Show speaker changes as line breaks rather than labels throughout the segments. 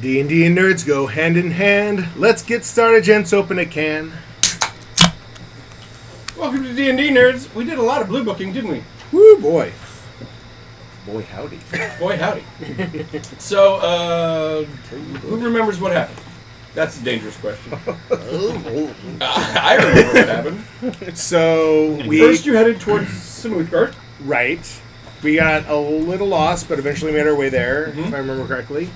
D&D and nerds go hand in hand. Let's get started, gents. Open a can.
Welcome to D&D Nerds. We did a lot of blue booking, didn't we?
Woo, boy. Boy, howdy.
Boy, howdy. so, uh, who remembers what happened? That's a dangerous question. I remember what happened.
So we
First, you headed towards Samuthgart.
right. We got a little lost, but eventually made our way there,
Mm-hmm.
if I remember correctly.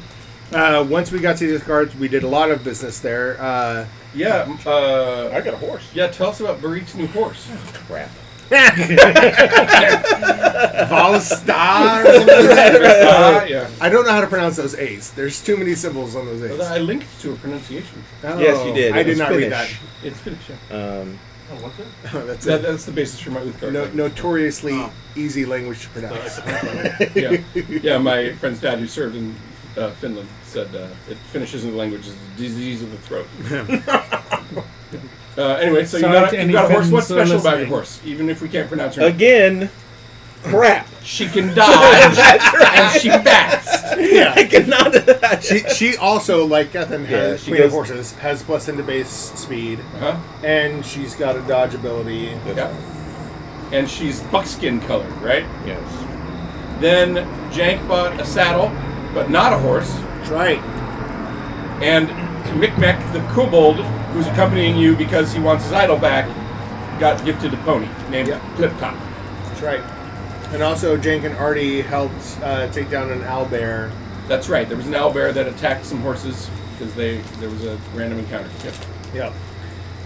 Uh, once we got to these cards, we did a lot of business there. Uh,
Yeah, uh,
I got a horse.
yeah, tell us about Barik's new horse.
Crap.
Valstar. or something like that.
Uh, yeah.
I don't know how to pronounce those A's. There's too many symbols on those A's.
I linked to a pronunciation.
Oh,
Yes, you did.
I
It
did
was
not read that.
Finnish.
It's finished, yeah.
Um,
Oh, that's
That,
a
that's the basis for my Uthgard.
no, notoriously
Oh.
easy language to pronounce.
yeah. yeah, my friend's dad, who served in uh, Finland, said uh, it finishes in the language as a disease of the throat. uh, anyway, so you
Sorry
got,
to
a- you
any
got a horse. What's
Finns who
special
are
about your
listening.
horse? Even if we can't pronounce her name,
again, crap.
she can dodge and she bats.
I cannot.
she, she also, like Ethan,
Yeah,
has
she
Queen of
goes-
Horses, has plus into base speed,
Huh?
and she's got a dodge ability.
Yeah. And she's buckskin colored, right?
Yes.
Then Jank bought a saddle, but not a horse.
That's right.
And Micmac the kobold, who's accompanying you because he wants his idol back, got gifted a pony named
Yeah.
Flip Top.
That's right. And also, Jank and Artie helped uh, take down an owlbear.
That's right. There was an owlbear that attacked some horses because they there was a random encounter. Yep.
Yep.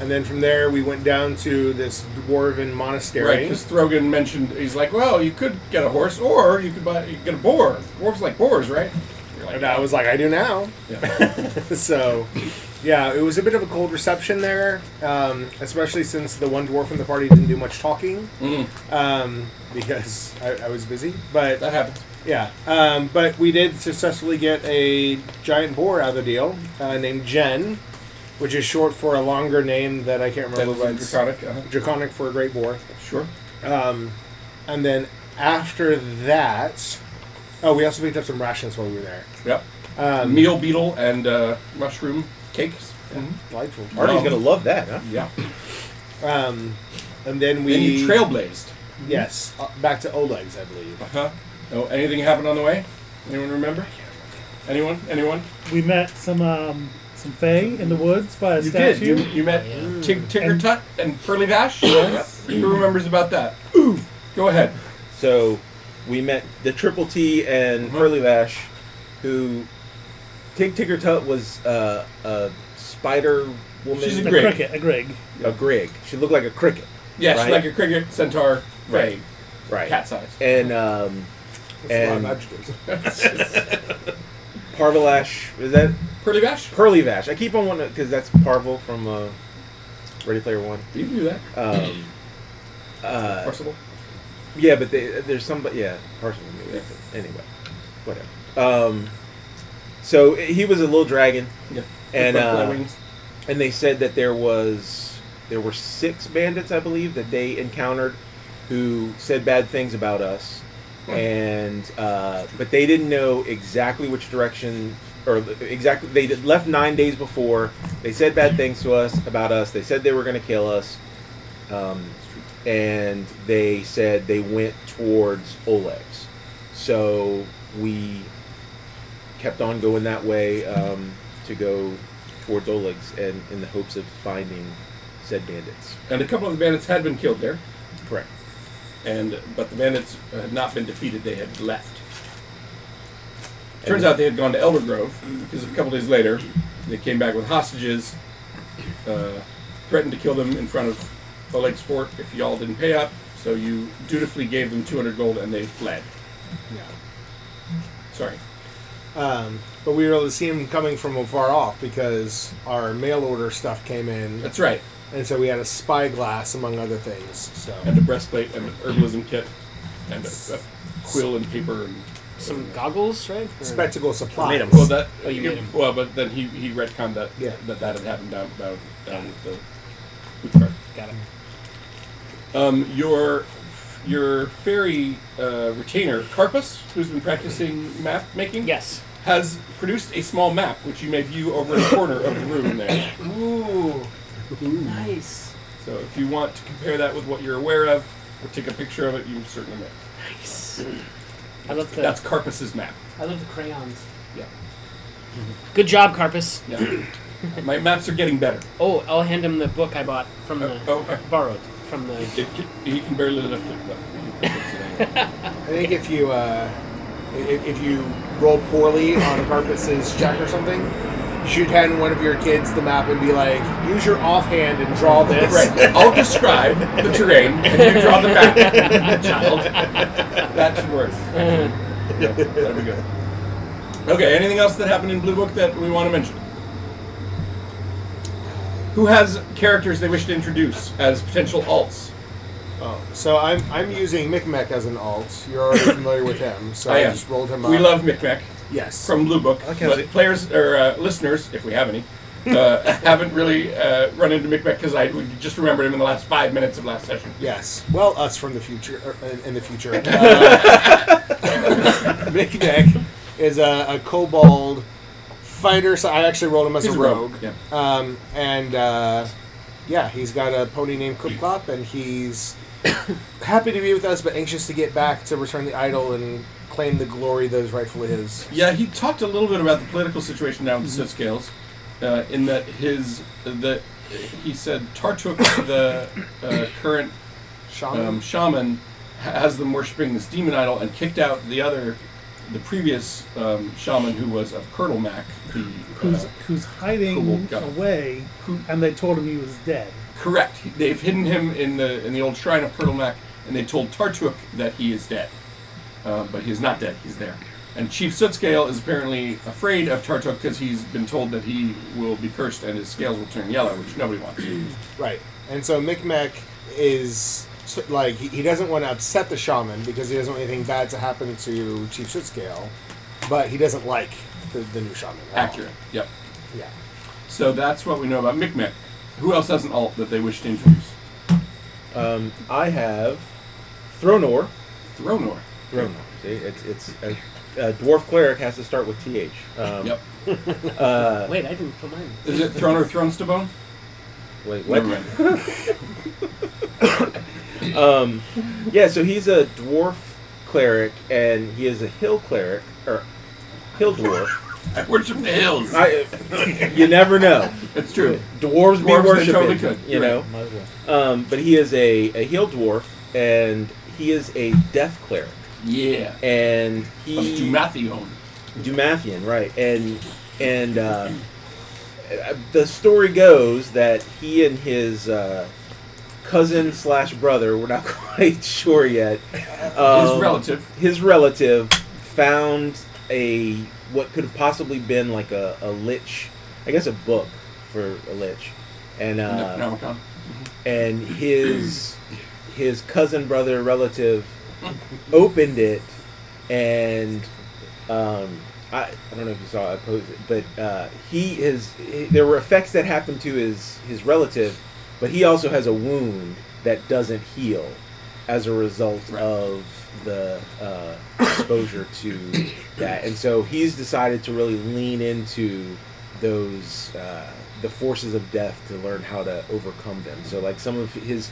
And then from there, we went down to this dwarven
Right.
monastery.
Because Throgan mentioned he's like, well, you could get a horse, or you could buy you could get a boar. Dwarves like boars, right? You're like,
And I was like, I do now.
yeah.
so, yeah, it was a bit of a cold reception there, um, especially since the one dwarf in the party didn't do much talking
Mm.
um, because I, I was busy. But
that happens.
yeah, um, but we did successfully get a giant boar out of the deal uh, named Jen, which is short for a longer name that I can't
That
remember.
was
but it's
draconic. Uh-huh.
Draconic for a great boar.
Sure.
Um, and then after that, oh, we also picked up some rations while we were there.
Yep.
Um, Mm-hmm.
Meal beetle and uh, mushroom cakes.
delightful.
Artie's gonna love that, huh?
Yeah.
Um, and then we
Then you trailblazed.
Yes, uh, back to Oleg's, I believe.
Huh? Oh, anything happened on the way? Anyone remember? Anyone? Anyone?
We met some um, some Fae in the woods by a
You did.
statue.
You, you met Tig Tigger
And-
Tut and Pearly Vash. Who remembers about that? Ooh. Go ahead.
So we met the Triple T and Pearly Vash, who Tig Tigger Tut was uh, a spider woman.
She's
A
Grig.
cricket, a Grig.
a grig. She looked like a cricket.
Yes,
Right.
like a cricket, centaur, right.
Right. Right.
cat size.
And um, and
adjectives.
Parvilash is that
Pearly Bash?
Pearly Vash? I keep on wanting because that's Parvil from uh, Ready Player One.
You can do that.
Um, uh,
Possible.
Yeah, but they, there's somebody. Yeah, Parson. Maybe that's it. Anyway, whatever. Um, so he was a little dragon,
Yeah.
and
With butterfly
uh,
wings.
and they said that there was there were six bandits, I believe, that they encountered, who said bad things about us, and uh, but they didn't know exactly which direction or exactly they did- left nine days before. They said bad things to us about us. They said they were going to kill us. Um, and they said they went towards Oleg's. So we kept on going that way um, to go towards Oleg's and in the hopes of finding said bandits.
and a couple of the bandits had been killed there,
Correct.
and but the bandits had not been defeated; they had left. Turns out they had gone to Elder Grove because a couple days later, they came back with hostages, uh, threatened to kill them in front of Oleg's fort if y'all didn't pay up. So you dutifully gave them 200 gold, and they fled.
Yeah.
Sorry.
Um, but we were able to see him coming from afar off because our mail order stuff came in,
That's right.
and so we had a spyglass among other things. So
and a breastplate and an herbalism kit and a, a quill and paper and
Some goggles, right? Or-
spectacle supply.
made him.
well that
Oh, you made 'em.
well but then he he retconned that
Yeah.
that that had happened down down, down with the with the card.
Got it.
Um, your your fairy uh, retainer Carpus, who's been practicing map making,
Yes.
has produced a small map which you may view over a corner of the room there.
Ooh, nice,
So if you want to compare that with what you're aware of or take a picture of it, you certainly may.
nice. I love the
That's Carpus's map.
I love the crayons.
Yeah.
Good job, Carpus.
yeah. My maps are getting better.
Oh, I'll hand him the book I bought from the
Oh, okay.
borrowed from the.
It can- he can barely lift it. But
I think if you uh, if, if you roll poorly on Carpus's check or something, you should hand one of your kids the map and be like, use your offhand and draw this.
right. I'll describe the terrain and you draw the map, child. That should work. Yeah, that'd be good. Okay, anything else that happened in Blue Book that we want to mention? Who has characters they wish to introduce as potential alts?
Oh, so I'm I'm using Micmac as an alt. You're already familiar with him, so
I
I,
am.
just rolled him up.
We love Micmac
yes.
from Blue Book.
Okay.
but players or uh, listeners, if we have any, uh, haven't really uh, run into Micmac because I we just remembered him in the last five minutes of last session.
Yes. Well, us from the future, er, in- in the future. Uh, Micmac is a, a kobold fighter. So I actually rolled him as
He's
a
a rogue,
rogue.
yeah.
Um, and uh, yeah, he's got a pony named Clip Clop, and he's happy to be with us, but anxious to get back to return the idol and claim the glory that is rightfully his.
Yeah, he talked a little bit about the political situation now in mm uh, in that his the he said Tartuk, the uh, current
Shaman.
um, shaman, has them worshiping this demon idol and kicked out the other, the previous um, shaman who was of Kurtlmak, the
who's
uh,
who's hiding
Kobold guy.
away,
Who-
and they told him he was dead.
Correct. They've hidden him in the in the old shrine of Pertlemak, and they told Tartuk that he is dead. Uh, but he is not dead. He's there. And Chief Sootscale is apparently afraid of Tartuk because he's been told that he will be cursed and his scales will turn yellow, which nobody wants.
Right. And so Micmac is s- like he, he doesn't want to upset the shaman because he doesn't want anything bad to happen to Chief Sootscale, but he doesn't like the, the new shaman. at all.
Accurate. Yep.
Yeah.
So that's what we know about Micmac. Who else has an alt that they wish to introduce?
Um, I have Thronor.
Thronor.
Thronor. See, it's it's a, a dwarf cleric has to start with th. Um,
Yep.
Uh,
Wait, I didn't put mine.
Is it Thronor Thronestabone?
wait, what?
Never mind.
Um, yeah, so he's a dwarf cleric, and he is a hill cleric or hill dwarf.
I worship the hills.
I, you never know.
it's true. Dwarves,
Dwarves, be
they
worshipping,
totally could.
you
You're
know.
right.
Might as well.
Um, but he is a, a heel dwarf, and he is a death cleric,
Yeah.
and
Of
he
Dumathion.
Dumathian, right? And and uh, uh, the story goes that he and his uh, cousin slash brother, we're not quite sure yet,
His
um,
relative.
his relative found a what could have possibly been like a, a lich, I guess a book for a lich, and uh,
Necronomicon.
and his his cousin brother relative opened it and um I, I don't know if you saw I posted it, but uh, he his he- there were effects that happened to his his relative, but he also has a wound that doesn't heal as a result
Right.
of the uh, exposure to that, and so he's decided to really lean into those uh, the forces of death to learn how to overcome them. So like some of his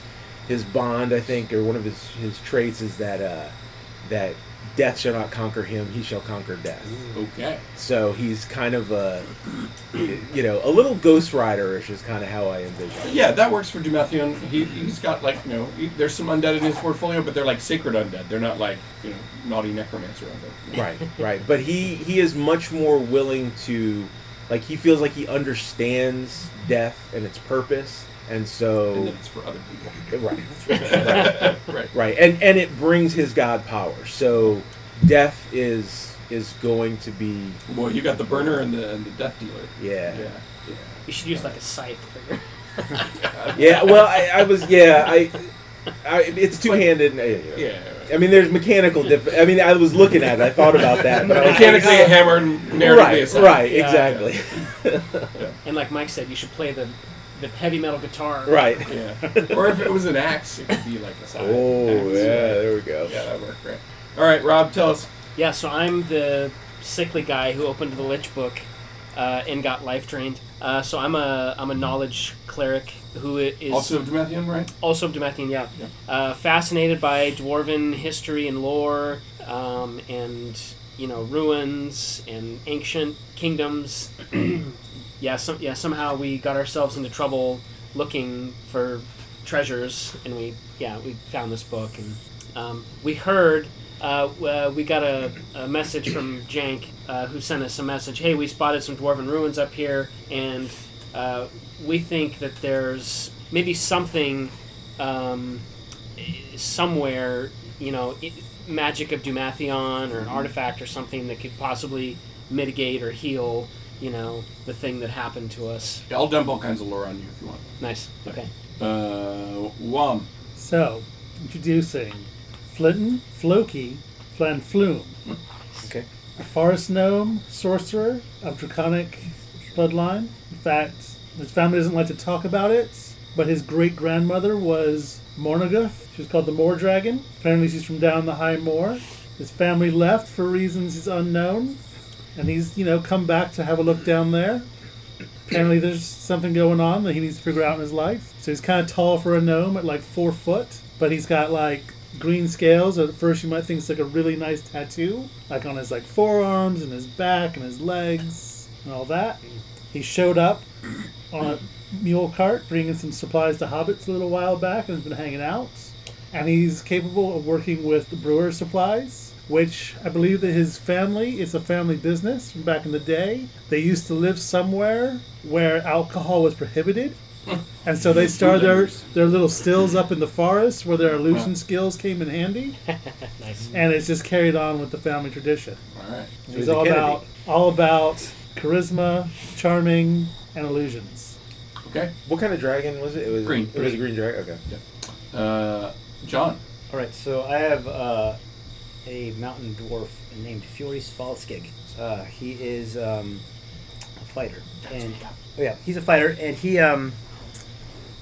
his bond, I think, or one of his his traits is that uh, that death shall not conquer him; he shall conquer death.
Okay.
So he's kind of a you know a little Ghost Rider-ish is kind of how I envision. it.
Yeah, that works for Dumathion. He, he's got like, you know, he, there's some undead in his portfolio, but they're like sacred undead. They're not like, you know, naughty necromancer undead.
Right, right. But he he is much more willing to like he feels like he understands death and its purpose, and
And
so
it's for other people.
right.
right.
Right, and and it brings his god power. So death is is going to be
Well, you got the burner and the, and the death dealer.
yeah yeah.
You should use like a scythe for your
well, I, I was yeah I, I it's two handed.
Yeah. yeah right.
I mean, there's mechanical diff. I mean, I was looking at it. I thought about that. But I was like,
Mechanically a
uh,
hammer, and narratively a
Right,
saw.
right,
Yeah.
exactly.
and like Mike said, you should play the the heavy metal guitar.
right.
Yeah. Or if it was an axe, it could be like a side
Oh
axe.
yeah, there we go.
Yeah, that worked, right. All right, Rob, tell us.
Yeah. So I'm the sickly guy who opened the Lich book uh, and got life drained. Uh, so I'm a I'm a knowledge cleric who i- is
Also of Demethium, right?
also of Demethian, yeah.
Yeah.
Uh, fascinated by dwarven history and lore, um, and you know ruins and ancient kingdoms. yeah, some, yeah. Somehow we got ourselves into trouble looking for treasures, and we yeah we found this book, and um, we heard. Uh, w- uh, we got a, a message from Jank, uh, who sent us a message. Hey, we spotted some dwarven ruins up here, and uh, we think that there's maybe something um, somewhere, you know, i magic of Dumathion or an artifact or something that could possibly mitigate or heal, you know, the thing that happened to us.
I'll dump all kinds of lore on you if you want.
Nice. Okay.
Uh, Wom.
So, introducing Flinton, Floki, Flanfloom.
Okay.
A forest gnome, sorcerer of draconic bloodline. In fact, his family doesn't like to talk about it, but his great grandmother was Mornaguth. She was called the Moor Dragon. Apparently, she's from down the high moor. His family left for reasons he's unknown, and he's, you know, come back to have a look down there. Apparently, there's something going on that he needs to figure out in his life. So he's kind of tall for a gnome at like four foot, but he's got like green scales. At first, you might think it's like a really nice tattoo, like on his like forearms and his back and his legs and all that. He showed up on a mule cart, bringing some supplies to hobbits a little while back, and has been hanging out. And he's capable of working with the brewer supplies, which I believe that his family is a family business from back in the day. They used to live somewhere where alcohol was prohibited. And so they started their, their little stills up in the forest where their illusion skills came in handy,
Nice.
and it's just carried on with the family tradition.
All right.
It
He's
was
a
all
Kennedy.
about all about charisma, charming, and illusions.
Okay.
What kind of dragon was it? It was
Green.
It was a green dragon. Okay.
Uh, John.
All right, so I have uh, a mountain dwarf named Fjoris Falskig. Uh, he is um, a fighter, and oh yeah, he's a fighter, and he. Um,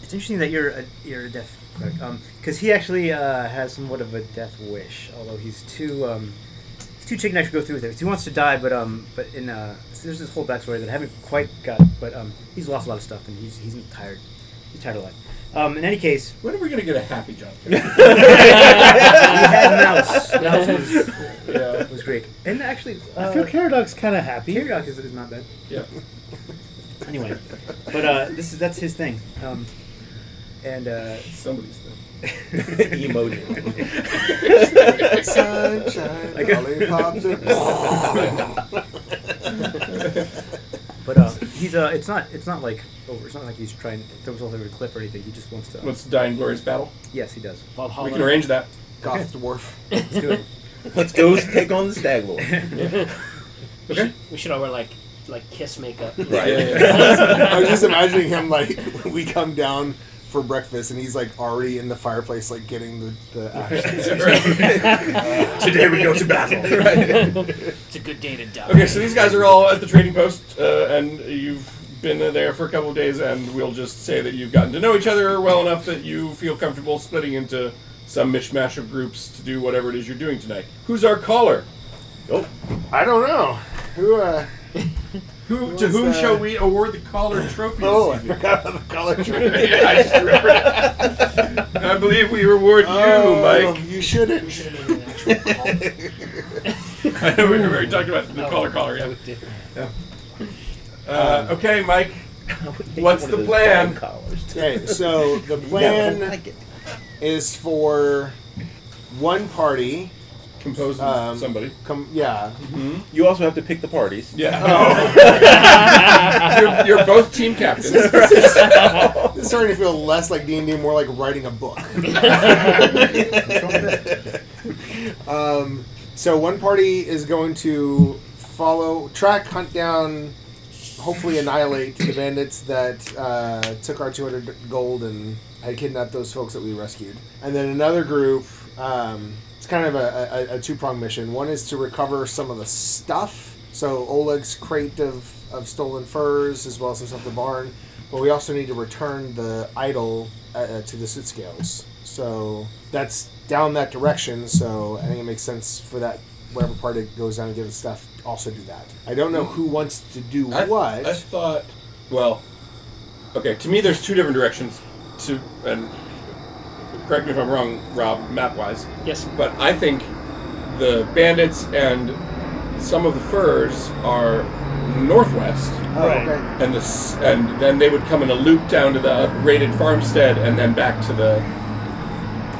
it's interesting that you're a you're a death cleric, because he actually uh, has somewhat of a death wish, although he's too. Um, he's too chicken neck to go through with it. He wants to die, but um, but in uh, so there's this whole backstory that I haven't quite got, but um, he's lost a lot of stuff, and he's he's tired, he's tired of life. Um, in any case,
When are we going to get a happy John? character?
we had Mouse. Mouse was,
yeah.
was great. And actually,
I
Oh.
feel
uh,
Caradoc's kind of happy.
Kirok is, is not bad.
Yeah.
Anyway, but uh, this is that's his thing. Um, and uh,
Somebody's thing.
Emoji.
Sunshine,
Like a-
lollipops, and-
but uh, he's uh, it's not it's not like over. It's not like he's trying to throw himself over a cliff or anything. He just wants to.
Let's die in glorious battle.
Yes, he does.
Valhalla.
We can arrange that.
Goth dwarf.
Let's do it.
Let's go take on the stag lord.
Okay.
We should all wear like like kiss makeup.
Right.
Yeah, yeah,
I was just imagining him like we come down for breakfast and he's like already in the fireplace like getting the, the ashes.
Today we go to battle.
It's a good day to die.
Okay, so these guys are all at the trading post, uh, and you've been there for a couple of days, and we'll just say that you've gotten to know each other well enough that you feel comfortable splitting into some mishmash of groups to do whatever it is you're doing tonight. Who's our caller?
Oh,
I don't know. Who uh
Who,
was
to whom
that?
shall we award the caller trophy?
Oh I
this evening?
forgot about the color tree.
Yeah, I just remembered. I believe we reward you,
Oh,
Mike.
you shouldn't.
I know we were already talking about the caller caller,
Um,
yeah. Uh, okay, Mike. What's the plan?
Okay, so the plan is for one party.
Composed with
Um,
somebody.
Come yeah.
You also have to pick the parties.
Yeah. you're, you're both team captains.
It's starting to feel less like D and D, more like writing a book. um, so one party is going to follow, track, hunt down, hopefully annihilate the bandits that uh, took our 200 gold and had kidnapped those folks that we rescued. And then another group. Um, it's kind of a, a, a two prong mission. One is to recover some of the stuff. So Oleg's crate of, of stolen furs, as well as some stuff at the barn. But we also need to return the idol uh, uh, to the soot scales. So that's down that direction. So I think it makes sense for that whatever part it goes down and gets its stuff also do that. I don't know who wants to do
I,
what.
I thought. Well, okay. To me, there's two different directions. To and correct me if I'm wrong, Rob, map wise.
Yes.
But I think the bandits and some of the furs are northwest,
oh,
Right.
okay.
and the s- and then they would come in a loop down to the raided farmstead, and then back to the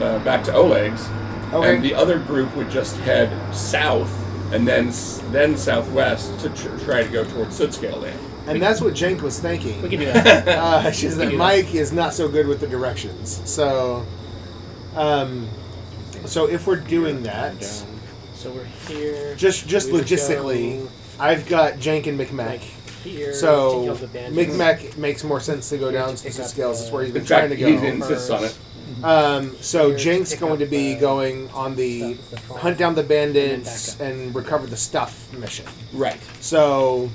uh, back to Oleg's.
Okay.
And the other group would just head south and then s- then southwest to tr- try to go towards Sootscale Land.
And that's what Jenk was thinking.
We can do that.
uh, she's that
do that.
Mike is not so good with the directions. So, um, so if we're doing that,
so we're here.
just just
We would
logistically,
go
I've got Jenk and McMack.
Here. to
So
kill the bandits.
McMack makes more sense to go down
to pick
to
up
scales. That's where he's been
In fact,
trying to
he
go.
insists on it.
Um, so
Here to
Jenk's
pick
going to
up,
be
uh,
going on the
stuff at the farm.
hunt down the bandits
And
and recover the stuff mission.
Right.
So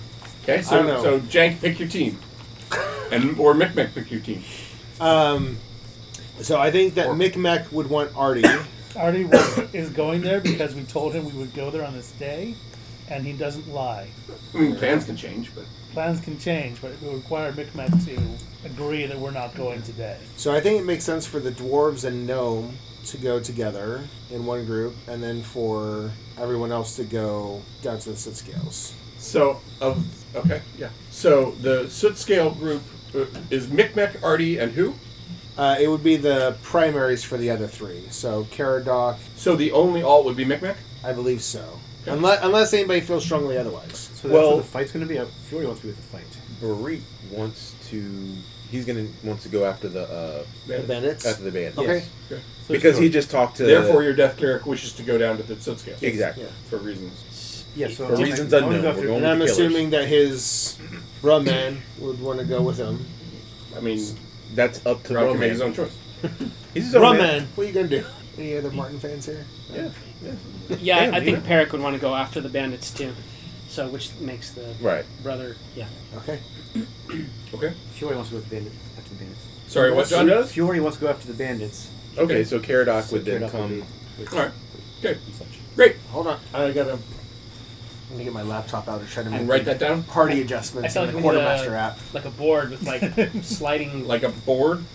Okay,
I
so
don't know.
so Jank, pick your team, and or Micmac, pick your team.
Um, so I think that
Or-
Micmac would want Artie.
Artie was, is going there because we told him we would go there on this day, and he doesn't lie.
I mean, plans can change, but
Plans can change, but it would require Micmac to agree that we're not going today.
so I think it makes sense for the dwarves and gnome to go together in one group, and then for everyone else to go down to the sit scales.
so of okay, yeah. So the soot scale group uh, is Micmac, Artie, and who?
Uh, it would be the primaries for the other three. So Caradoc,
So the only alt would be Micmac.
I believe so. Unless, unless anybody feels strongly otherwise.
So that's
Well-
where the fight's going to be. Uh, Fury wants to be with the fight.
Barik wants to. He's gonna wants to go after the uh,
The bandits.
after the band.
Okay.
Yes.
So
Because
so-
he just talked to.
Therefore, your death cleric wishes to go down to the soot scale
exactly.
Yeah.
for reasons.
yeah, so
for
I'm
reasons
gonna- I'm
unknown,
gonna
we're
go
going-
And I'm assuming that his rum man would want to go with him.
I mean,
That's up to
Rob
Rob.
can make his own choice.
He's his own
Rum
man.
man, what are you gonna do? Any other Martin fans here?
Yeah.
Yeah, I-
Damn,
I think
yeah.
Peric would want to go after the bandits too. So, which makes the
Right.
brother. Yeah.
Okay.
Okay.
after- Fury wants to go with the bandit, after the bandits.
Sorry, what John does?
Fury wants to go after the bandits.
Okay. So Caradoc would
Cleared
then
up the
come.
lead with-
All right. Okay.
and such.
Great.
Hold on, I gotta. I'm gonna get my laptop out to try to
And
make
write that down
party
I
adjustments
feel
in
like
the
we need a-
quartermaster app.
Like a board with like sliding.
like a board,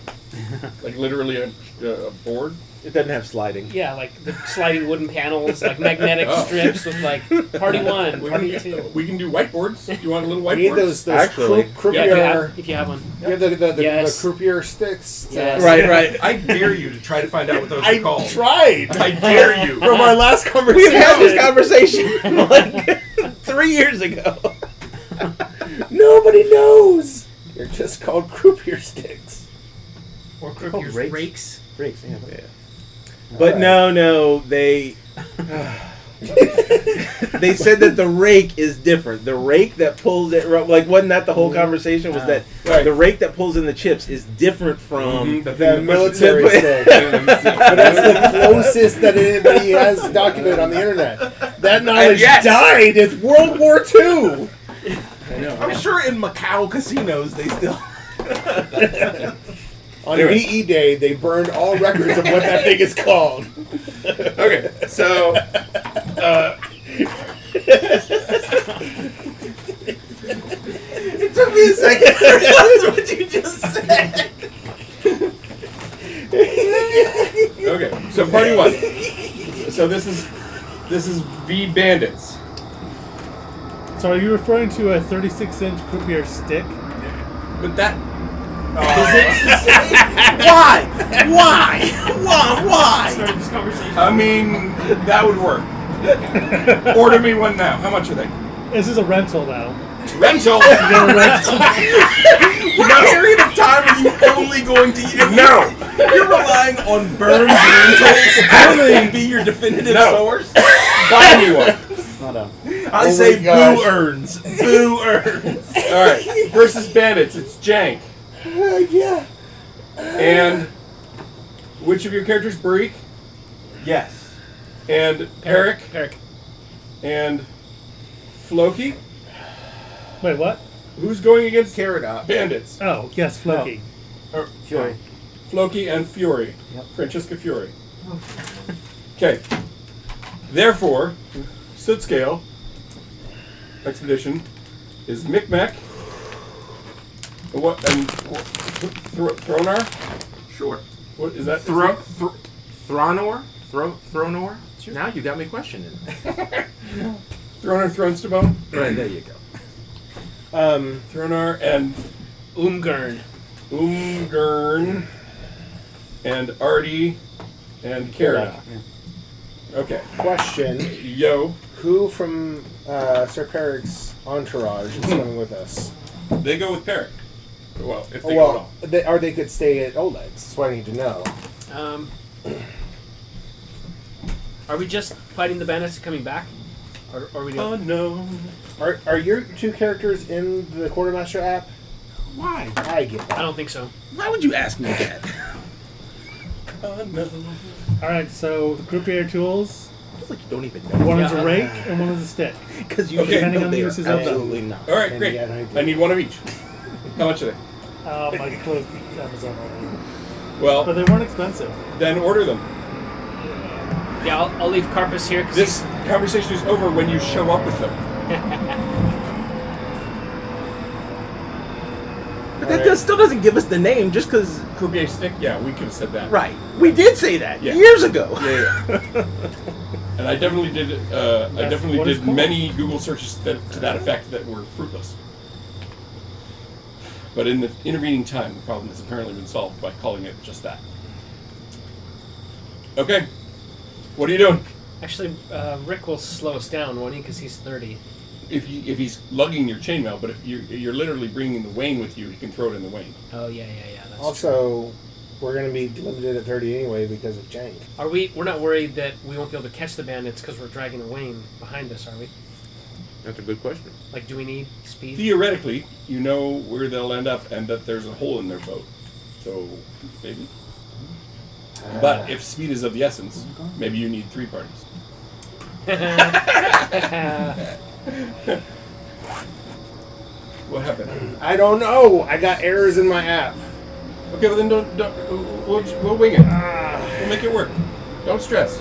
like literally a, a board.
It doesn't have sliding.
Yeah, like the sliding wooden panels, like magnetic
Oh.
strips with like party one,
We
party
can,
two.
we can do whiteboards. Do you want a little
We
whiteboard?
need those those
Actually-
croup- croupier.
Yeah, if you, have, if you have one.
you have the the, the,
Yes.
the croupier sticks. to-
Yes.
Right. Right.
I dare you to try to find out what those
I
are called.
tried
I dare you.
from our last
We
conversation.
have had this conversation like three years ago.
Nobody knows. They're just called croupier sticks.
Or
called
Oh,
croupiers,
rakes?
rakes.
Breaks, yeah.
But no, no, they they said that the rake is different. The rake that pulls it ro- like wasn't that the whole conversation was that
Right.
the rake that pulls in the chips is different from
Mhm, the
The
thing that pushes
military stick. But that's the closest that anybody has documented on the internet. That knowledge
yes.
died in World War II.
I'm sure in Macau casinos they still
On
Anyway.
VE Day, they burned all records of what that thing is called.
Okay, so uh,
It took me a second to realize what you just said.
okay, so party one. So this is this is V bandits.
So are you referring to a 36 inch croupier stick?
But that
Why? Why? Why? Why?
Started this conversation.
I mean that would work. Order me one now. How much are they?
This is a rental now.
Rental.
What period of time are you only going to use?
No.
You're relying on Burns rentals as to be your definitive
No.
source?
Buy me one.
It's not a.
I
Oh
my
say
gosh.
boo earns. Boo earns.
All right. Versus bandits. It's Jank.
yeah.
And which of your characters, Barik
Yes.
and Eric
Peric.
and Floki?
Wait, what?
Who's going against
Caradoc.
bandits?
Oh, yes, Floki.
Or-
Fury.
Floki and Fury.
Yep.
Francesca Fury. Okay. Therefore, Soot Scale Expedition is Micmac. And what and Thro- Thronar?
Sure.
What is that?
Thro- Thro- Thronor? Thro- Thronor? Now you got me questioning.
Thronar Thronestabone?
right, there you go.
Um,
Thronar and
Umgurn.
Umgurn and Artie and Kara. Okay.
question:
Yo.
Who from uh, Sir Peric's entourage is coming with us?
They go with Peric. Well, if they go at
Oh, well,
all.
they, or they could stay at Oleg's. That's what I need to know.
Um, are we just fighting the bandits and coming back? Or or are we
Uh,
doing?
no.
Are, are your two characters in the Quartermaster app?
Why?
I get
I
that.
don't think so.
Why would you ask me that?
Oh, no.
All right, so the croupier tools.
It's like you don't even
One
know.
is
Yeah.
a rake and one is a stick.
Because you
Okay.
okay.
Depending
know
on
they
the
are
uses of them.
absolutely not.
All right,
And
great.
yet I do.
I need one of each. How much are they?
Um, I closed Amazon already. But
Well,
they weren't expensive.
then order them.
Yeah, I'll, I'll leave Carpus here because
This conversation is over when you show up with them.
But that does, still doesn't give us the name just because.
Croupier stick? Yeah, we could have said that.
Right. We did say that
Yeah.
years ago.
Yeah, yeah. and I definitely did. Uh, I
That's
definitely
what it's
did
called.
many Google searches that, to that effect that were fruitless. But in the intervening time, the problem has apparently been solved by calling it just that. Okay, what are you doing?
actually uh, Rick will slow us down, won't he? Because he's thirty.
If, you, if he's lugging your chainmail, but if you're, you're literally bringing the wane with you, he can throw it in the wane.
Oh yeah, yeah, yeah. That's
Also, we're going to be limited at 30 anyway because of Jank.
true. Are we? We're not worried that we won't be able to catch the bandits because we're dragging a Wayne behind us, are we?
That's a good question.
Like, do we need speed?
Theoretically, you know where they'll end up and that there's a hole in their boat. So, maybe. But if speed is of the essence, maybe you need three parties. What happened?
I don't know. I got errors in my app.
Okay, well then don't. don't we'll, we'll wing it. We'll make it work. Don't stress.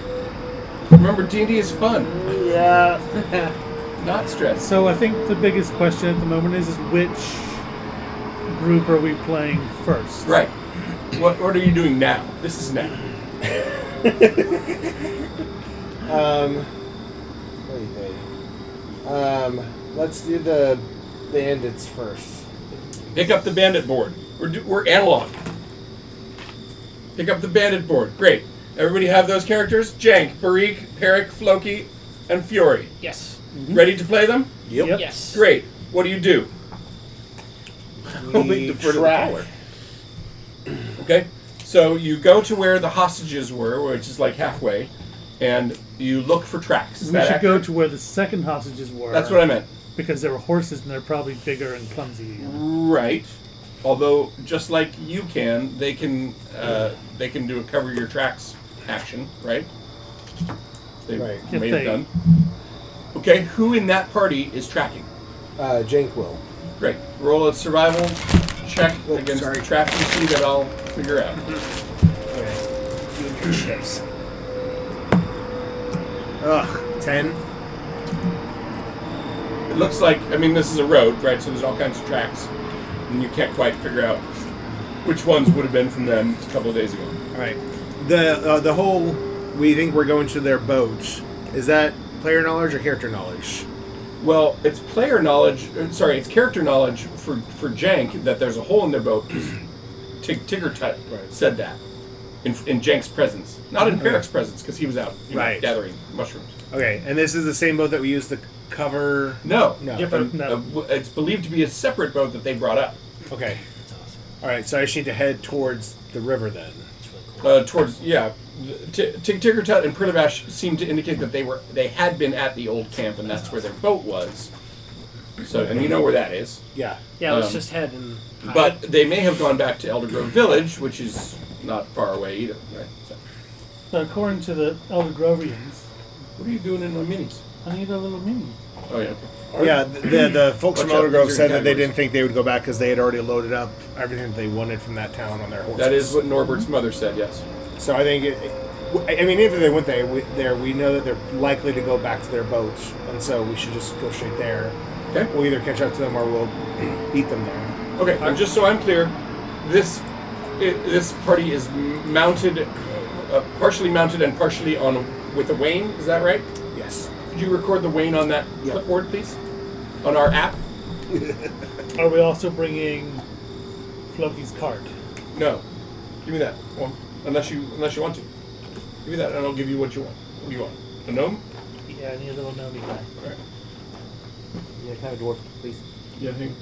Remember, D and D is fun,
Yeah.
not stress.
So I think the biggest question at the moment is, is which group are we playing first?
Right. What order are you doing now? This is now.
Um, oy vey. um, let's do the bandits first.
Pick up the bandit board. We're, do, we're analog. Pick up the bandit board. Great. Everybody have those characters? Jank, Barik, Peric, Floki, and Fury.
Yes.
Ready to play them?
Yep.
Yes.
Great. What do you do?
We'll make
We
the further
track.
caller.
Okay? So you go to where the hostages were, which is like halfway, and you look for tracks. Is
We
that
should go
accurate?
to where the second hostages were.
That's what I meant.
Because there were horses and they're probably bigger and clumsy.
Right. Although, just like you can, they can uh, they can do a cover your tracks action, right? They
Right.
may
If
have
they-
done. Okay, who in that party is tracking?
Uh, Jank will.
Great. Roll a survival check
Oh,
against
sorry.
the track you see that I'll figure out.
Ugh. Ten.
It looks like I mean this is a road, right? So there's all kinds of tracks, and you can't quite figure out which ones would have been from them a couple of days ago.
All right.
The uh, the whole we think we're going to their boat. Is that player knowledge or character knowledge?
Well, it's player knowledge. er, Sorry, it's character knowledge for for Jank that there's a hole in their boat. 'cause Tig Tigger Tut
Right.
said that in, in Jank's presence, not in Peric's presence, because he was out you know,
Right.
gathering mushrooms.
Okay, and this is the same boat that we used to cover.
No,
No.
Different,
Um,
no.
uh, w- it's believed to be a separate boat that they brought up
Okay. That's awesome. All right, so I just need to head towards the river then.
uh, towards. Yeah, T- Tig Tigger Tut and Pritavash seemed to indicate that they were they had been at the old camp, and that's where their boat was. So, and you know where that is.
Yeah.
Yeah. Let's
Um,
just head and. hide.
But they may have gone back to Eldergrove Village, which is not far away either. Right. So,
So according to the Elder Grovians,
what are you doing in my minis?
I need a little mini.
Oh yeah.
Yeah, the the, the folks from
Watch out,
Elder Grove
these are
said that they
categories.
didn't think they would go back because they had already loaded up everything that they wanted from that town on their horses.
That is what Norbert's mother said. Yes.
So I think it, w- I I mean, even if they went there, we, there we know that they're likely to go back to their boats, and so we should just go straight there.
Okay.
We'll either catch up to them or we'll beat them there.
Okay, uh, just so I'm clear, this i this party is m- mounted, uh, partially mounted and partially on with a wane. Is that right?
Yes.
Could you record the wane on that
Yeah.
clipboard, please? On our app?
Are we also bringing Floki's cart?
No. Give me that. Well, unless you unless you want to, give me that, and I'll give you what you want. What do you want? A gnome?
Yeah, I need a little gnomey guy.
All right.
Yeah, can I have a dwarf, please?
Yeah. I think.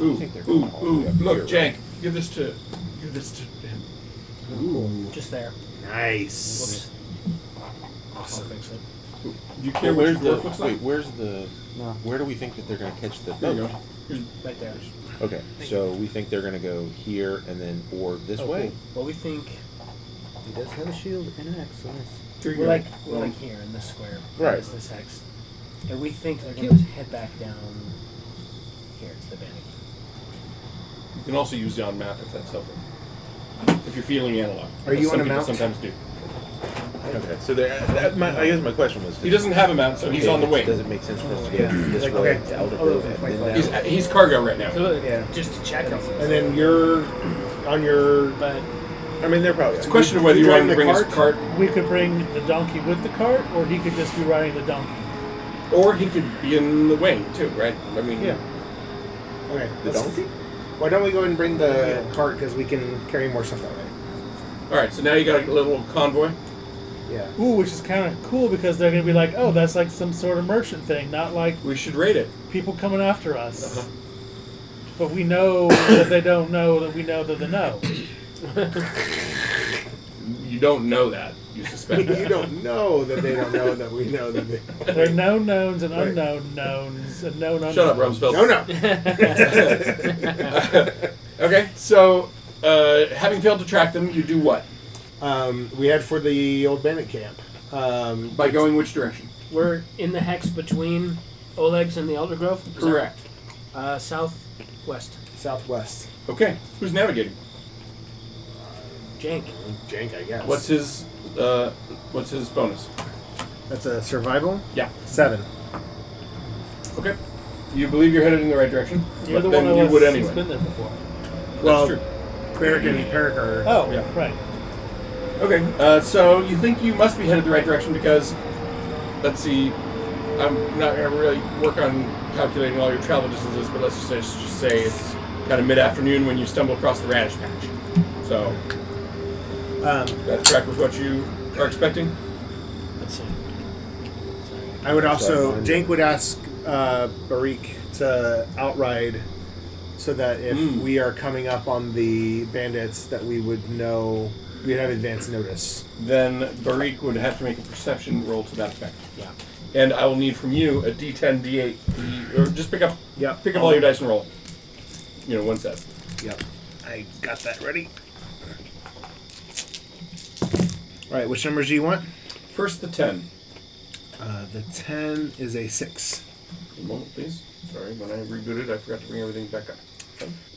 Ooh, ooh, ooh! Look, Jank, give this to give this to him.
Just there.
Nice.
Awesome.
Do you care what
where's
your
the
dwarf looks
wait?
like?
Where's the
No.
where do we think that they're going to catch the
There you
boat?
go. Here's-
Right there.
Okay, so we think they're going to go here and then or this way.
Well, we think
He does have a shield and an axe, so nice.
Here you
we're
go.
like we're like here in this square.
Right.
It's this hex, and we think they're gonna head back down here to the bank.
You can also use down map if that's helpful. If you're feeling analog.
Are you
As some
on a
people
mount?
Sometimes do.
Okay, so there. That, my, I guess my question was.
He doesn't have a mount, so he's on the
way. Does
wing.
it make sense for us to get this way to Elder Grove and then
He's,
down?
he's cargo right now.
yeah. Just to check them.
And then you're on your.
But
I mean, they're probably.
It's a question of whether you
You
want him
driving
to
the
bring his cart,
We could bring the donkey with the cart, or he could just be riding the donkey.
or he could be in the wing too, right? I mean,
Yeah.
Okay.
The
let's-
donkey?
Why don't we go ahead and bring the cart because we can carry more stuff that way?
All right, so now you got a little convoy.
Yeah.
Ooh, which is kind of cool because they're gonna be like, oh, that's like some sort of merchant thing, not like
We should raid it.
people coming after us.
Uh-huh.
But we know that they don't know that we know that they know.
You don't know that. You suspect.
you
that.
don't know that they don't know that we know that they.
There are known knowns and
Right.
unknown knowns and known unknowns.
Shut up, Rumsfeld.
No, no.
okay, so uh, having failed to track them, you do what?
Um, we head for the old bandit camp. Um,
By going which direction?
we're in the hex between Oleg's and the Elder Grove. Is that- Uh, southwest.
southwest.
Okay. Who's navigating?
Jank.
Jank, I guess.
What's his uh, What's his bonus?
That's a survival.
Yeah.
Seven.
Okay. You believe you're headed in the right direction,
You're
but
the
then
one
you
of
would
us
anyway.
who's been there before.
That's
Well-
true.
Peric and Peric are.
Oh,
Yeah.
right.
Okay, uh, so you think you must be headed the right direction because, let's see, I'm not going to really work on calculating all your travel distances, but let's just say, let's just say it's kind of mid-afternoon when you stumble across the radish patch. So
Um,
that track with what you are expecting.
Let's see.
I would also.
Sorry, mine-
Jank would ask uh, Barik to outride so that if
Mm.
we are coming up on the bandits, that we would know. We'd have advance notice.
Then Barik would have to make a perception roll to that effect.
Yeah.
And I will need from you a D10, D8, D, or just pick up,
Yep.
pick up all your dice and roll. You know, one set.
Yep. I got that ready. All right, which numbers do you want?
First the ten.
Uh, the 10 is a 6.
One moment, please. Sorry, when I rebooted, I forgot to bring everything back up.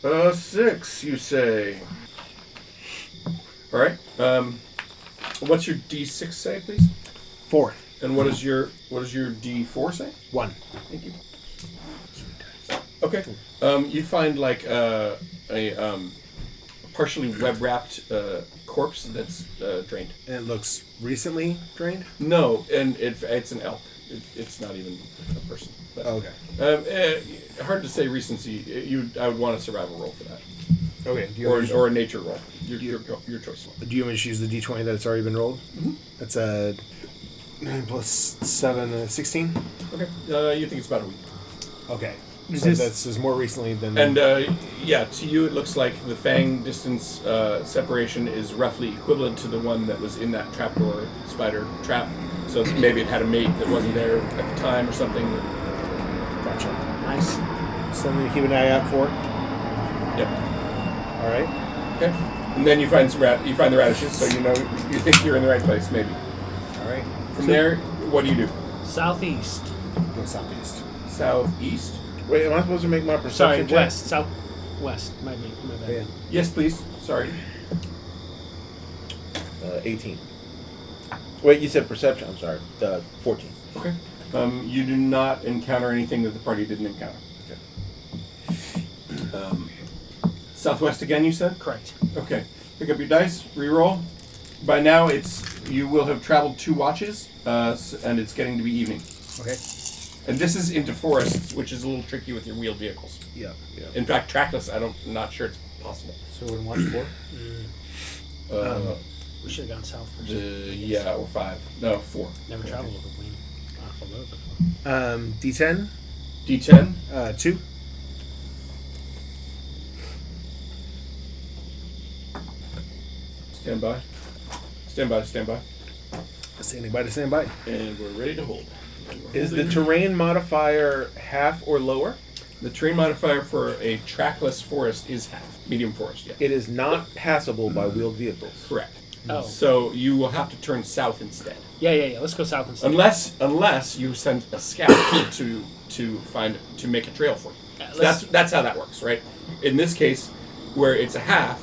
Uh, six, you say. All right. Um, what's your D six say, please?
4.
And what is your what is your D four say?
1.
Thank you. Okay. Um, you find like uh, a um, partially web wrapped uh, corpse that's uh, drained.
And it looks recently drained?
No, and it, it's an elk. It, it's not even a person. But,
Okay.
Um, eh, hard to say recency. Eh, You, I would want a survival roll for that,
Okay. Do you,
or,
want me to-
or a nature roll. Your, your, your choice.
do you want me to use the d20 that's already been rolled? That's a 9 plus 7, uh, 16.
Okay. Uh, you think it's about a week,
Okay.
Is
so
this-
that's is more recently than.
and uh, yeah, to you it looks like the fang distance uh, separation is roughly equivalent to the one that was in that trapdoor spider trap. So it's- maybe it had a mate that wasn't there at the time or something.
Gotcha.
Nice.
Something to keep an eye out for.
Yep.
All right.
Okay. And then you find some rat- you find the radishes, so you know you think you're in the right place. Maybe
All right.
from there, what do you do?
Southeast.
Go southeast.
Southeast.
Wait, am I supposed to make my
Sorry,
perception check?
west. Southwest. My, my, my bad.
Yeah.
Yes, please. Sorry.
Uh, Eighteen. Wait, you said perception. I'm sorry. Uh, 14.
Okay. Um, you do not encounter anything that the party didn't encounter. Okay. Um, southwest again, you said?
Correct.
Okay. Pick up your dice, reroll. By now, it's you will have traveled two watches, uh, s- and it's getting to be evening.
Okay.
And this is into forests, which is a little tricky with your wheeled vehicles.
Yeah.
In fact, trackless, I don't, I'm not sure it's possible.
So we're in watch four. Um,
Uh,
We should have gone south
the-
first.
yeah, or five. No, four.
Never traveled over Wayne. off the road before.
Um, D10.
D10.
Uh, two.
Stand by. Stand by. Stand by.
Standing by to stand by.
And we're ready to hold.
Is the terrain modifier half or lower?
The terrain modifier for a trackless forest is half. Medium forest, yeah.
It is not passable by wheeled vehicles.
Correct.
Oh.
So you will have to turn south instead.
Yeah, yeah, yeah. Let's go south instead.
Unless unless you send a scout to to find to make a trail for you.
Uh,
So that's
let's-
that's how that works, right? In this case, where it's a half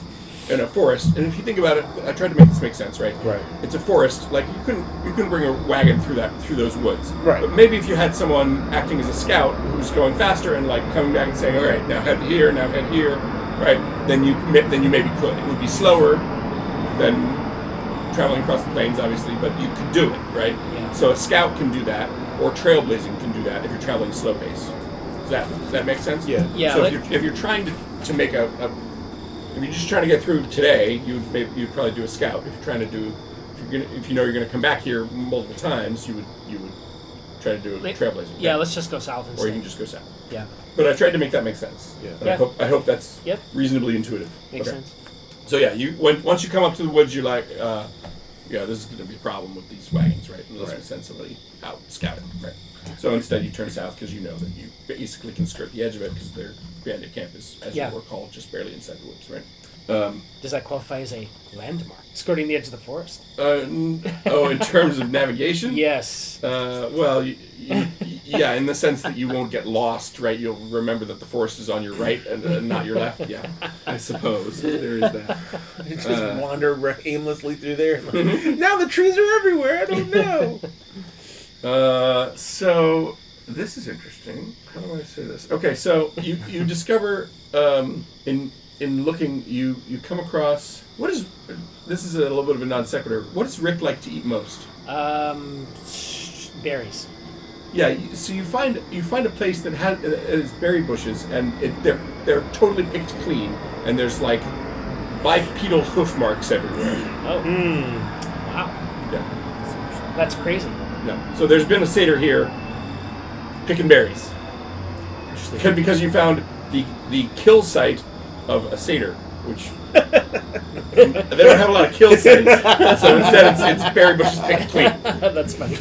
in a forest, and if you think about it, I tried to make this make sense, right?
Right.
It's a forest. Like you couldn't you couldn't bring a wagon through that through those woods.
Right.
But maybe if you had someone acting as a scout who's going faster and like coming back and saying, "All right, now head here, now head here," right? Then you ma- then you maybe could. It would be slower than traveling across the plains, obviously, but you could do it, right?
Yeah.
So a scout can do that, or trailblazing can do that if you're traveling slow pace. Does that does that make sense?
Yeah.
Yeah,
So if
let-
you're, if you're trying to, to make a, a if you're just trying to get through today, you'd maybe, you'd probably do a scout. If you're trying to do if you're gonna, if you know you're going to come back here multiple times, you would you would try to do a
Let-
trailblazing.
yeah, let's just go south
Or
instead.
you can just go south.
yeah,
But I tried to make that make sense.
Yeah.
And I
Yeah.
hope I hope that's
Yep.
reasonably intuitive.
makes
Okay.
sense.
So yeah, you when, once you come up to the woods, you're like, uh, yeah, this is going to be a problem with these wagons, right? Unless we send somebody out scouting, right? So instead, you turn south because you know that you basically can skirt the edge of it because their bandit camp is, as
Yeah.
you recall, just barely inside the woods, right? Um,
Does that qualify as a landmark? Skirting the edge of the forest.
uh, n- oh, in terms of navigation,
Yes.
Uh, well, y y yeah, in the sense that you won't get lost, right? You'll remember that the forest is on your right and uh, not your left. Yeah, I suppose there is that.
You just
Uh. Mm-hmm.
wander ra- aimlessly through there. now the trees are everywhere. I don't know.
Uh, so this is interesting. How do I say this? Okay, so you you discover um, in in looking you you come across what is this is a little bit of a non sequitur. What does Rick like to eat most?
Um, sh- berries.
Yeah, you- so you find you find a place that has uh, is berry bushes and it, they're they're totally picked clean and there's like bipedal hoof marks everywhere.
Oh.
Hmm.
Wow.
Yeah,
That's crazy.
no. So there's been a satyr here picking berries.
Interesting.
Because, because you found the the kill site of a satyr, which they don't have a lot of kill sites, so instead it's, it's berry bushes picked clean.
That's funny.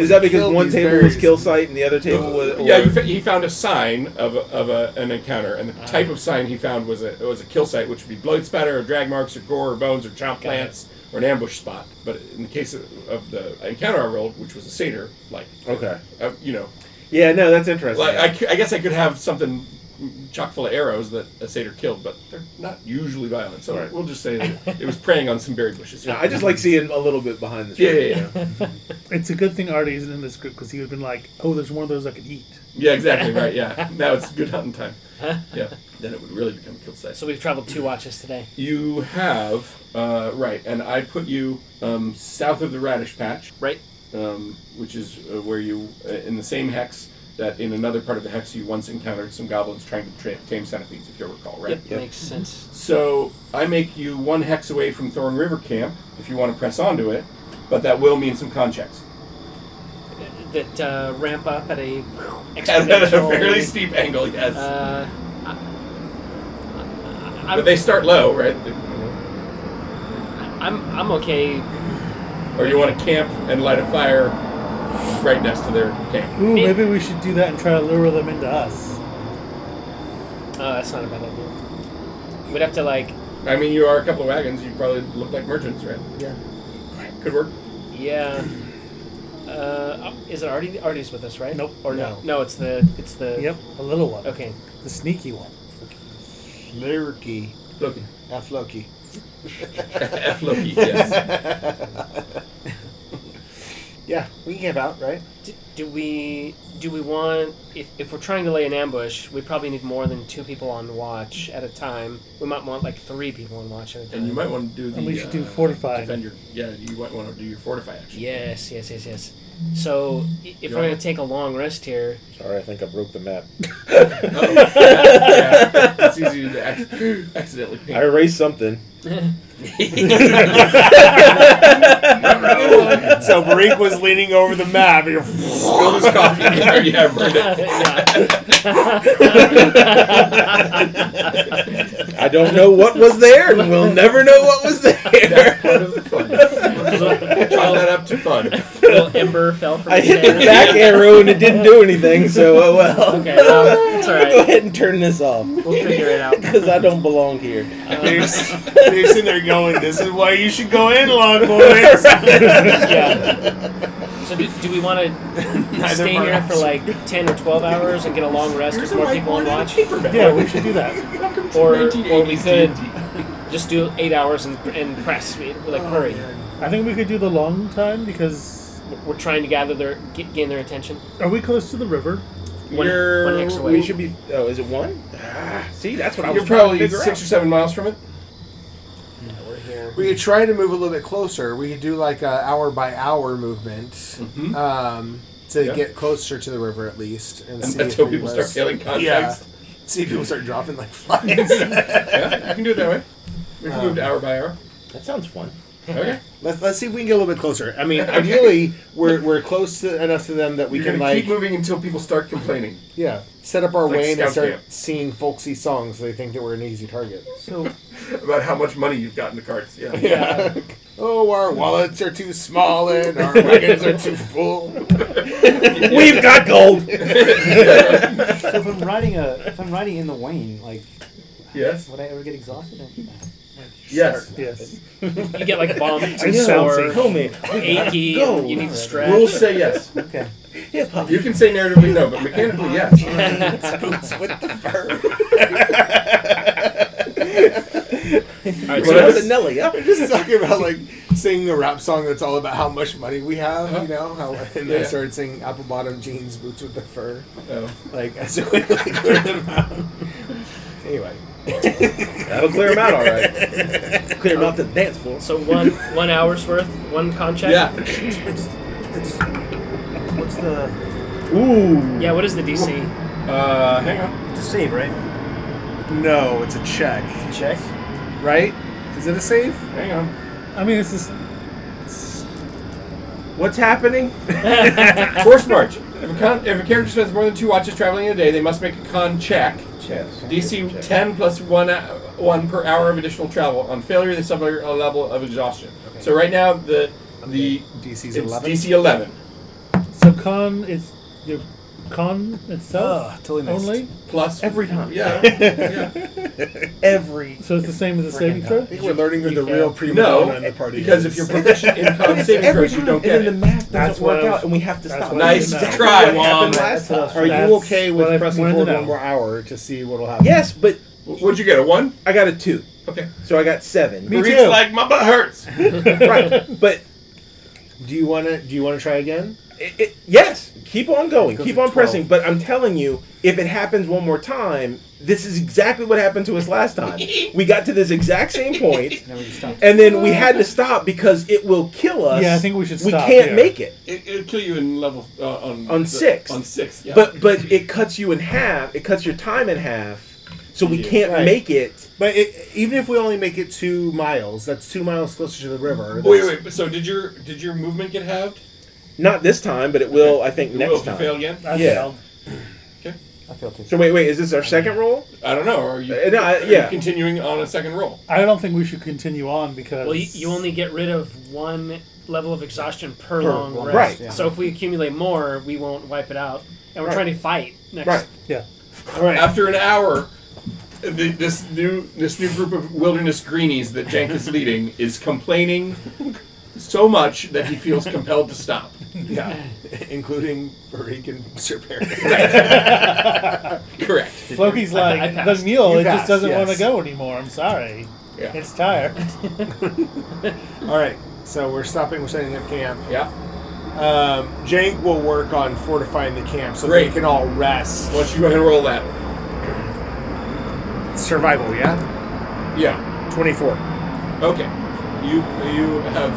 Is that because
Kill
one
these
table was
berries.
kill site and the other table was?
Yeah,
or-
you fa- he found a sign of, a, of a, an encounter, and the type of sign he found was a was a kill site, which would be blood spatter, or drag marks, or gore, or bones, or chomp plants, or an ambush spot. But in the case of, of the encounter I rolled, which was a satyr, like
Okay.
uh, you know,
Yeah, no, that's interesting.
Like, I, cou- I guess I could have something chock full of arrows that a satyr killed, but they're not usually violent. So
Right.
we'll just say that it was preying on some berry bushes.
No, I just like seeing a little bit behind the
Yeah,
screen,
yeah,
you know?
It's a good thing Artie isn't in this group because he would have been like, oh, there's one of those I could eat.
yeah, exactly right. Yeah, now it's good hunting time. Yeah, then it would really become kill site.
So we've traveled two watches today.
you have uh, right, and I put you um, south of the radish patch,
Right.
um, which is uh, where you uh, in the same hex that in another part of the hex you once encountered some goblins trying to tra- tame centipedes, if you recall, right?
Yep. Makes sense.
So I make you one hex away from Thorn River Camp if you want to press onto it, but that will mean some con checks.
That uh, ramp up at a
At a
exponential.
fairly steep angle, yes.
Uh, I, I,
but they start low, right?
I'm I'm okay.
Or you want to camp and light a fire right next to their camp.
Ooh, maybe we should do that and try to lure them into us.
Oh, that's not a bad idea. We'd have to like,
I mean, you are a couple of wagons. You probably look like merchants, right?
yeah,
Could work.
yeah. Uh, is it Artie? Artie's with us, right?
Nope.
Or
No.
no? No, it's the it's the.
Yep, a little one.
Okay.
The sneaky one.
Flurky.
Loki.
F Loki.
F Loki, yes.
yeah, we can camp out, right?
Do, do we do we want if, if we're trying to lay an ambush, we probably need more than two people on watch at a time. We might want like three people on watch at a time.
And you might want to do the.
And we should do
uh,
fortify.
Defend your, yeah, you might want to do your fortify action.
Yes, yes, yes, yes. So i- if
You
we're
want-
gonna take a long rest here,
Sorry, I think I broke the map.
Oh, yeah, yeah. It's easy to ac- accidentally
I
paint.
erased something.
so Marink was leaning over the map. You're
Spill this coffee. yeah, burn
Yeah.
it.
I don't know what was there, and we'll never know what was
That's part of
there.
the fun. Chalk that up to fun.
little ember fell from
I
his
hit the
head.
back arrow and it didn't do anything, so oh well.
Okay, well, it's all
I'll go
right.
ahead and turn this off
We'll figure it out.
because I don't belong here.
sitting there going, "This is why you should go in, log boys."
Yeah. So do, do we want to stay
of
here
us.
for like ten or twelve hours and get a long rest with more people on watch?
Yeah, we should do that.
Or- or we could- Just do eight hours and, and press. We, we're like hurry.
I think we could do the long time because
We're- We're trying to gather their get, gain their attention.
are we close to the river?
One, one hex away.
We should be. Oh, is it one? Ah, see, that's what I
You're
was trying to
probably
figure
six or
out.
seven miles from it.
Yeah, we're here.
We could try to move a little bit closer. We could do like a hour by hour movement
Mhm.
um, to
Yeah.
get closer to the river at least, and, see if
Until
we
people start
was-
failing
Yeah,
contacts.
see if people start dropping like flies.
Yeah. you can do it that way. We can
Um,
move to hour by hour.
That sounds fun.
Okay.
let's, let's see if we can get a little bit closer. I mean, ideally, we're, we're close to, enough to them that we
You're
can
gonna
like
keep moving until people start complaining.
yeah set up our
Like
way and
scout
start
camp.
singing folksy songs. So they think that we're an easy target.
So
about how much money you've got in the carts. Yeah.
Yeah. oh, our wallets are too small and our wagons are too full.
We've got gold.
So if I'm riding a, if I'm riding in the Wayne, like,
Yes.
would I ever get exhausted?
Yes.
yes,
You get like bumped
I know.
or
Homie,
achy.
Go.
and You need to stretch.
Rules say yes.
Okay.
hip hop.
You can say narratively no, but mechanically yes.
Boots with the fur.
Alright,
What
so
else?
let's-
Nelly, huh?
Just talking about like singing a rap song that's all about how much money we have, you know? How and I
Yeah.
started singing apple bottom jeans, boots with the fur.
Oh.
Like as a way to like clear them out. Anyway.
That'll clear them out all right. clear them out to the dance floor.
so one one hour's worth, one con check.
Yeah.
It's, it's, what's the,
Ooh.
Yeah, What is the DC?
Uh, hang on.
it's a save, right?
No, it's a check.
Check.
Right? Is it a save?
Hang on.
I mean it's just
What's happening?
Ah.
Force march. If a, con- if a character spends more than two watches traveling in a day, they must make a con check.
Chess.
DC 10 plus one, ho- one per hour of additional travel. On failure, they suffer a level of exhaustion. So right now the the
DC's
it's
11.
DC 11
so con is your con itself
Ugh, Ah, totally missed.
only.
plus
Every time.
Yeah. yeah.
Every.
So it's the same as a saving throw.
I think we're learning who the real prima
No,
donna in the party
because
is.
if you're proficient in con saving
Every
throws,
time.
you don't
and
get
then the
it.
math
That's
doesn't
what
work
I was-
out, and we have to
that's
stop.
what I was
Nice
getting at.
try,
What happened
Juan.
last
That's
time?
what
Are
That's
you okay
what
with
I
pressing
wanted to
forward
know.
one more hour to see what'll happen?
Yes, but
What'd you get? A one?
I got a two,
Okay.
so I got seven.
Me
Marie's
too.
like my butt hurts.
right, but
Do you wanna do you wanna try again?
it, it, yes, keep on going,
Goes
keep
to
on
12.
pressing. But I'm telling you, if it happens one more time, this is exactly what happened to us last time. We got to this exact same point,
Never just stopped.
and then we had to stop because it will kill us.
Yeah, I think we should
We
stop,
can't
yeah.
make it.
It, it'll kill you in level uh, on
On
the-
six.
On six, yeah.
But but it cuts you in half. It cuts your time in half. So we
Yeah.
can't
Right.
make it.
But it, even if we only make it two miles, that's two miles closer to the river.
wait, wait. wait, So did your did your movement get halved?
Not this time, but it will. I think
It
next
will if you
time.
fail again.
I
Yeah.
failed.
I feel too.
So wait, wait. Is this our second roll?
I don't know. Are you,
Uh, no, I-
are you
yeah.
continuing on a second roll?
I don't think we should continue on because
Well, you, you only get rid of one level of exhaustion per,
Per-
long rest.
right.
Yeah.
So if we accumulate more, we won't wipe it out. And we're
Right.
trying to fight next.
Right.
yeah.
All right.
After an hour, the, this new this new group of wilderness greenies that Jank is leading is complaining so much that he feels compelled to stop.
Yeah, including Barik and Sir Perry.
Correct.
Floki's
I- I
like
passed.
the mule.
You
it
passed,
just doesn't
yes.
want to go anymore. I'm sorry.
Yeah.
It's tired.
All right, so we're stopping. We're setting up camp.
Yeah.
Um, Jank will work on fortifying the camp so
Great.
they can all rest.
Why don't you go ahead and roll that?
Survival, yeah.
Yeah.
Twenty-four.
Okay. You you have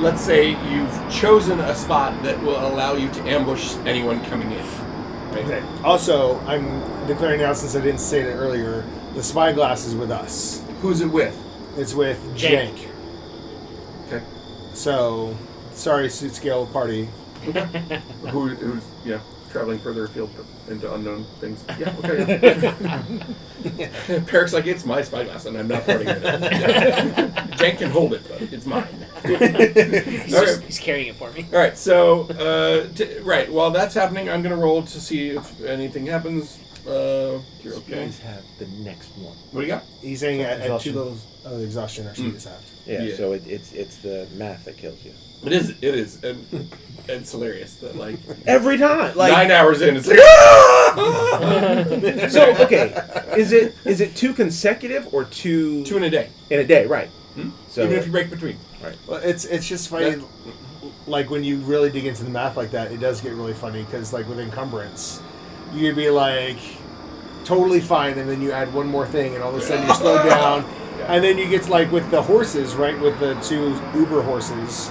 let's say you've chosen a spot that will allow you to ambush anyone coming in. Right?
Okay. Also, I'm declaring now since I didn't say it earlier. The spyglass is with us.
Who's it with?
It's with
Jank.
Jank.
Okay.
So, sorry, Suit Scale Party.
Who, who's yeah traveling further afield into unknown things? Yeah. Okay. Parrot's like it's my spyglass and I'm not parting with it. Jank can hold it, but it's mine.
He's,
Okay.
just, he's carrying it for me.
All right, so uh, t- right while that's happening, I'm gonna roll to see if anything happens. Uh, you're okay.
Please have the next one.
What do you got?
He's saying at, at two
Exhaustion.
levels of exhaustion or speed is halved.
Yeah,
Yeah.
so it, it's it's the math that kills you
It is. It is. And it's hilarious that like,
every time. Like
nine hours in, it's like. "Ah!"
so, okay, is it is it two consecutive or two
Two in a day,
in a day? Right. So
even if you break between.
Well, it's it's just funny,
That-
like when you really dig into the math like that, it does get really funny because like with encumbrance, you'd be like totally fine, and then you add one more thing, and all of a sudden you slow down,
Yeah.
and then you get to like with the horses, right? With the two Uber horses,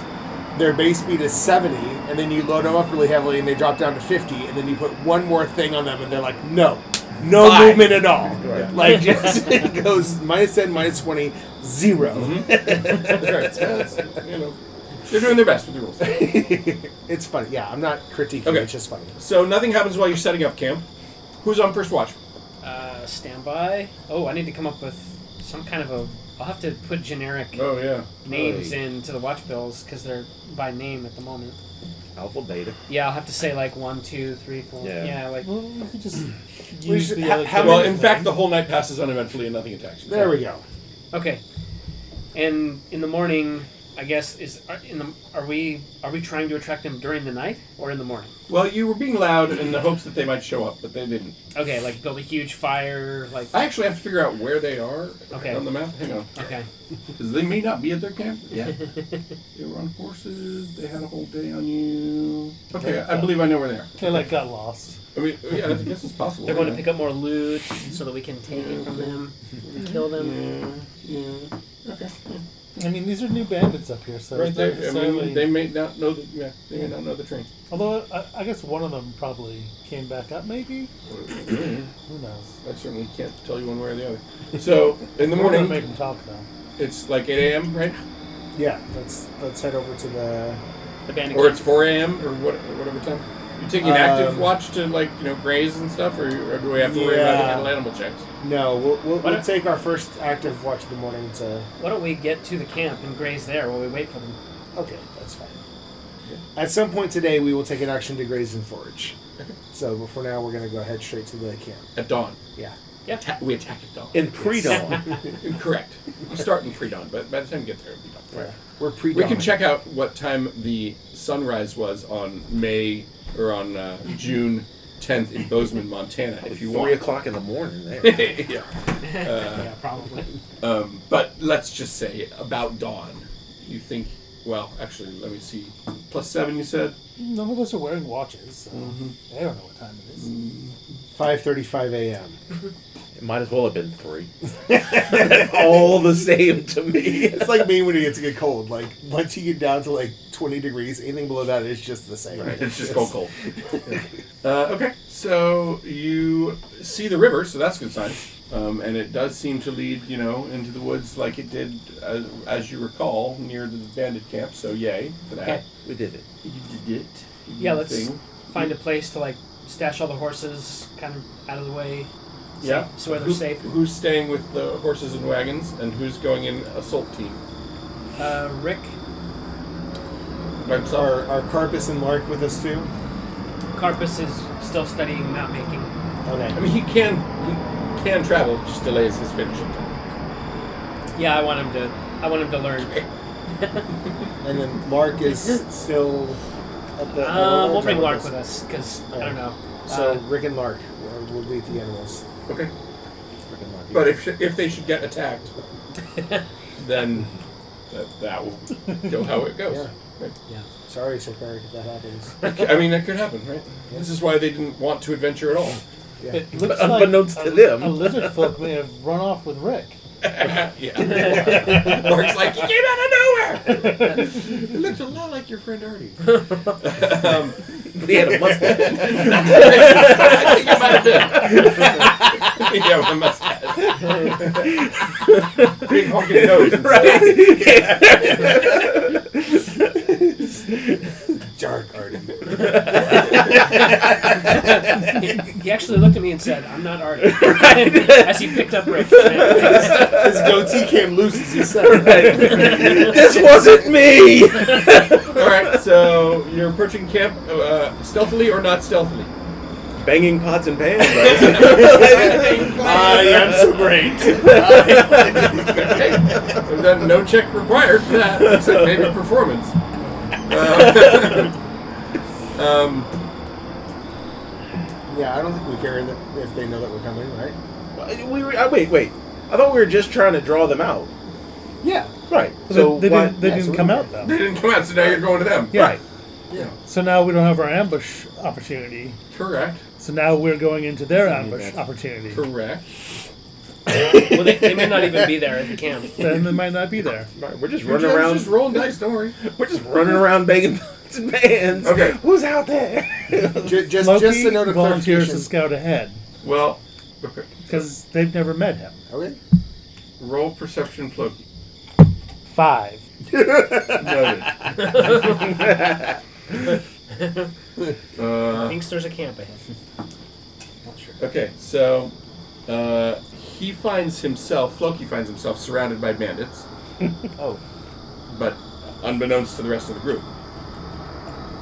their base speed is seventy, and then you load them up really heavily, and they drop down to fifty, and then you put one more thing on them, and they're like, no. No
Bye.
movement at all.
Right.
Like just it goes minus ten, minus twenty, zero.
Mm-hmm. That's right. So that's, you know, they're doing their best with the rules.
it's funny. Yeah, I'm not critiquing.
Okay.
It's just funny.
So nothing happens while you're setting up camp. Who's on first watch?
Uh, stand by. Oh, I need to come up with some kind of a. I'll have to put generic
Oh yeah.
names into the watch bills because they're by name at the moment.
alpha beta.
Yeah, I'll have to say like one, two, three, four.
Yeah.
Yeah, like
well, we could just
We
use
should-
the
ha-
other.
how
two
well,
many-
of
in
them.
fact, the whole night passes uneventfully and nothing attacks you.
There we go.
okay. And in the morning, I guess is are, in the are we are we trying to attract them during the night or in the morning?
Well, you were being loud in the hopes that they might show up, but they didn't.
Okay, like build a huge fire, like
I actually have to figure out where they are
Okay.
on the map. Hang on,
okay.
because they may not be at their camp. Yeah, they were on horses. They had a whole day on you. Okay, I believe I know where they are.
They like got lost.
I mean, yeah, I guess it's possible.
They're going to pick up more loot so that we can take it from them, kill them.
I mean, these are new bandits up here, so
Right
it's
there.
not
I mean,
necessarily-
they may not know. The, yeah, they may not know the train.
Although I, I guess one of them probably came back up, maybe. Who knows?
I certainly can't tell you one way or the other. So in the
We're gonna
morning,
make them talk though.
it's like 8 a.m. right,
Yeah, let's let's head over to the.
The bandit.
or it's 4 a.m. or what, whatever time. You taking an active
Um,
watch to like you know graze and stuff, or, or do we have to worry about
Yeah.
animal animal checks?
No, we'll we'll,
Why
we'll
not?
take our first active watch of the morning to.
Why don't we get to the camp and graze there while we wait for them?
Okay, that's fine. At some point today, we will take an action to graze and forage. So, but for now, we're gonna go head straight to the camp.
At dawn.
Yeah.
Yeah.
Atta- we attack at dawn.
In pre-dawn,
Correct. We start in pre dawn, but by the time we get there, it'll be dawn.
We're pre.
We can check out what time the sunrise was on May or on uh, June 10th in Bozeman, Montana, if you
three
want.
o'clock in the morning. There.
yeah.
yeah, probably.
Um, but let's just say about dawn. You think, well, actually, let me see. Plus seven, you said?
None of us are wearing watches, so they don't know what time it is.
Five thirty-five a.m.
It might as well have been three. All the same to me.
It's like me when it gets to get cold. Like once you get down to like twenty degrees, anything below that is just the same.
It's just cold, cold. uh, okay, so you see the river, so that's a good sign. Um, and it does seem to lead, you know, into the woods like it did, uh, as you recall, near the bandit camp. So yay for that.
Okay.
We did it.
You did it. You
Yeah,
did
let's
the thing.
find a place to like stash all the horses, kind of out of the way. safe-
Yeah.
so where they're
Who-
safe.
Who's staying with the horses and wagons, and who's going in assault team
Uh, Rick,
by himself?
Are are Carpus and Lark with us too?
Carpus is still studying map making.
Okay.
I mean, he can he can travel, just delays his finishing time.
Yeah, I want him to. I want him to learn. Uh,
And then Lark is still at the.
Uh, we'll
we'll
bring
travel
Lark with us because I don't know.
So
Uh,
Rick and Lark will will lead the animals.
Okay.
Rick and Lark.
But if if they should get attacked, then that, that will go how it goes.
Sorry, Silkberg, if that happens.
I mean, that could happen, right? This is why they didn't want to adventure at all.
It looks like
unbeknownst
a,
to them.
a lizard folk may have run off with Rick.
yeah. Mark's like, you came out of nowhere! It looked a lot like your friend Artie. um,
He had a mustache.
I think it might have been. yeah, with a mustache. Big honking nose. and stuff.
Dark Arden.
Uh, he actually looked at me and said, "I'm not Artie." As he picked up Rick. Thanks.
His goatee came loose as he said it.
this wasn't me.
All right, so you're approaching camp uh, stealthily or not stealthily?
Banging pots and pans. Right?
I am Uh, so great.
Okay. And then no check required for that, except maybe performance. Uh, um,
Yeah, I don't think we care that if they know that we're coming, right?
we were, uh, wait, wait. I thought we were just trying to draw them out.
Yeah.
Right.
They-
So
they
why-
didn't, they
yeah,
didn't
so
come
we-
out though.
they didn't come out, so now you're going to them.
Yeah.
Right.
Yeah.
So now we don't have our ambush opportunity.
Correct.
So now we're going into their ambush opportunity.
Correct.
well, they, they may not even be there at the camp.
Then they might not be there.
Right, We're just
You're
running
just,
around.
just rolling dice. Don't worry.
we're just running around banging pots and pans.
Okay.
Who's out there?
Just, just,
Loki
just a note of
volunteers
clarification.
to scout ahead
Well, okay.
because they've never met him.
Okay.
Roll perception, Floki.
Five.
Noted. Uh,
Thinks there's a camp ahead.
Okay, so uh, he finds himself, Floki finds himself surrounded by bandits.
Oh.
But unbeknownst to the rest of the group.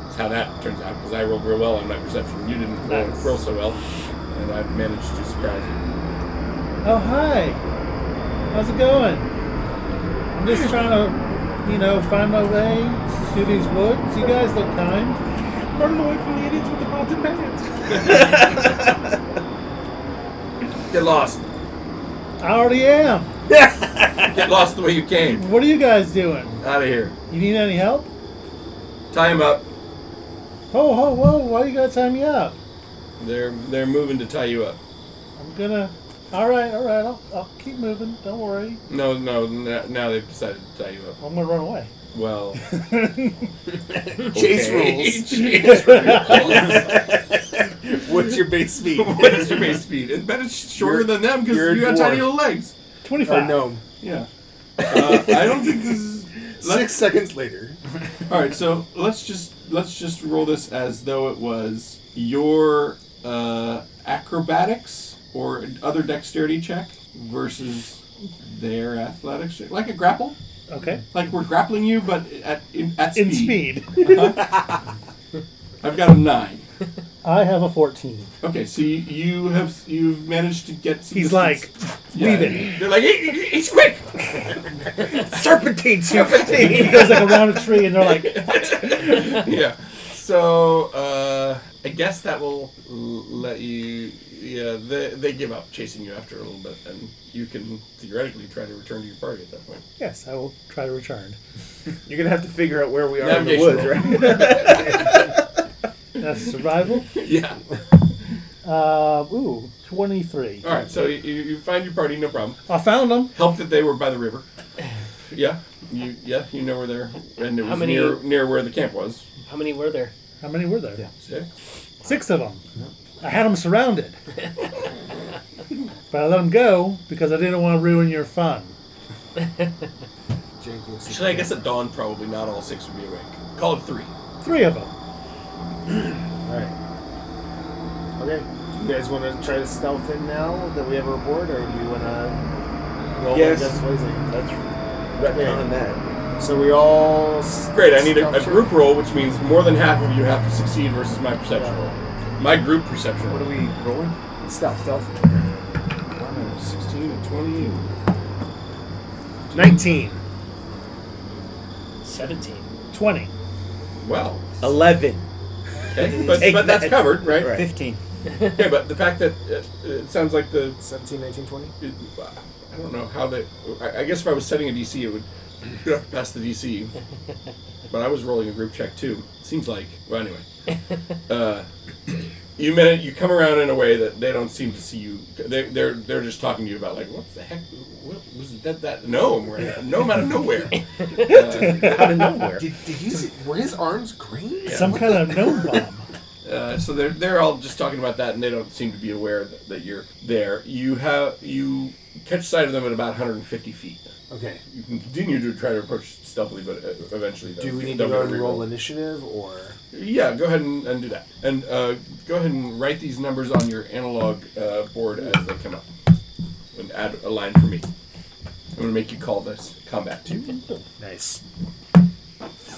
That's how that turns out, because I rolled real well on my perception. You didn't roll,
Nice.
roll so well, and I managed to surprise
Oh hi. How's it going? I'm just trying to, you know, find my way through these woods. You guys look kind.
running away from the idiots with the pots and pans.
you. Get lost.
I already am.
Get lost the way you came.
What are you guys doing?
Out of here.
You need any help?
Tie him up.
Ho ho whoa! Why you gotta tie me up?
They're they're moving to tie you up.
I'm gonna. All right, all right. I'll, I'll keep moving. Don't worry.
No, no, n- now they've decided to tie you up.
I'm gonna run away.
Well,
Chase
okay.
rules.
Chase rules.
What's your base speed?
what is your base speed? It's better shorter
You're-
than them because
you're a
you got
dwarf.
tiny little legs.
Or
Oh,
Twenty-five.
no.
Yeah. Uh, I don't think this is.
Six seconds later.
All right, so let's just let's just roll this as though it was your uh, acrobatics or other dexterity check versus their athletics check, like a grapple,
Okay.
like we're grappling you, but at in, at speed.
In speed.
I've got a nine.
I have a fourteen.
Okay, so you, you have you've managed to get. Some
He's
distance.
like, leave it.
They're like, "He- he- he's quick.
Serpentine, serpentine.
He goes like around a tree, and they're like,
yeah. So uh, I guess that will l- let you. Yeah, they, they give up chasing you after a little bit, and you can theoretically try to return to your party at that point.
"Yes, I will try to return."
You're gonna have to figure out where we are
Navigation
in the woods, right?
That's survival.
yeah.
Uh, ooh, twenty-three.
All right. So you, you find your party, no problem.
I found them.
Help that they were by the river. Yeah. You yeah you know where they're and it was
many-
near near where the camp was.
How many were there?
How many were there?
See?
Six of them. I had them surrounded, but I let them go because I didn't want to ruin your fun.
Jenkins.
Actually, I guess at dawn probably not all six would be awake. Call it three.
Three of them.
Alright. Okay. You guys want to try to stealth in now that we have a report, or do you want to roll
Yes.
against Lazy?
Retcon that.
So we all. s-
Great, I need a, a
stealth check.
group roll, which means more than half of you have to succeed versus my perception roll. My group perception roll.
What are we rolling? Stealth, stealth.
16 and 20.
19.
Seventeen.
20.
Well,
Eleven.
okay, but,
Take
but that's
that.
covered, right?
Right.
15.
yeah, but the fact that it, it sounds like the
17, 19, 20?
it, I don't know how they. I, I guess if I was setting a DC, it would you'd have to pass the DC. but I was rolling a group check too. It seems like. Well, anyway, uh, you man, you come around in a way that they don't seem to see you. They, they're they're just talking to you about like what the heck what, was that that gnome right? gnome out of nowhere. Uh,
Out of nowhere.
Did, did you see, were his arms green?
Yeah.
Some kind of gnome bomb.
Uh, so they're they're all just talking about that, and they don't seem to be aware that, that you're there. You have you catch sight of them at about 150 feet.
Okay.
You can continue to try to approach stealthily, but uh, eventually they'll-
Do we need to
they'll
go
get
and
a reroll.
roll initiative or?
Yeah, go ahead and, and do that, and uh, go ahead and write these numbers on your analog uh, board as they come up, and add a line for me. I'm gonna make you call this combat two.
Nice.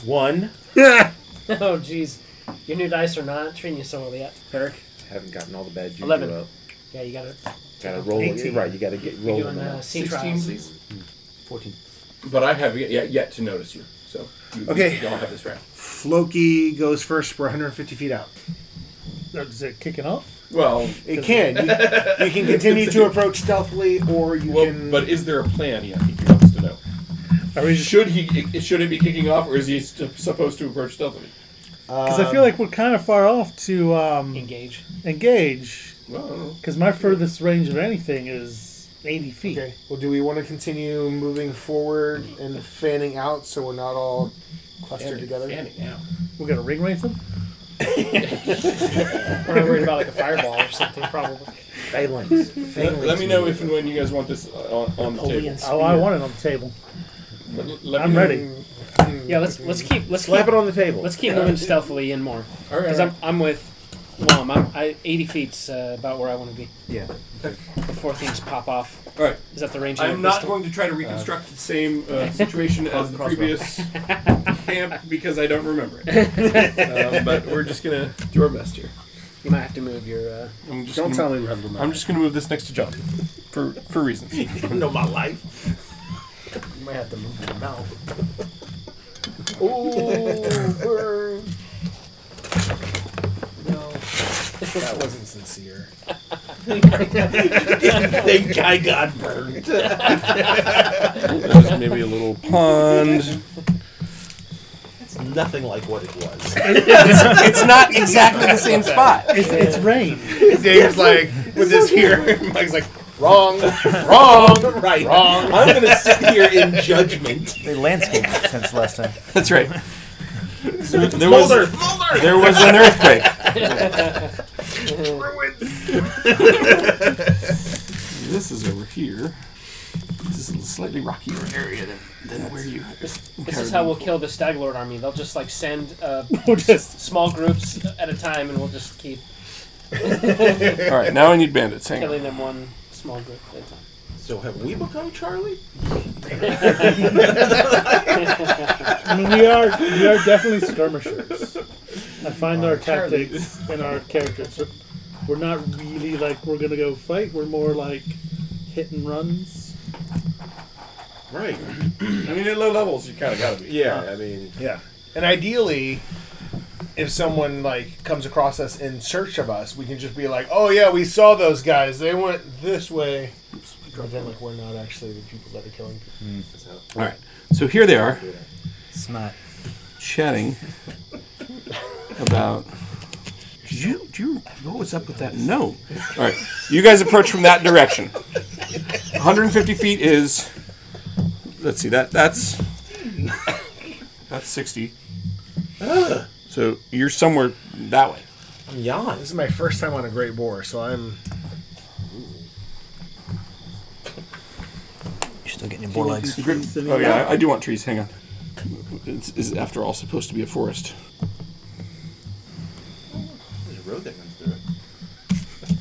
One.
oh, jeez. Your new dice are not treating you so well yet, Eric.
Haven't gotten all the bad juju
Eleven.
up.
Yeah, you gotta
Gotta roll it.
18.
Right, you gotta get
be
roll
doing
them
uh,
out.
sea trials.
please.
14.
But I have yet, yet to notice you, so you,
Okay.
you all have this round.
Floki goes first. We're 150 feet out.
Is it kicking off?
Well,
It can. You, you can continue to approach stealthily, or you
Well,
can.
but is there a plan? Yeah, I think he wants to know.
Are we just
Should he? Should it be kicking off, or is he st- supposed to approach stealthily?
uh,
because I feel like we're kind of far off to um,
Engage.
engage.
Well, I don't know.
Because my furthest range of anything is 80 feet.
Okay. Well, do we want to continue moving forward and fanning out so we're not all clustered together?
We're going to ring race them?
We're not worried about like a fireball or something, probably.
Phalanx.
Let, let me know if and when you guys want this uh, on, on the table.
Napoleon's
Oh, I want it on the table.
Let- let me
I'm
know.
ready.
Yeah, let's let's keep let's
Slap
keep,
it on the table.
let's keep moving stealthily in more
All right,
because
all right.
I'm, I'm with Lom. I'm I, 80 feet's uh, about where I want to be
Yeah.
before things pop off.
All right.
Is that the range? of your
I'm not
pistol?
going to try to reconstruct the same uh, situation as the
Crossbow.
previous camp because I don't remember it. um, but we're just gonna do our best here.
You might have to move your. Uh,
I'm just
Don't
gonna,
tell me we have the
I'm just gonna move this next to John for for reasons.
know my life.
You might have to move your mouth. oh, burn. No, that wasn't sincere.
think I got burned.
There's maybe a little pond.
It's nothing like what it was.
It's not exactly the same spot.
It's, it's rain.
Dave's like, with his here. Mike's like,
Wrong, wrong.
right. Wrong. I'm going to sit here in judgment.
They landscaped it since last time.
That's right. there was there was an earthquake. this is over here. This is a slightly rockier area than, than where you.
this is how we'll kill the Stag Lord army. They'll just like send uh,
We're just
small groups at a time, and we'll just keep
All right, now I need bandits. Hang on.
killing them one small group at a time.
So have we become Charlie?
I mean, we are we are definitely skirmishers. I find our tactics and our characters. are- We're not really like we're gonna go fight. We're more like hit and runs.
Right.
I mean, at low levels, you kind of gotta be.
Yeah, I mean,
Yeah, and ideally, if someone like comes across us in search of us, we can just be like, "Oh yeah, we saw those guys. They went this way." But then, like, we're not actually the people that are killing people.
All right, so here they are
It's not.
chatting about. Did you do you what was up with that gnome? All right, you guys approach from that direction. 150 feet is. Let's see that that's that's 60. So you're somewhere that way.
I'm yawn. This is my first time on a great boar, so I'm.
You're still getting your boar legs.
Oh yeah, I, I do want trees. Hang on. It's, is after all supposed to be a forest.
There's a road that runs through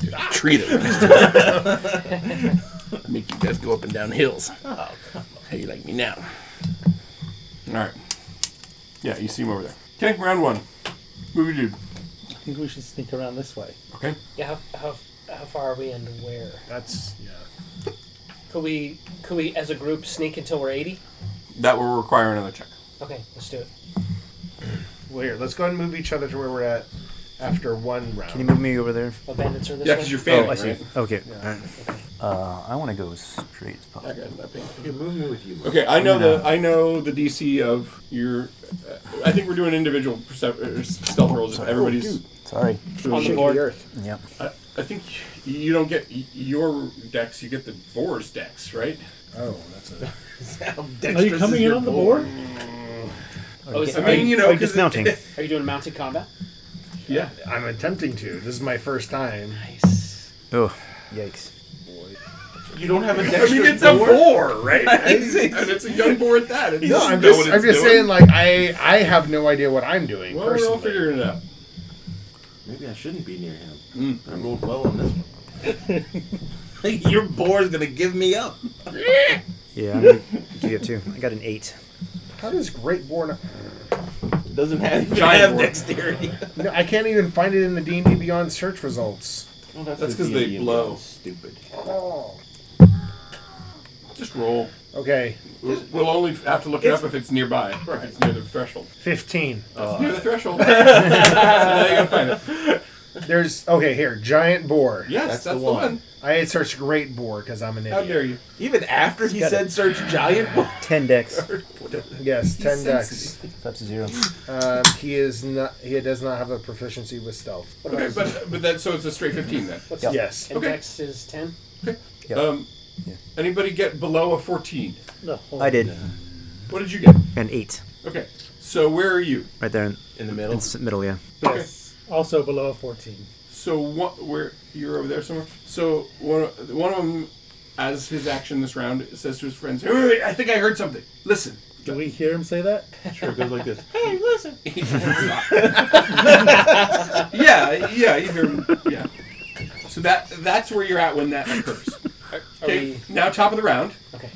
it.
Tree that runs through it. Make you guys go up and down hills.
Oh, come
How you like me now? All right. Yeah, you see him over there. Okay, round one. Movie dude.
I think we should sneak around this way.
Okay.
Yeah, how, how, how far are we and where?
That's yeah.
Could we could we as a group sneak until we're 80?
That will require another check.
Okay, let's do it.
Well, here, let's go ahead and move each other to where we're at,
after one round.
Can you move me over there?
What bandits are this
Yeah,
one?
because you're
Oh,
fanning,
I
right?
see. Okay. All right. Uh, I want to go as straight as
I
possible.
got that pink.
You move me with you.
Okay, I know the I know the DC of your. Uh, I think we're doing individual percep- uh, stealth rolls. If everybody's
Oh, Sorry.
on the board.
Yep.
I, I think you don't get y- your decks. You get the boar's decks, right?
Oh, that's a.
Are you coming in on the board?
Oh, is
I
it-
mean, you know,
Like
'cause it-
dismounting.
Are you doing mounted combat?
yeah.
I'm attempting to. This is my first time.
Nice.
oh, yikes.
You don't have a
I
dexterous
mean, it's a
board?
boar, right? and it's a young boar at that. It
No,
doesn't
I'm
know
just,
what
I'm
it's
just
doing.
saying, like, I I have no idea what I'm doing
Well, we're all
personally.
figuring it out.
Maybe I shouldn't be near him. I rolled well on this one. Your boar's gonna give me up.
Yeah, I'm gonna do that too. I got an eight.
How does Great War? Not,
Doesn't have, even
Giant
have
board.
dexterity.
no, I can't even find it in the D and D Beyond search results.
Well,
That's
what
'cause they
D&D is
blow.
Stupid.
Oh.
Just roll.
Okay,
We'll we'll only have to look it up if it's nearby, or if it's near the threshold.
fifteen.
It's near the threshold. So now you gotta find it.
There's okay here, giant boar.
Yes, that's,
That's the
the
one.
one.
I had searched Great Boar because I'm an
How
idiot.
dare you?
Even after he
got
said search giant boar.
Ten decks.
Yes, ten decks.
It's up to zero.
Um, he is not. He does not have a proficiency with stealth.
Okay, but but that so it's a straight fifteen then.
What's
Yep.
his
Yes.
and
Okay.
Dex is ten.
Yeah.
Um,
Yeah.
anybody get below a fourteen?
No.
I did
What did you get?
an eight
Okay, so where are you?
right there in,
In the
in
middle.
the middle. Yeah.
Yes. Also below a 14.
So what? Where you're over there somewhere? So one of- one of them, as his action this round, says to his friends, "Hey, wait, wait, I think I heard something. Listen."
Do we hear him say that?
Sure, it goes like this.
yeah, yeah, you hear him. Yeah. So that that's where you're at when that occurs.
Are
Okay,
we?
now top of the round.
Okay.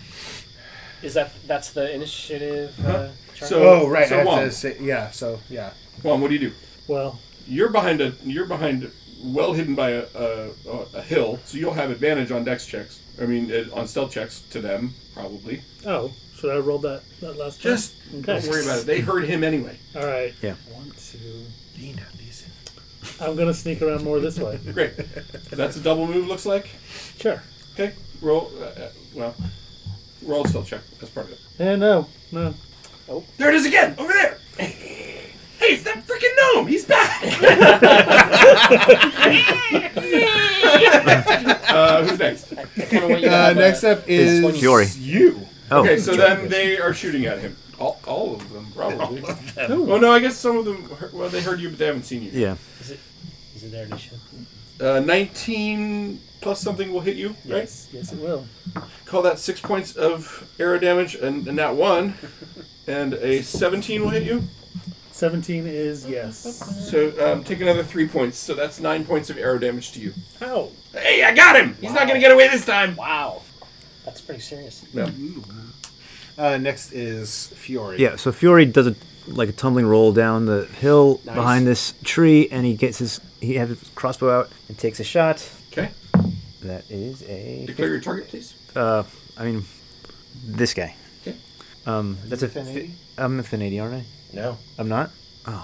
Is that that's the initiative? Uh, chart?
So
Oh right. I
so
have
Juan,
to say, yeah. So yeah.
Juan, what do you do?
Well,
You're behind a you're behind well hidden by a, a, a hill, so you'll have advantage on dex checks. I mean, uh, on stealth checks to them probably.
oh, should I roll that, that last time?
Just don't worry about it. They heard him anyway.
All right.
Yeah.
One, two. I'm going to sneak around more this way.
Great. That's a double move. Looks like.
Sure.
Okay. Roll. Uh, uh, well, roll a stealth check. That's part of it.
Yeah, Eh, no, no.
There it is again. Over there. Hey, it's that freaking gnome. He's back. uh, who's next?
Kinda want you to
Uh,
have a-
next up is
It's Fury.
You.
Oh,
okay, so then they are shooting at him. All, all of them, probably. Oh, Well, no, I guess some of them. Heard, well, they heard you, but they haven't seen you.
yeah.
Is it? Is it their initiative?
Uh, 19 plus something will hit you, right?
Yes, yes, it will.
Call that six points of arrow damage, and, and that one. And a 17 will hit you.
17 is yes.
So um, take another three points. So that's nine points of arrow damage to you.
How?
Hey, I got him! He's not gonna get away this time!
Wow, that's pretty serious.
Uh, next is Fury.
Yeah. So Fury does a like a tumbling roll down the hill behind this tree, and he gets his he has his crossbow out and takes a shot.
Okay,
That is a.
declare your target, please.
Uh, I mean, this guy.
Okay.
Um, that's a. Fi- I'm within 80, aren't I?
No.
I'm not.
Uh,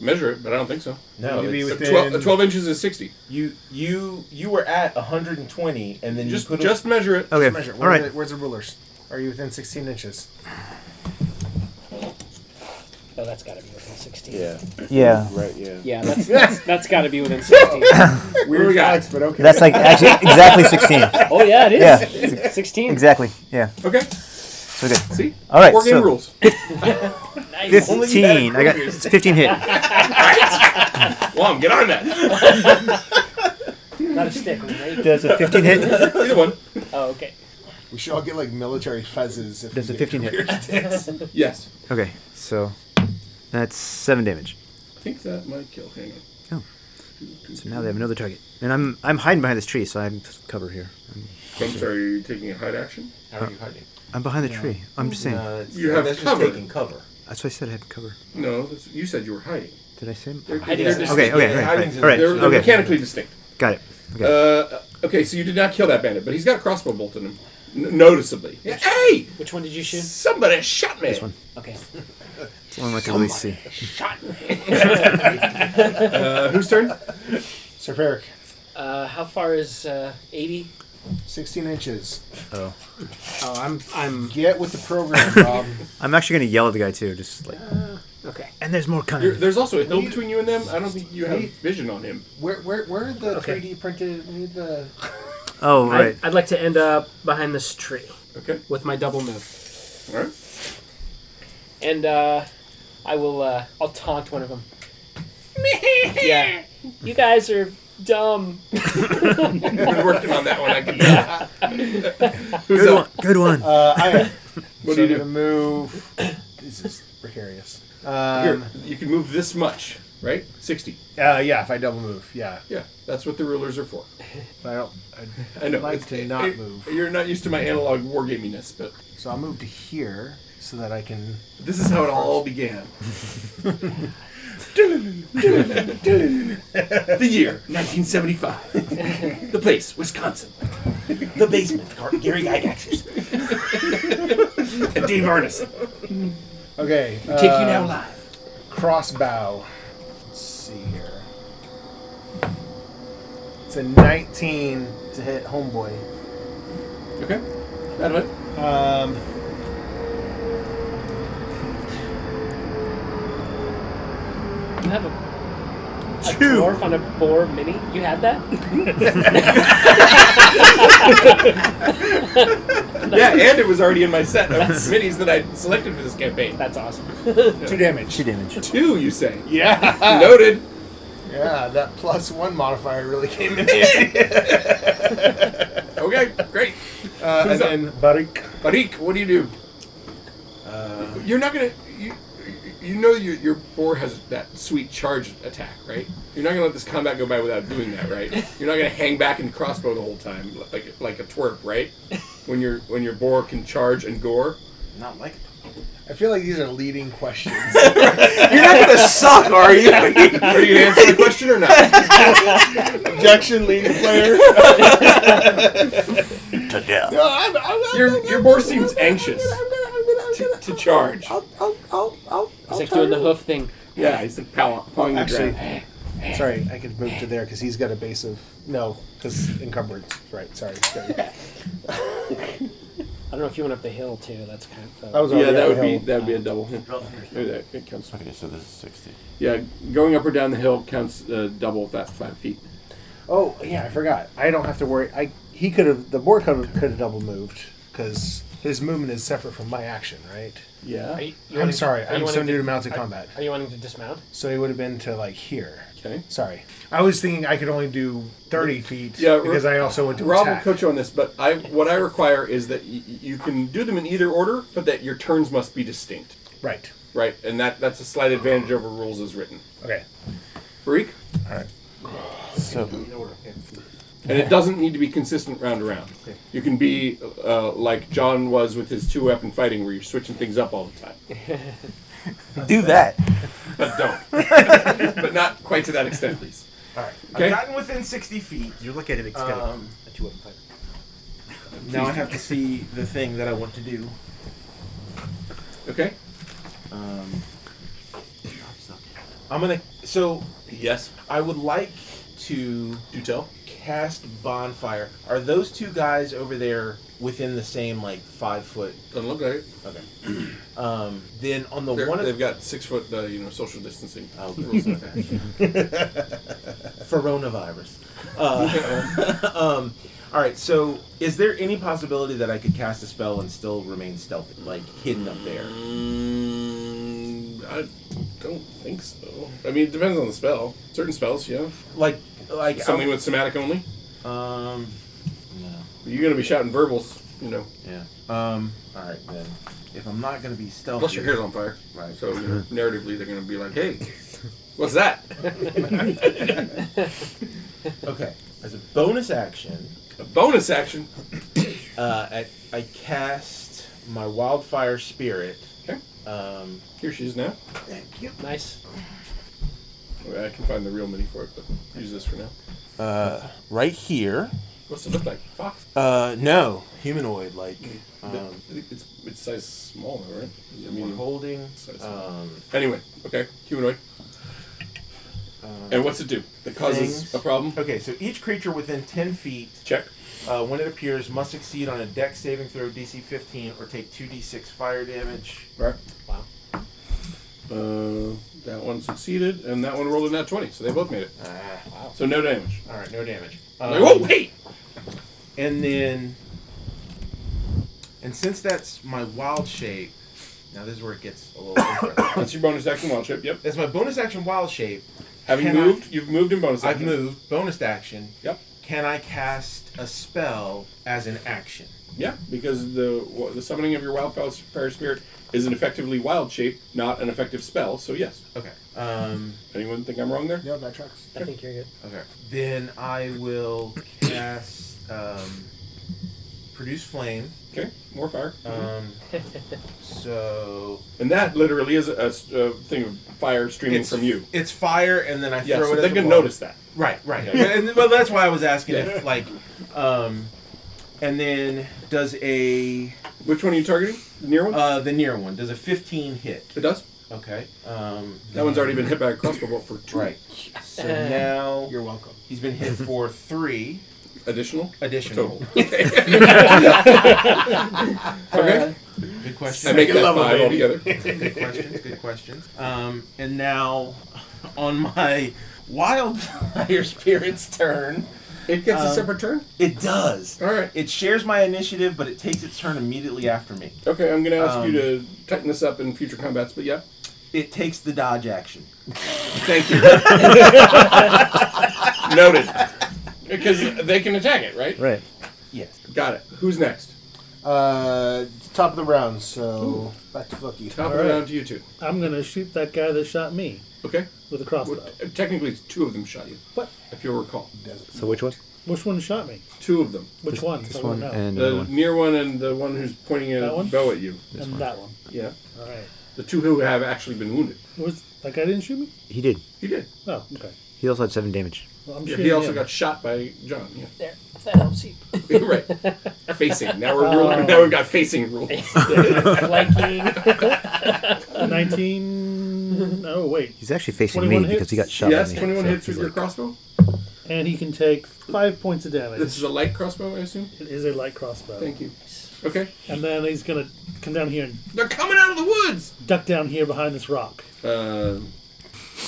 measure it, but I don't think so.
No.
Maybe
it's-
with-
Uh,
Within-
12, uh, 12 inches is 60.
You you you were at 120 and then
Just
you put
just measure it.
Okay.
Measure.
All
Where
right.
are the, where's the rulers? Are you within 16 inches?
Oh, that's got to be within sixteen.
Yeah.
Yeah.
Right. Yeah.
Yeah, that's that's, that's got to be within sixteen.
Weird we got? but okay.
That's like actually exactly 16.
oh yeah, it is.
Yeah.
Sixteen.
Exactly. Yeah.
Okay,
So good.
see?
All right.
Four game
so
rules.
Nice.
15. I got it's 15 hit.
Wom, get on that.
Not a stick. Right?
Does a 15 hit?
Either one.
Oh, okay.
We should all get like military fezzes. If
Does
we
a
get
15 hit?
Yes.
Okay. So that's seven damage.
I think that might kill. Hang on.
So now they have another target, and I'm I'm hiding behind this tree, so I'm cover here.
I'm sorry, are you taking a hide action?
How are you hiding?
I'm behind the tree. I'm just saying.
No, it's-
You have
that's
cover.
just taking cover.
That's why I said I had cover.
No, that's, you said you were hiding.
Did I say?
They're,
Hiding
they're
is-
distinct.
Okay. Okay. Right.
Hiding's
right.
in
All right.
They're, they're
Okay.
mechanically distinct.
Got it. Okay.
Uh, okay, so you did not kill that bandit, but he's got a crossbow bolt in him, n- noticeably. Hey,
Which one did you shoot?
somebody shot me. This
one.
Okay.
It's the only one I can really see.
Uh, whose turn?
Sir Peric,
Uh, how far is uh, 80?
16 inches.
Oh.
Oh, I'm I'm
Get with the program, Rob.
I'm actually going to yell at the guy, too. Just like,
okay.
and there's more coming.
You're, there's also a hill between you and them. I don't think you have vision on him.
where, where, where are the
Okay.
3D printed? We need the.
oh, right.
I'd, I'd like to end up behind this tree
Okay.
with my double move,
All right.
and uh, I will uh, I'll taunt one of them. yeah, you guys are dumb.
I've been working on that one. I can tell. Who's
Good
up?
one. Good one.
Uh, I am.
What
so
do you
I'm
do?
gonna move. This is precarious.
Here,
Um,
you can move this much, right? 60.
uh, yeah, if I double move, yeah.
Yeah, that's what the rulers are for.
But I don't. I,
I know.
Like
it's-
to not move.
You're not used to my analog wargaminess, but
so I'll move to here so that I can.
this is how it all began. the year 1975. the place, Wisconsin.
The basement, Gar- Gary Gygax's.
And Dave Arneson.
Okay. uh,
Take you
Uh,
now live.
Crossbow. Let's see here. It's a 19 to hit homeboy.
Okay. That'll it.
Um.
You have a, a dwarf on a boar mini. You had that?
Yeah, and it was already in my set of minis that I selected for this campaign.
That's awesome.
Two damage.
Two damage.
Two, you say?
Yeah.
Noted.
Yeah, that plus one modifier really came in handy.
Okay, great.
Uh, and
Who's up?
then Barik.
Barik, what do you do? You're not gonna. You, you know your your boar has that sweet charge attack, right? You're not gonna let this combat go by without doing that, right? You're not gonna hang back and crossbow the whole time like like a twerp, right? When your when your boar can charge and gore.
Not like it.
I feel like these are leading questions.
You're not going to suck, are you?
Are you gonna answer the question or not?
Objection, leading player.
To death.
No, I'm, I'm, I'm,
Your your boar seems anxious to, to charge.
I'll, I'll, I'll,
It's like doing the hoof thing.
Yeah, he's like pow- pawing the
Actually,
ground.
sorry, I could move to there because he's got a base of no, because encumbered. Right, sorry. That
I don't know if you went up the hill too. That's kind of. uh,
was
Yeah,
already
that
up
would
Oh, the
be
hill.
that would be a double. Maybe that- it counts.
Okay, so this is 60.
Yeah, going up or down the hill counts uh, double that five feet.
Oh yeah, I forgot. I don't have to worry. I he could have the board could have, could have double moved because his movement is separate from my action, right?
Yeah.
Are you- you
I'm
wanting-
sorry,
are you
I'm so
wanting
new
to-
to mounted combat.
Are you wanting to dismount?
So he would have been to like here.
Okay.
Sorry, I was thinking I could only do thirty feet
Yeah, Ro-
because I also went to
Rob
attack.
will coach you on this, but I what I require is that y- y- you can do them in either order, but that your turns must be distinct,
right.
right? And that that's a slight advantage over rules as written.
Okay.
Barik,
So,
and it doesn't need to be consistent round to round. You can be uh, like John was with his two weapon fighting, where you're switching things up all the time,
Do that.
but don't, but not quite to that extent, please.
All right.
Okay.
gotten within 60 feet.
You're looking at it. It's got a-
um,
a two-weapon fighter.
now I have to see the thing that I want to do.
Okay.
Um, I'm gonna. So
Yes.
I would like to
Do tell.
cast bonfire. Are those two guys over there within the same like five foot?
Doesn't look like it.
Okay. Um, then on the
They're-
one of
they've got six foot, uh, you know, social distancing
Oh, good.
rules like that.
coronavirus. Uh, um, all right. So is there any possibility that I could cast a spell and still remain stealthy, like hidden up there?
Mm, I don't think so. I mean, it depends on the spell. Certain spells, yeah.
Like, like
Something with somatic only.
Um. No.
You're gonna be shouting verbals, you know.
Yeah. Um. All right then. If I'm not gonna be stealthy,
Oh. Plus your hair's on fire,
Right.
so you know, narratively they're gonna be like, "Hey, what's that?"
Okay. As a bonus action,
A bonus action.
uh, I, I cast my wildfire spirit.
Okay.
Um.
Here she is now.
Thank you.
Nice.
Okay, I can find the real mini for it, but use this for now.
Uh, right here.
What's it look like? Fox?
Uh, no, humanoid like. Um,
I think it's it's size smaller, right? I
we're
mean,
holding.
size smaller.
Um,
anyway, okay, humanoid. and what's it do? That causes
uh, Things.
a problem.
okay, so each creature within ten feet,
Check.
uh, when it appears, must succeed on a Dex saving throw DC 15 or take 2d6 fire damage.
Right. Wow. Uh, that one succeeded, and that one rolled a nat twenty, so they both made it.
Ah, Um,
So no damage.
all right, no damage.
Like, whoa, wait!
And then, and since that's my wild shape, now this is where it gets a little interesting.
That's your bonus action wild shape. Yep.
That's my bonus action wild shape.
Have you
Can I-
moved? You've moved in bonus
I've
action.
moved. Bonus action.
Yep.
Can I cast a spell as an action?
Yeah, because the wa- the summoning of your wild fire spirit is an effectively wild shape, not an effective spell. So yes.
Okay. Um,
Anyone think I'm wrong there?
No, that tracks.
I think you're good.
okay. Then I will cast um, produce flame.
Okay, more fire.
Um, so
And that literally is a, a s- a thing of fire streaming
it's
from you.
It's fire, and then I
Yeah,
throw
so
it.
they
as a
can
ball.
notice that.
Right, right.
Yeah.
And, well, that's why I was asking if,
Yeah.
like, um, and then does a
Which one are you targeting? The near one?
uh, the near one does a fifteen hit?
it does.
Okay. Um,
That one's already been hit by a crossbow bolt for two.
right. So now
You're welcome.
he's been hit for three
Additional?
additional.
Total. okay.
Good
I
question.
make it that
level,
five
baby.
altogether.
good questions. Good questions. Um, and now on my wildfire spirit's turn,
It gets
Um,
a separate turn?
it does.
All right.
It shares my initiative, but it takes its turn immediately after me.
Okay, I'm going to ask
Um,
you to tighten this up in future combats, but yeah.
It takes the dodge action.
Thank you. Noted. Because they can attack it, right?
Right.
Yes.
Got it. Who's next?
Uh, top of the round, so back to Flucky.
Top
All
it
right.
down to you two.
I'm gonna shoot that guy that shot me
Okay.
with a crossbow.
Well, t- technically, two of them shot you.
What?
If you'll recall,
So which one?
Which one shot me?
two of them.
Which one?
This
I wanna
one
know.
and
Uh,
another
The
one.
near one and the one who's pointing
That
a
one?
bow at you.
And that one.
Yeah.
All right.
The two who have actually been wounded.
Was that guy didn't shoot me?
He did.
He did.
Oh, okay.
He also had seven damage.
Well, I'm
Yeah,
shooting
he also
him.
got shot by John. Yeah.
There, if that helps you.
right. Facing. Now we're ruling,
Oh.
now we've got facing rules.
Flanking.
19. Oh wait,
He's actually facing me
21
because he got
hits.
shot. by
yes,
me,
twenty-one
so
hits
he's
with your
like-
crossbow.
and he can take five points of damage.
This is a light crossbow, I assume.
It is a light crossbow.
Thank you. Okay.
And then he's gonna come down here and
They're coming out of the woods.
duck down here behind this rock.
Uh,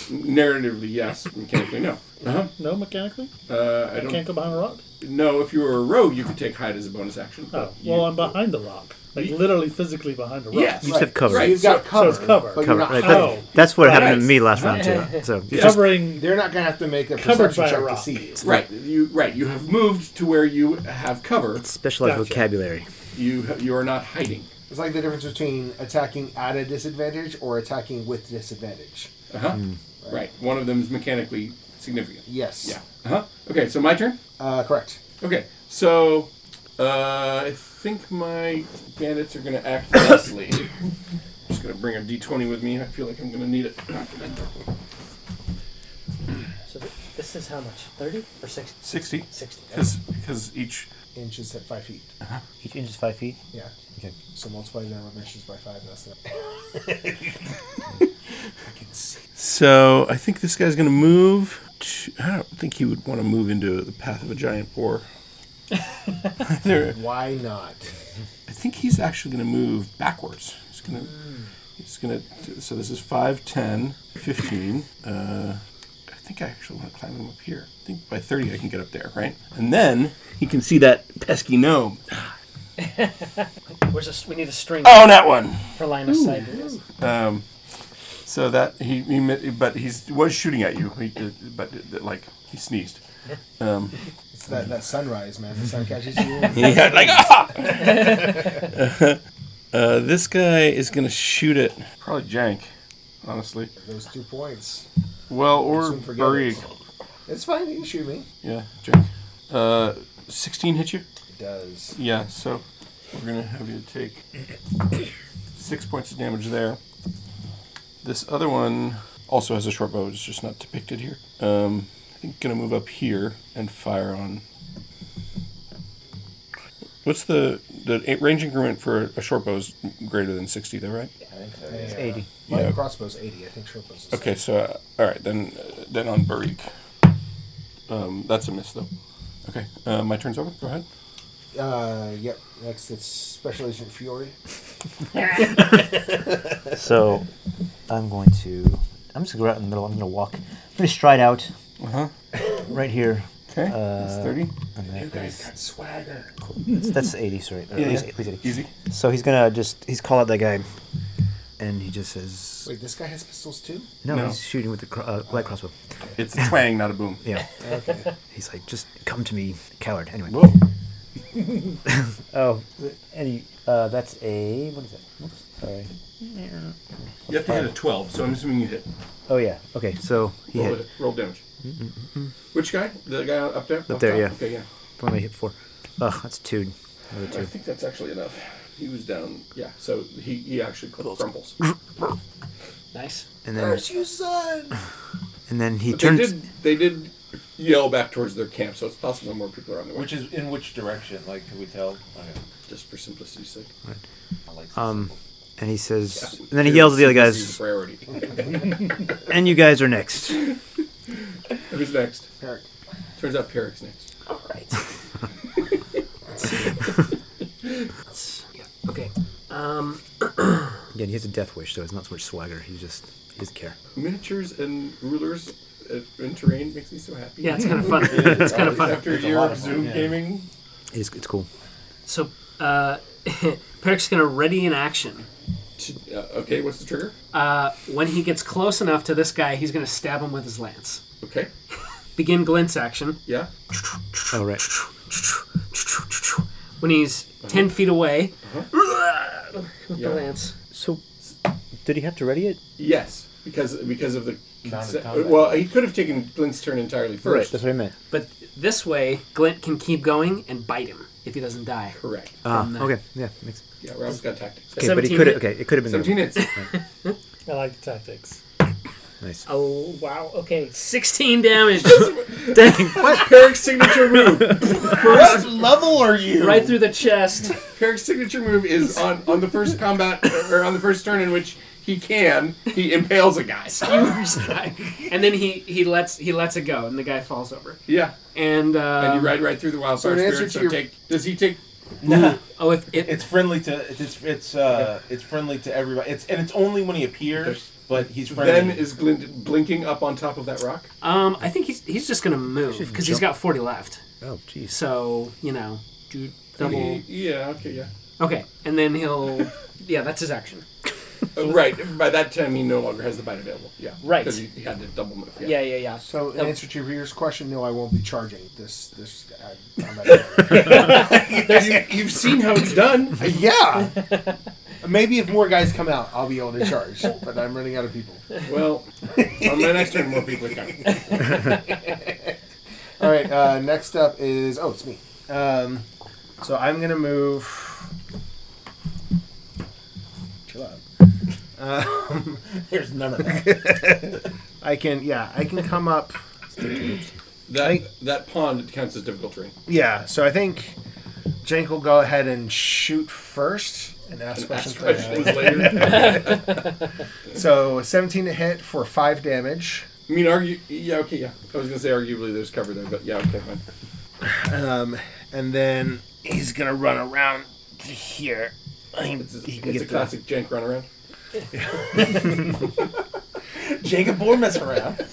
narratively, yes. Mechanically, no. Uh-huh.
No, mechanically,
Uh, I
I can't
don't
go behind a rock.
know if you were a rogue, you could take hide as a bonus action. but
Oh,
you-
well, I'm behind the rock, like
You-
literally, physically behind the rock.
Yes.
You just have cover.
So you've
so-
got cover.
so it's cover.
But
Cover.
you're not
Right,
hiding.
Oh.
That's what happened
Right.
to me last round too. So it's just
Covering.
They're not going to have to make a
Covered
perception
by a
check to
rock.
see you.
Right, you right. You have moved to where you have cover.
specialized
Gotcha.
vocabulary.
You you are not hiding.
It's like the difference between attacking at a disadvantage or attacking with disadvantage.
Uh huh. Right. One of them is mechanically significant.
Yes.
Yeah. Uh huh. Okay. So my turn.
Uh, correct.
Okay. So uh, I think my bandits are gonna act thusly. I'm just gonna bring a d20 with me. I feel like I'm gonna need it.
so th- this is how much? 30 or 60?
60.
60.
because each
Inches at five feet.
Uh-huh.
Each inch is five feet.
Yeah.
Okay.
So multiply the number of inches by five. That's the.
So I think this guy's going to move. To, I don't think he would want to move into the path of a giant boar. there,
Why not?
I think he's actually going to move backwards. He's going to. He's going to. So this is 5, 10, 15. Uh, I think I actually want to climb him up here. I think by 30 I can get up there, right? And then he can see that pesky gnome.
Where's a, s- we need a string
Oh, that one!
for line of sight. It is.
Um, so that he, he mi- but he was shooting at you, he, did- but uh, like he sneezed. Um,
It's that, that sunrise, man. The sun catches you.
Yeah, like ah! uh, this guy is gonna shoot it. Probably Jank, honestly.
Those two points.
Well,
Soon
or
forget
Barig.
it. It's fine. You can shoot me.
Yeah, Jank. Uh, 16 hit you?
It does.
Yeah, so we're gonna have you take six points of damage there. This other one also has a short bow, it's just not depicted here. Um, I think gonna move up here and fire on
What's the the a- range increment for a short bow is greater than sixty, though, right?
Yeah.
eighty.
My
Yeah.
crossbow's 80. I think shortbow's is
Okay, so uh, all right then, uh, then on Barik. Um, that's a miss though. Okay, uh, my turn's over. Go ahead.
Uh, yep. Next, it's Special Agent Fury.
So I'm going to. I'm just gonna go out in the middle. I'm gonna walk. I'm gonna stride out
Uh huh.
right here.
Okay, that's
Uh,
thirty.
And then
got swagger.
that's, that's 80, sorry. Or
Yeah,
at least-
yeah.
at least 80.
Easy.
So he's gonna just he's call out that guy, and he just says,
Wait, this guy has pistols too?
no,
no.
he's shooting with the cro- uh, light crossbow."
It's a twang, not a boom.
Yeah. He's like, "Just come to me, coward." Anyway.
Whoa.
Oh, any? Uh, that's a what is that? Oops, sorry.
You have to hit a 12, so I'm assuming you hit.
Oh yeah. Okay, so he
Roll,
hit.
it, roll damage. Which guy? The guy up there? Up,
Mm-hmm. there,
top?
yeah.
Okay, yeah.
What am I hit for? Oh, that's two. Another
I
two.
think that's actually enough. He was down. Yeah, so he, he actually cr- crumbles.
Nice.
And then
you, son!
and then he
But they
turns.
did they did yell back towards their camp, so it's possible more people are on the way.
Which is in which direction? Like, can we tell?
just for simplicity's sake.
Um, and he says, and then he
Dude,
yells at the other
simplicity's
guys,
a Priority.
"And you guys are next."
Who's next?
Eric.
Turns out Peric's next.
Okay. Um,
Again, he has a death wish, so it's not so much swagger. He just he doesn't care.
Miniatures and rulers uh, and terrain makes me so happy. Uh,
yeah, it's kind of fun. it's kind of fun.
After a year of Zoom gaming,
It is, it's cool.
So, uh, Peric's gonna ready in action.
t- uh, okay, what's the trigger?
Uh, when he gets close enough to this guy, he's gonna stab him with his lance.
Okay,
Begin glint's action.
yeah.
Oh right.
When he's ten
Uh-huh.
feet away, with
Yeah.
the lance.
So, did he have to ready it?
Yes, because because of the conse- well, he could have taken Glint's turn entirely first.
That's what I meant.
But this way, Glint can keep going and bite him if he doesn't die.
Correct.
Ah,
From that.
okay. Yeah, makes.
Yeah, Rob's got tactics.
Okay, but he
17
could.
hit.
Okay, it could have been. the other
Seventeen hits.
I like the tactics.
one. Nice.
Oh wow! Okay, sixteen damage
Dang. What?
Peric's signature move.
What level are you?
right through the chest.
Peric's signature move is on on the first combat or on the first turn in which he can he impales a guy.
skewers guy. and then he he lets he lets it go, and the guy falls over.
Yeah,
And, um,
and you ride right through the wildfire
so in answer
spirit.
to
So
your-
take does he take?
oh, if it,
It's friendly to it's it's uh it's friendly to everybody. It's and it's only when he appears, but he's
Then
friendly.
is Glint blinking up on top of that rock?
um, I think he's he's just gonna move because he's got forty left.
Oh, jeez.
So you know, do
Oh.
double.
Yeah. Okay. Yeah.
Okay, and then he'll yeah, that's his action.
Uh, right. By that time, he no longer has the bite available. Yeah.
Right.
Because he, he had to double move.
Yeah, yeah, yeah.
So, in
Oh.
answer to your previous question, no, I won't be charging this. this I, I'm not-
You, have seen how it's done.
yeah! Maybe if more guys come out, I'll be able to charge, but I'm running out of people.
well, on my next turn, more people are coming.
All right. Uh, next up is oh, it's me. Um, so I'm gonna move. Chill out. Um,
There's none of that.
I can yeah, I can come up.
That that pond counts as difficult terrain.
Yeah. So I think Jank will go ahead and shoot first and ask
And
questions
ask
for
questions later.
So 17 to hit for five damage,
I mean, argue. Yeah. Okay. Yeah. I was gonna say arguably there's cover there, but yeah. Okay. Fine.
um, and then he's gonna run around to here.
It's, a- it's a classic jank runaround.
Jacob Bourne mess around.
Are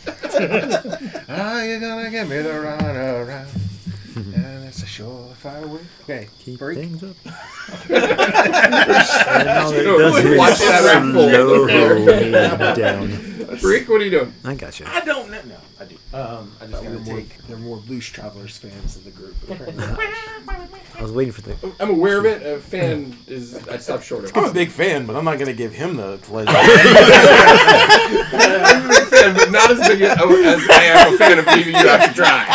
you gonna give me the run around? and it's a surefire way. Okay.
Keep
break.
things up.
Watch that unfold.
slow me down.
Freak, what are you doing?
I gotcha.
I don't know. No, I do. Um, I just
They're
gotta
more,
take.
they're more loose travelers fans in the group.
I was waiting for the.
I'm aware of it. A fan is. I stopped short of
I'm a
it.
big fan, but I'm not gonna give him the pleasure.
I'm a big fan, but not as big as, as I am a fan of leaving you out to dry.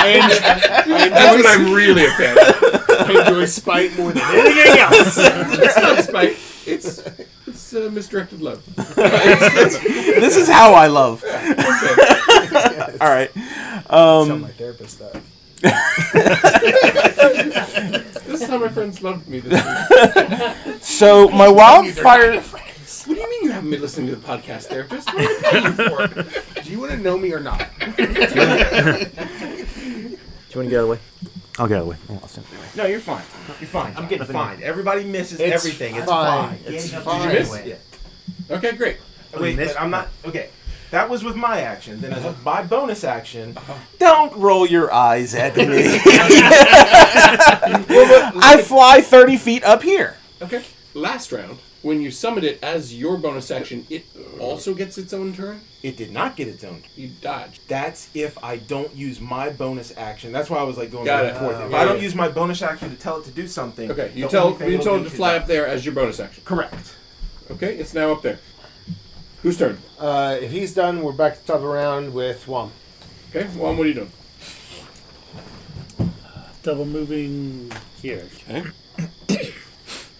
That's what I'm really a fan. of.
I enjoy spite more than anything else.
It's not spite. It's it's uh, misdirected love.
this is how I love. All right. Um,
Tell my therapist that.
That's how how my friends loved me this week.
So my wildfire.
what do you mean you haven't been listening to the podcast, therapist? What are
Do you want to know me or not?
you want to get out of the way? I'll get out of the way. I'm lost in.
No, you're fine. You're fine. I'm getting fine. Everybody misses
It's
everything. It's
fine.
fine.
It's
Yeah,
fine.
you
miss? you- okay, great.
Wait, but I'm not. Okay. That was with my action. Then as my bonus action, don't roll your eyes at me. I fly 30 feet up here.
Okay. Last round, when you summon it as your bonus action, it also gets its own turn.
It did not get its own.
You dodge.
That's if I don't use my bonus action. That's why I was like going
Got
back and
it.
forth.
Oh,
if
yeah,
I don't
yeah.
use my bonus action to tell it to do something,
Okay, you
the only
tell
thing
you
it'll
told
do
it to
is
fly
that.
up there as your bonus action.
Correct.
Okay, it's now up there. Whose turn?
Uh, if he's done, we're back to top of the round with Wom.
Okay, Juan, what are you doing?
Double moving here.
Okay.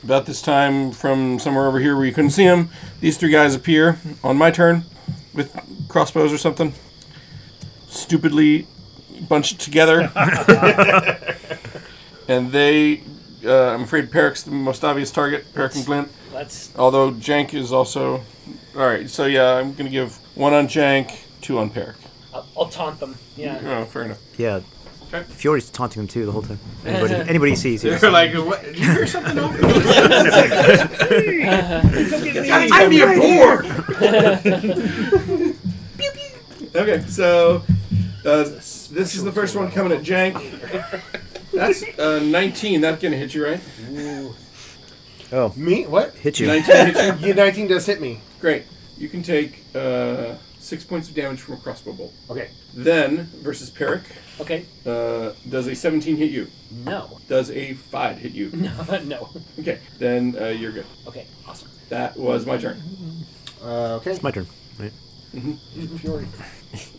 About this time, from somewhere over here where you couldn't see him, these three guys appear on my turn with crossbows or something, stupidly bunched together, and they. Uh, I'm afraid Peric's the most obvious target. Peric and Glint.
Let's
Although Jank is also. Alright, so yeah, I'm going to give one on Jank, two on Peric.
I'll, I'll taunt them. Yeah.
Oh, fair enough.
Yeah.
Okay.
Fury's taunting him too the whole time. Anybody, anybody he sees here.
They're like, what? Did you hear something over there?
I'm your board. okay, so uh, this is the first one coming at Jank. That's uh, 19. That's gonna hit you, right?
Oh,
Me? What?
hit you.
19 hits you.
Yeah, 19 does hit me.
Great. You can take uh, six points of damage from a crossbow bolt.
Okay.
Then versus Peric,
Okay.
uh, does a 17 hit you?
No.
Does a five hit you?
no.
Okay, then uh, you're good.
Okay. Awesome.
That was my turn.
Uh, okay.
It's my turn. Right.
Fury.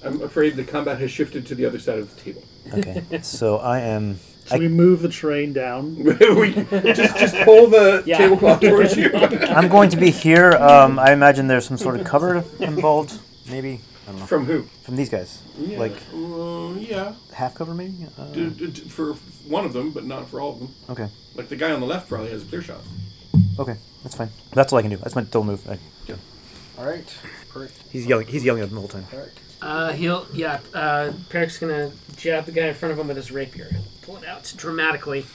I'm afraid the combat has shifted to the other side of the table.
Okay. so I am.
Should we move the train down?
we just just pull the
Yeah.
tablecloth towards you.
I'm going to be here. Um, I imagine there's some sort of cover involved, maybe. I don't know.
From who?
From these guys. Like
uh, yeah,
half cover, maybe? Uh,
D- d- d- for one of them, but not for all of them.
okay.
Like the guy on the left probably has a clear shot.
Okay. That's fine. That's all I can do. That's my double move. I,
All right. Perk.
he's yelling. He's yelling at him the whole time.
Perk.
Uh, he'll yeah. Uh, Peric's gonna jab the guy in front of him with his rapier. He'll pull it out dramatically.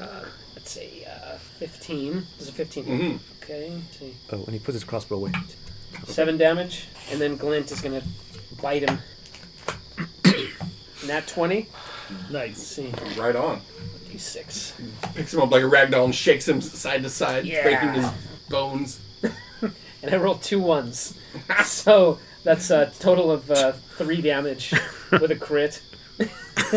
Uh, let's say uh, fifteen. Does a 15 hit? Okay. let's see.
Oh, and he puts his crossbow away.
Seven damage, and then Glint is gonna bite him. Nat twenty.
Nice.
Let's see.
Right on.
D six.
Picks him up like a rag doll and shakes him side to side,
Yeah.
breaking his bones.
And I rolled two ones, so that's a total of uh, three damage with a crit.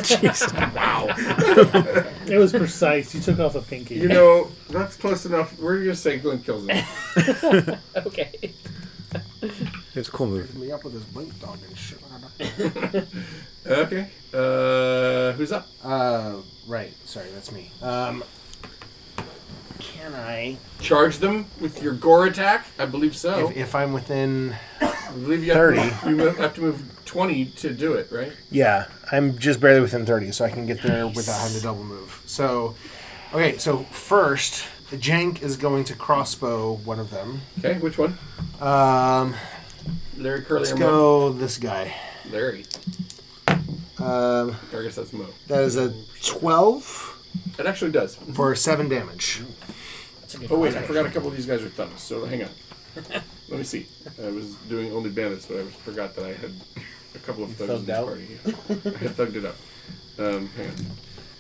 It was precise. You took off a pinky.
You know, that's close enough. We're gonna say Glenn kills him.
Okay.
It's a cool move.
Me up with his blink dog and shit.
okay. Uh, who's up?
Uh, right. Sorry, that's me. Um, can I?
Charge them with your gore attack. I believe so.
If, if I'm within
I believe you have
30.
To move, you have to move twenty to do it, right?
Yeah, I'm just barely within 30, so I can get there without having to double move. So, okay, so first, Jank is going to crossbow one of them.
Okay. Which one?
Um,
Larry Curly.
let's
or Mo?
go this guy.
Larry.
Um,
I guess that's Mo.
that is a 12
It actually does.
for 7 damage.
Oh wait, I forgot a couple of these guys are thumbs. So hang on. Let me see. I was doing only bandits, but I was- forgot that I had a couple of thugs in
thugged
this
out?
party. Yeah. I had thugged it up. Um, hang on.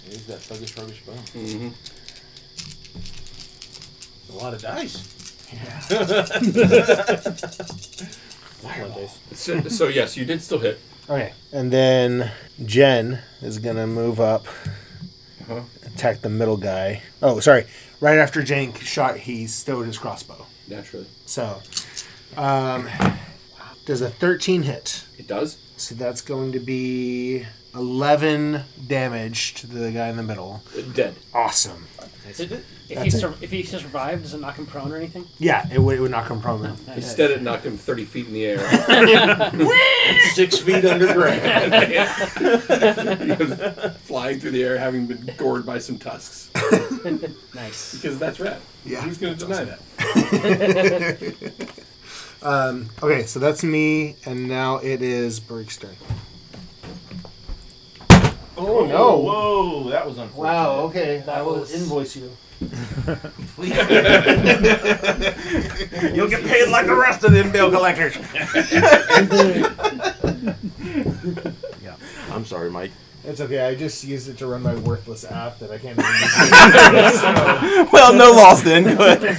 There's that thuggish rubbish bone.
Mhm.
A lot of dice.
So, so yes, you did still hit.
Okay, and then Jen is going to move up,
Uh-huh.
attack the middle guy. Oh, sorry. Right after Jank shot, he stowed his crossbow.
Naturally,
So, um, does a 13 hit?
it does.
So that's going to be 11 damage to the guy in the middle.
Dead.
Awesome.
Did it- If he,
That's it.
sur- if he survived, does it knock him prone or anything?
Yeah, it would, it would knock him prone.
Instead, it knocked him 30 feet in the air.
Six feet underground.
He was flying through the air, having been gored by some tusks.
Nice.
Because that's rat.
Yeah.
Who's going to deny that?
Okay, so that's me, and now it is Bergstern.
Oh
no.
Whoa, that was unfortunate.
okay.
That was-
invoice you.
You'll get paid like the rest of them bill collectors.
Yeah.
I'm sorry, Mike.
It's okay. I just used it to run my worthless app that I can't even use.
well, no loss then. Good.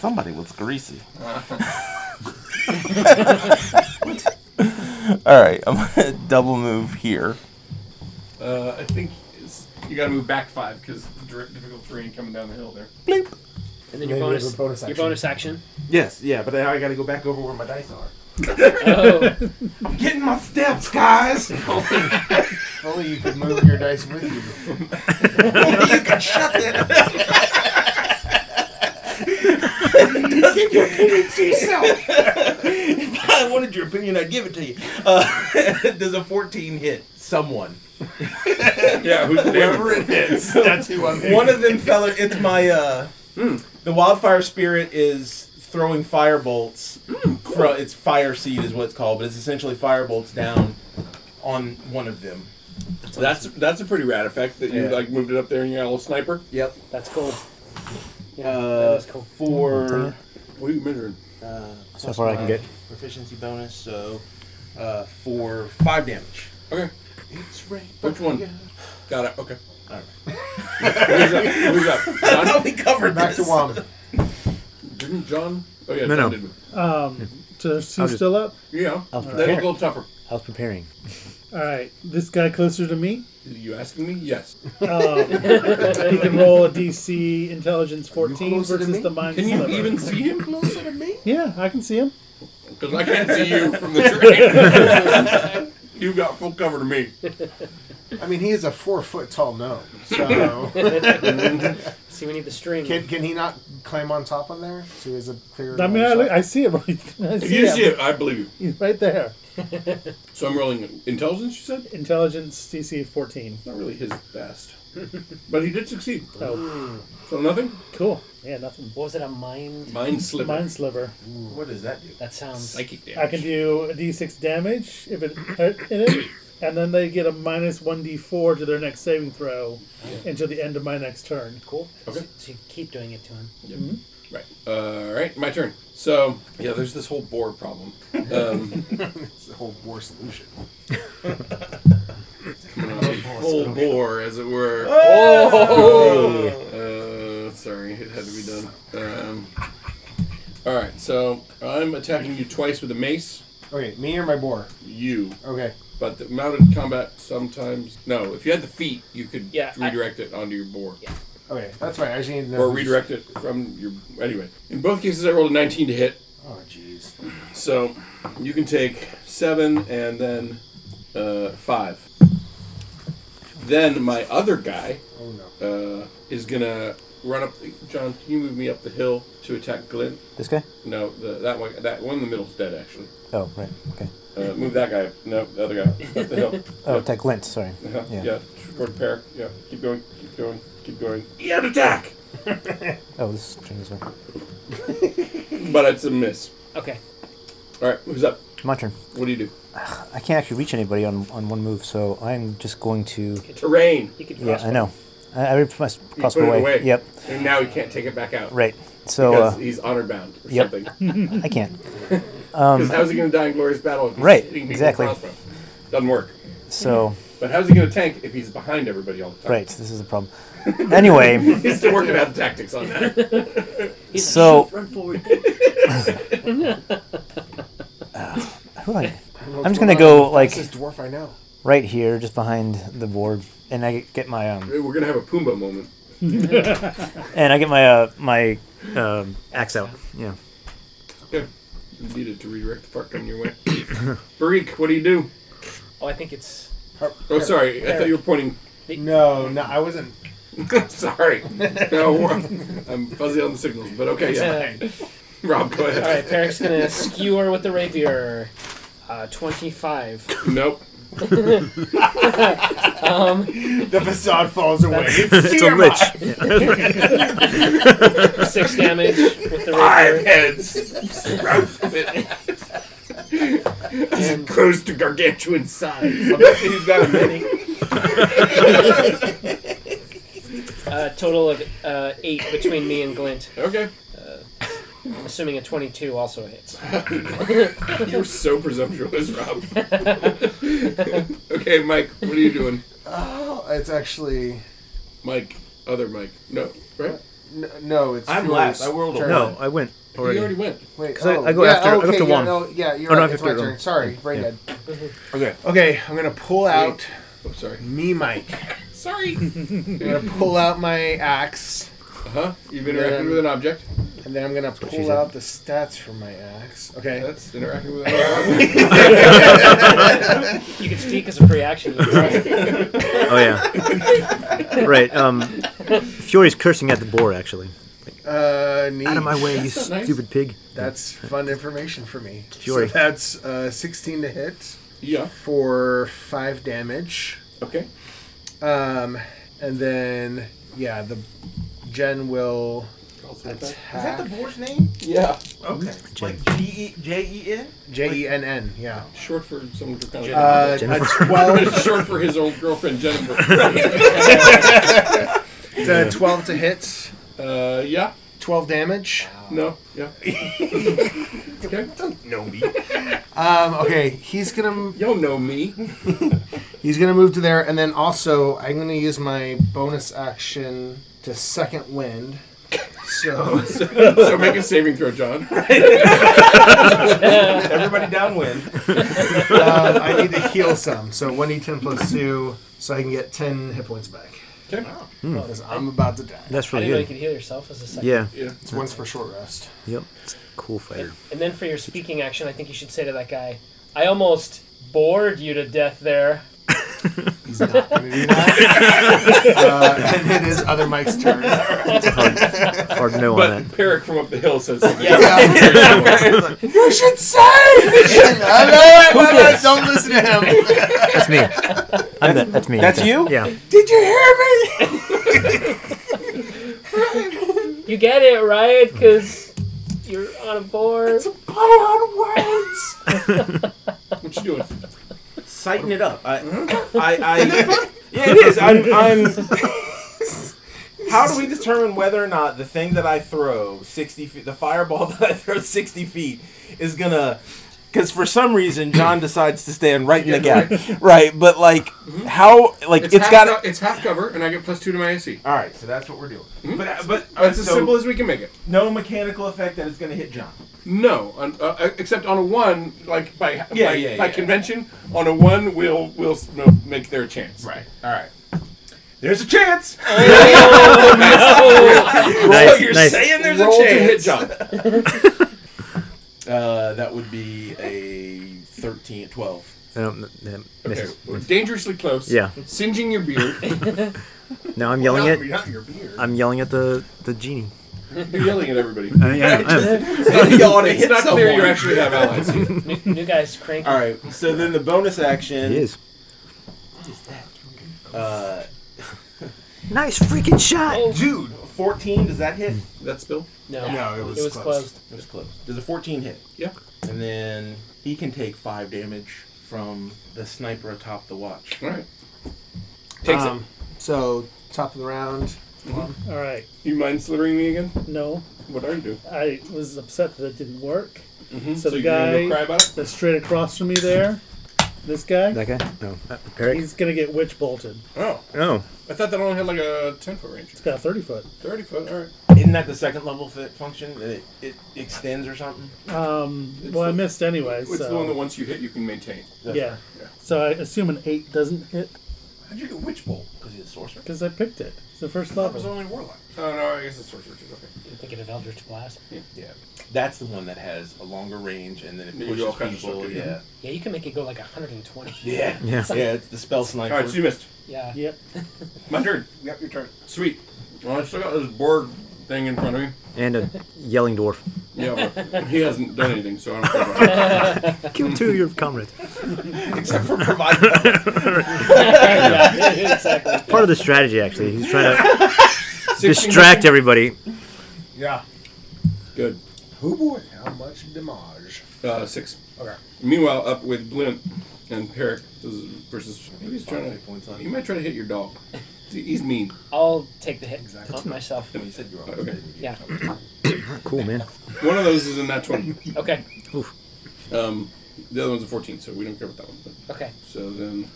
Somebody was greasy. All right, I'm gonna double move here.
Uh, I think it's, you got to move back five because difficult terrain coming down the hill there.
And then your
Maybe
bonus,
with a bonus
your
action.
bonus action.
Yes, yeah, but now I got to go back over where my dice are.
Oh,
I'm getting my steps, guys.
if only you could move your dice with you.
Give your opinion to yourself. if I wanted your opinion, I'd give it to you. Uh, does a 14 hit someone?
Yeah, who's the
Whoever
damage?
it hits, that's who I'm. One of them fella. It's my. uh The wildfire spirit is throwing fire bolts. fro- it's fire seed is what it's called, but it's essentially fire bolts down on one of them.
That's that's a pretty rad effect that you
Yeah.
like moved it up there and you got a little sniper.
Yep.
that's cool. Yeah,
Uh,
that is cool.
Oh,
For
What are you measuring?
uh,
So far I can get.
proficiency bonus, so uh, for five damage.
Okay,
It's right.
which one?
Yeah.
Got it. Okay.
All right.
Who's up? Who's up?
I
John?
thought we covered
Back to
this.
Wom.
Didn't John? Oh yeah,
No,
John
no.
did move.
Um, so she's
I'll just-
still up.
Yeah,
I'll
that was a
prepare.
little tougher.
I was preparing.
All right, this guy closer to me.
Are you asking me? Yes.
Um, he can roll a DC Intelligence 14
closer to
versus
me?
the mind.
Can you
sliver.
even see him closer to me?
Yeah, I can see him.
Because I can't see you from the train. you got full cover to me.
I mean, he is a four foot tall gnome, so.
See, we need the string.
can, can he not climb on top of there? So he has a clear.
I mean, I,
shot?
look, I see it right. I
If
see
you
him.
see it, I believe you.
He's right there.
So I'm rolling intelligence. You said
Intelligence DC 14.
not really his best, but he did succeed.
Oh,
So nothing.
cool. Yeah, nothing.
What was it? A mind?
Mind sliver.
Mind sliver.
What does that do?
That sounds.
Psychic damage.
I can do a d6 damage if it hurt in it, and then they get a minus 1d4 to their next saving throw until the end of my next turn.
Cool.
Okay.
So, so you keep doing it to him.
Right. All right, my turn. So yeah, there's this whole boar problem. Um,
It's the whole war solution.
whole boar, as it were.
Oh,
Oh!
Uh, sorry, it had to be done. Um, all right, so I'm attacking you twice with a mace.
Okay, me or my boar?
You,
Okay.
but the mounted combat sometimes no. If you had the feet, you could
Yeah, I-
redirect it onto your boar,
Okay, that's fine. I just need to know.
or
who's-
redirect it from your. Anyway, in both cases, I rolled a 19 to hit.
Oh, jeez.
So you can take seven and then uh, five. Then my other guy
Oh, no.
uh, is gonna run up. John, can you move me up the hill to attack Glenn?
This guy?
No, the, that one. That one in the middle's dead actually.
Oh, right. Okay.
Uh, move that guy. up. No, the other guy up the hill.
Oh, attack Glint, sorry.
Uh-huh,
Yeah.
yeah, short pair. Yeah, keep going, keep going, keep going. Yeah, attack.
Oh, this is this way.
But it's a miss.
Okay.
All right, who's up?
My turn.
What do you do?
I can't actually reach anybody on, on one move, so I'm just going to.
Terrain.
You could.
Yeah, I know. I, I ripped my s- crossbow
put it
away.
away.
Yep.
And now he can't take it back out.
Right. So
Because
uh,
he's honor bound or
yep.
something.
I can't.
Because how's he going to die in glorious battle? If he's
Right,
hitting people
exactly.
with crossbow? Doesn't work.
So
But how's he going to tank if he's behind everybody all the time?
right, this is a problem. Anyway,
He's still working out the tactics on that.
He's
so
run forward.
who do I? I'm just gonna go like
This is dwarf I know.
right here, just behind the board, and I get my um
We're going to have a Pumbaa moment.
and I get my uh my um axe out. Yeah.
Okay. You needed to redirect the fuck on your way. Barik, what do you do?
Oh, I think it's
Oh, sorry. I thought you were pointing.
No, no, I wasn't.
sorry. No, I'm fuzzy on the signals, but okay. Yeah.
Uh,
Rob, go ahead.
all right. Peric's gonna skewer with the rapier. Uh, Twenty-five.
Nope.
Um, The facade falls away.
It's
a lich.
Six damage with the
Five
rapier.
heads sprout from it. As it grows to gargantuan size. I bet he's got a mini.
Uh, total of uh, eight between me and Glint.
Okay.
Assuming a twenty-two also hits.
You're so presumptuous, Rob. okay, Mike, what are you doing?
Oh, it's actually
Mike, other Mike. No, right?
n- no. It's
I'm
Fury's
last. I whirled a
turn.
one.
No, I went
You
already.
already went.
Wait, oh.
'Cause I- I go after- I go after
yeah,
one.
No, yeah, you're
Oh, no,
right.
I
it's
have
my
to go.
turn. Sorry, brain dead.
Okay.
Okay, I'm gonna pull out
I'm Oh, sorry.
me Mike.
Sorry.
I'm gonna pull out my axe,
Uh huh. You've interacted
Then-
with an object.
and then I'm gonna
she
pull
said.
out the stats from my axe. Okay.
That's interacting with an
You can speak as a free action.
object.
Oh yeah, right. Um, Fury's cursing at the boar. Actually,
Uh, neat.
out of my way, you
That's not nice.
stupid pig.
That's fun information for me.
Fury.
So that's uh, 16 to hit
yeah.
for five damage.
Okay.
Um, and then yeah, the Jen will
Is that the
attack
boar's name?
Yeah.
Okay.
Jen.
Like G E J E N.
J E N N. Yeah.
Short for someone for kind of.
Uh, a
Jennifer.
twelve.
Short for his old girlfriend Jennifer.
it's a uh, twelve to hit.
uh, yeah.
Twelve damage.
No. Yeah. okay.
Um, okay, he's gonna
Y'all know me.
he's gonna move to there, and then also I'm gonna use my bonus action to second wind. So
So make a saving throw, John.
Everybody downwind.
um, I need to heal some. So one d10 plus two, so I can get ten hit points back. Hmm.
Okay.
Because I'm about to die.
That's
I didn't
really
know you
good.
could heal yourself as a second.
Yeah.
Yeah.
It's once for short rest.
Yep. It's a cool fighter.
And then for your speaking action, I think you should say to that guy, "I almost bored you to death there."
He's not gonna do that. uh, and it is other Mike's turn.
Hard no on that.
But Peric from up the hill says something.
you should say. I know it, but don't listen to him.
That's me. I'm that. That's me.
That's
Okay.
you?
Yeah.
Did you hear me?
You get it right, because you're on a board.
Play on words.
What you doing?
Sighten it up. I, I, I
Yeah, it is. I'm. I'm
how do we determine whether or not the thing that I throw sixty feet, the fireball that I throw sixty feet, is gonna? Because for some reason John decides to stand right in the
Yeah,
gap, right? But like, how? Like,
It's,
it's
half
got.
co- it's half cover, and I get plus two to my AC.
All right, so that's what we're doing. But but
Oh, it's as
so
simple as we can make it.
no mechanical effect that is gonna hit John.
No, on, uh, uh, except on a one, like by
Yeah,
by,
yeah,
by
yeah.
convention, on a one we'll we'll s- no, make their chance.
Right. All right. There's a chance.
Nice. nice.
Oh, saying there's
Roll to hit John.
Uh, that would be a 13, 12.
I don't- that
Okay,
misses.
we're dangerously close.
Yeah.
Singing your beard.
Now I'm yelling at.
not your beard.
I'm yelling at the the genie.
You're yelling at everybody.
I am. I am.
it's not clear you actually have allies.
New, new guy's cranky.
All right. So then the bonus action
He is.
Uh,
Nice freaking shot.
Oh,
dude, 14. Does that hit?
That's Bill.
no.
No,
it was, closed.
It was close. Does a 14 hit?
Yeah.
And then he can take five damage from the sniper atop the watch.
All right. Takes
Um, So top of the round.
All right.
it. You mind slithering me again?
No,
What are you doing?
I was upset that it didn't work. So, the
you're gonna go
guy
cry about it?
that's straight across from me there, this guy,
That guy? No. Uh, Eric?
he's gonna get witch bolted.
Oh,
Oh.
I thought that only had like a ten foot range.
It's got a thirty foot.
Thirty foot. All right.
Isn't that the second level fit function? It, it extends or something?
Um, well, I missed anyway.
It's
so
the one that once you hit, you can maintain.
yeah. So I assume an eight doesn't hit.
How'd you get Witch Bolt?
Because he's a sorcerer.
Because I picked it. It's the first
That was
level.
only Warlock. Oh, no, I guess it's Sorcerer, too. Okay.
I'm thinking of Eldritch Blast.
Yeah. That's the one that has a longer range and then it
You do
pushes
all kinds of
people.
stuff,
yeah.
yeah.
Yeah, you can make it go like 120.
Yeah.
Yeah.
Yeah, it's the spell sniper.
All right, so you missed.
Yeah.
Yep.
My turn.
Yep, your turn.
Sweet.
Well, I still got this board thing in front of me.
And a yelling dwarf.
Yeah, but he hasn't done anything, so I don't care about it.
Kill two of your comrades.
Except for providing.
yeah, exactly.
Part of the strategy, actually. He's trying to distract everybody.
yeah.
Good.
Oh boy, how much damage?
Uh, six.
Okay.
Meanwhile, up with Blint and Peric this is versus. Maybe he's
Five
trying
hit points
to.
on
He might try to hit your dog. He's mean.
I'll take the hit on myself.
When you said you were on
Okay.
stage, you-
Yeah.
Cool, man.
One of those is a nat 20.
Okay.
Um, the other one's a 14, so we don't care about that one. But,
Okay.
so then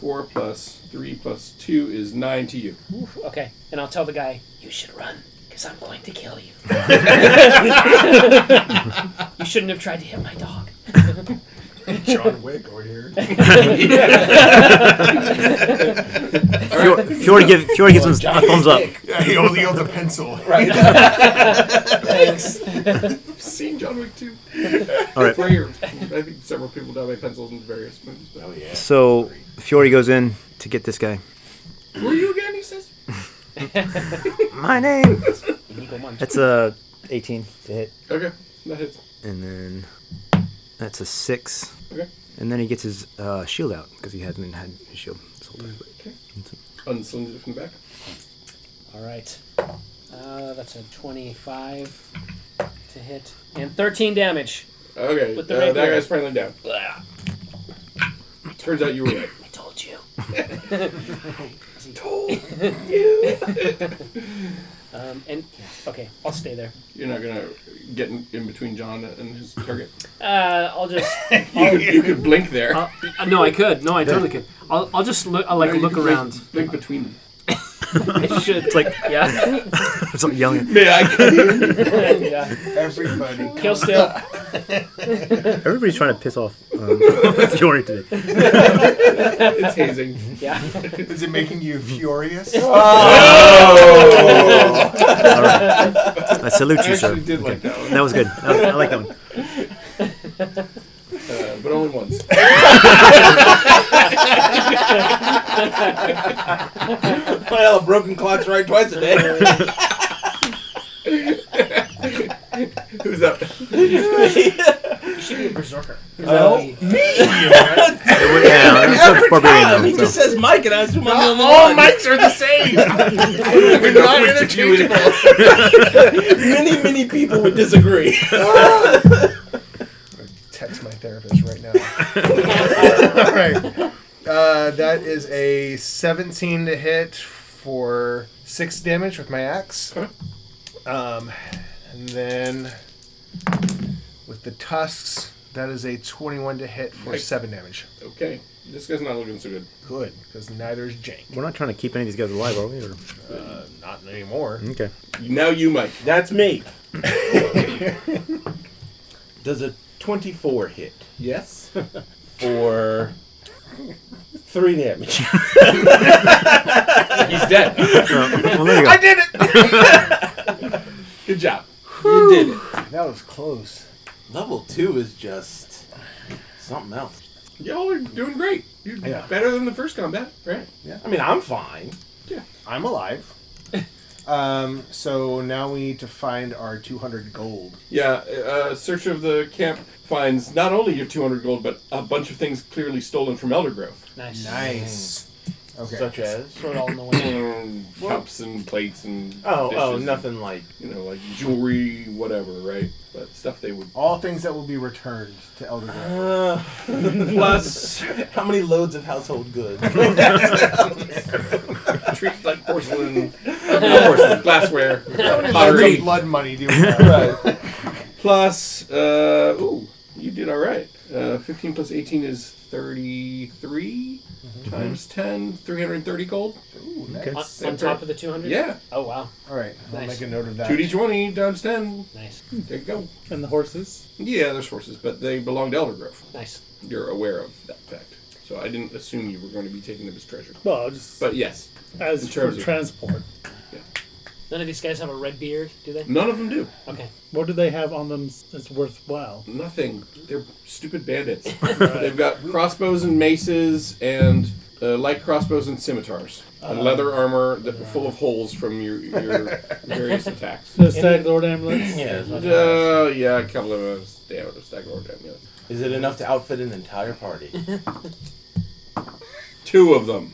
4 plus 3 plus 2 is 9 to you.
Oof, okay. And I'll tell the guy, you should run, because I'm going to kill you. you shouldn't have tried to hit my dog.
John Wick over here.
Fior- Fiora give, Fiora gives him a thumbs up.
Yeah, he only holds a pencil.
I've seen John Wick 2.
All right.
Player. I think several people die by pencils in various movies. But.
Oh, yeah.
So Fiori goes in to get this guy.
Who are you again? He says.
My name.
Illegal munch.
That's a 18 to hit,
Okay, that hits.
and then that's a six.
Okay.
And then he gets his uh, shield out because he hadn't had his shield this whole time. but-
Unslings it from the back.
All right. Uh, that's a 25 to hit. And 13 damage.
Okay,
With the
uh, that
rapier.
guy's finally down. Turns out you were right.
I told you. Um, and, okay, I'll stay there.
You're not gonna get in, in between John and his target.
Uh, I'll just.
You could, you could blink there.
I'll, uh, no, I could. No, I totally could. I'll, I'll just look. I'll like
No, you
look
could
around.
Blink, blink between them.
I should. It's
like-
yeah,
Mm.
It's like yelling.
Yeah, I can.
yeah.
Everybody.
Kill still.
Everybody's trying to piss off um, Fiori today.
It's hazing.
Yeah.
Is it making you furious?
Uh,
All right. I salute
I
you, sir.
actually did like that one,
That was good. I, I like that one.
uh, but only once.
Well, a broken clock's right twice a day.
Who's up?
You should be a berserker. Oh.
It was, yeah, it was so barbarian, though,
he
so.
just says Mike, and I assume I'm the only
Oh,
All
one.
mics are the same. We're not interchangeable.
Many, many people would disagree.
Text my therapist right now. All right. Uh, that is a 17 to hit for six damage with my axe. Um, and then with the tusks, that is a 21 to hit for
Nice.
seven damage.
Okay, this guy's not looking so good.
Good, because neither is Jank.
We're not trying to keep any of these guys alive, are we? Or,
Uh, not anymore.
okay.
Now you, Mike.
That's me. Does a 24 hit?
Yes.
For three damage.
He's dead.
Uh, well, there you go.
I did it!
Good job. You did it.
That was close.
Level two is just something else.
Y'all are Oh, doing great. You're
Yeah.
better than the first combat, right?
Yeah. I mean, I'm fine.
Yeah.
I'm alive.
Um, so now we need to find our 200 gold.
Yeah, uh, search of the camp finds not only your 200 gold, but a bunch of things clearly stolen from Eldergrove.
Nice.
Nice. Mm. Okay.
Such as.
Throw it all in the wind.
Um, cups and plates and
Oh,
dishes
oh,
and,
nothing like.
you know, like jewelry, whatever, right? But stuff they would.
All things that will be returned to Elder Grove.
Uh, plus, how many loads of household goods?
treat like porcelain, uh, not porcelain, glassware,
Lots of
pottery.
blood money, do we have?
Plus, uh, ooh, you did all right. Uh, 15 plus 18 is 33 times 10, 330 gold.
Ooh,
On,
nice.
on top of the 200?
Yeah,
Oh, wow.
All right, I'll
Nice.
make a note of that.
2d20 times 10.
Nice.
There you go.
And the horses.
Yeah, there's horses, but they belong to Eldergrove.
Nice.
You're aware of that fact. So I didn't assume you were going to be taking them as treasure.
Well, just
But yes,
as
in terms
for
of-
transport.
None of these guys have a red beard, do they?
none of them do.
Okay.
What do they have on them that's worthwhile?
Nothing. They're stupid bandits. They've got crossbows and maces and uh, light crossbows and scimitars and leather armor that were full of holes from your, your various attacks.
The stag lord amulets.
Yeah.
Uh, yeah, a couple of us. Damn it, a stag lord amulet.
Is it enough to outfit an entire party?
Two of them.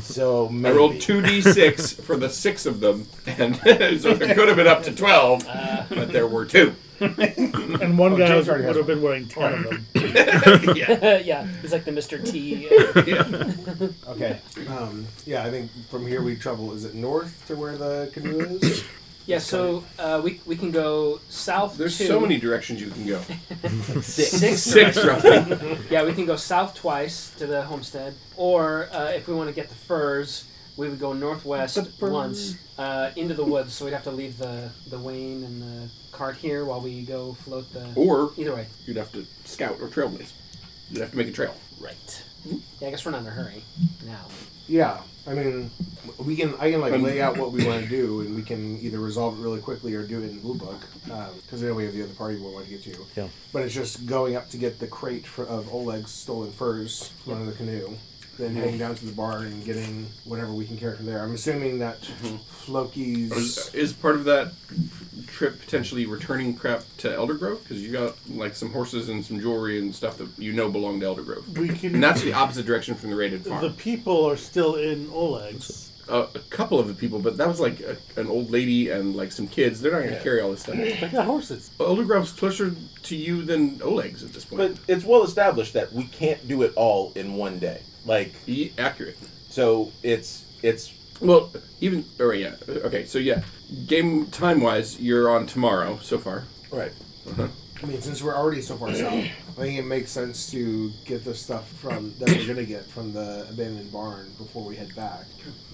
so
I
maybe.
rolled two d six for the six of them, and so it could have been up to twelve, but there were two.
And one guy
Oh, James
was,
already has
would have been wearing ten of them.
yeah, he's like the Mr. T. uh,
Okay. Um, yeah, I think from here we travel. Is it north to where the canoe is?
yeah, so uh, we, we can go south
There's
to...
so many directions you can go.
Six.
Six roughly.
Yeah, we can go south twice to the homestead, or uh, if we want to get the furs, we would go northwest once uh, into the woods. So we'd have to leave the the wain and the cart here while we go float the.
Or
Either way,
you'd have to scout or trailblaze. You'd have to make a trail.
right? Yeah, I guess we're not in a hurry now.
Yeah, I mean, we can. I can like
Um,
lay out what we want to do, and we can either resolve it really quickly or do it in blue book because I know we have the other party we want to get to.
Yeah.
But it's just going up to get the crate for, of Oleg's stolen furs from under the canoe, then heading down to the bar and getting whatever we can carry from there. I'm assuming that
Is,
Floki's.
is part of that trip potentially returning crap to Eldergrove? Because you got like some horses and some jewelry and stuff that you know belong to Eldergrove.
We can.
And that's the opposite direction from the raided farm.
the people are still in Oleg's.
uh, a couple of the people, but that was like a, an old lady and like some kids. They're not going to carry all this stuff.
They got horses.
Eldergrove's closer to you than Oleg's at this point.
But it's well established that we can't do it all in one day. Like
Ye- accurate.
so, it's it's
Well, even all right, yeah. Okay, so yeah, game time wise, you're on tomorrow so far.
right.
I mean, since we're already so far south, I think it makes sense to get the stuff from that we're gonna get from the abandoned barn before we head back.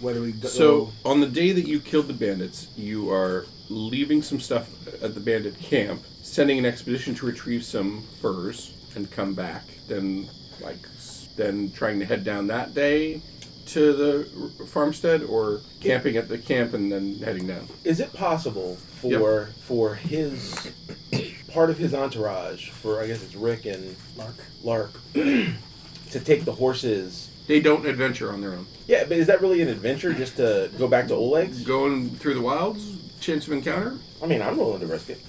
Whether we go,
So on the day that you killed the bandits, you are leaving some stuff at the bandit camp, sending an expedition to retrieve some furs and come back. Then like s- then trying to head down that day to the r- farmstead or camping at the camp and then heading down.
Is it possible for for his part of his entourage for I guess it's Rick and Lark Lark to take the horses?
They don't adventure on their own.
Yeah, but is that really an adventure just to go back to Oleg's?
Going through the wilds, chance of encounter.
I mean, I'm willing to risk it.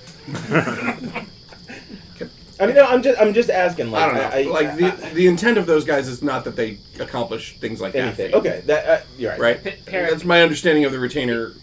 Okay.
I mean, no, I'm just I'm just asking. Like,
I don't know. like
I-
the
I-
the intent of those guys is not that they accomplish things like
anything.
that.
Okay, that uh, you're right.
right.
Pa- Parrot.
That's my understanding of the retainer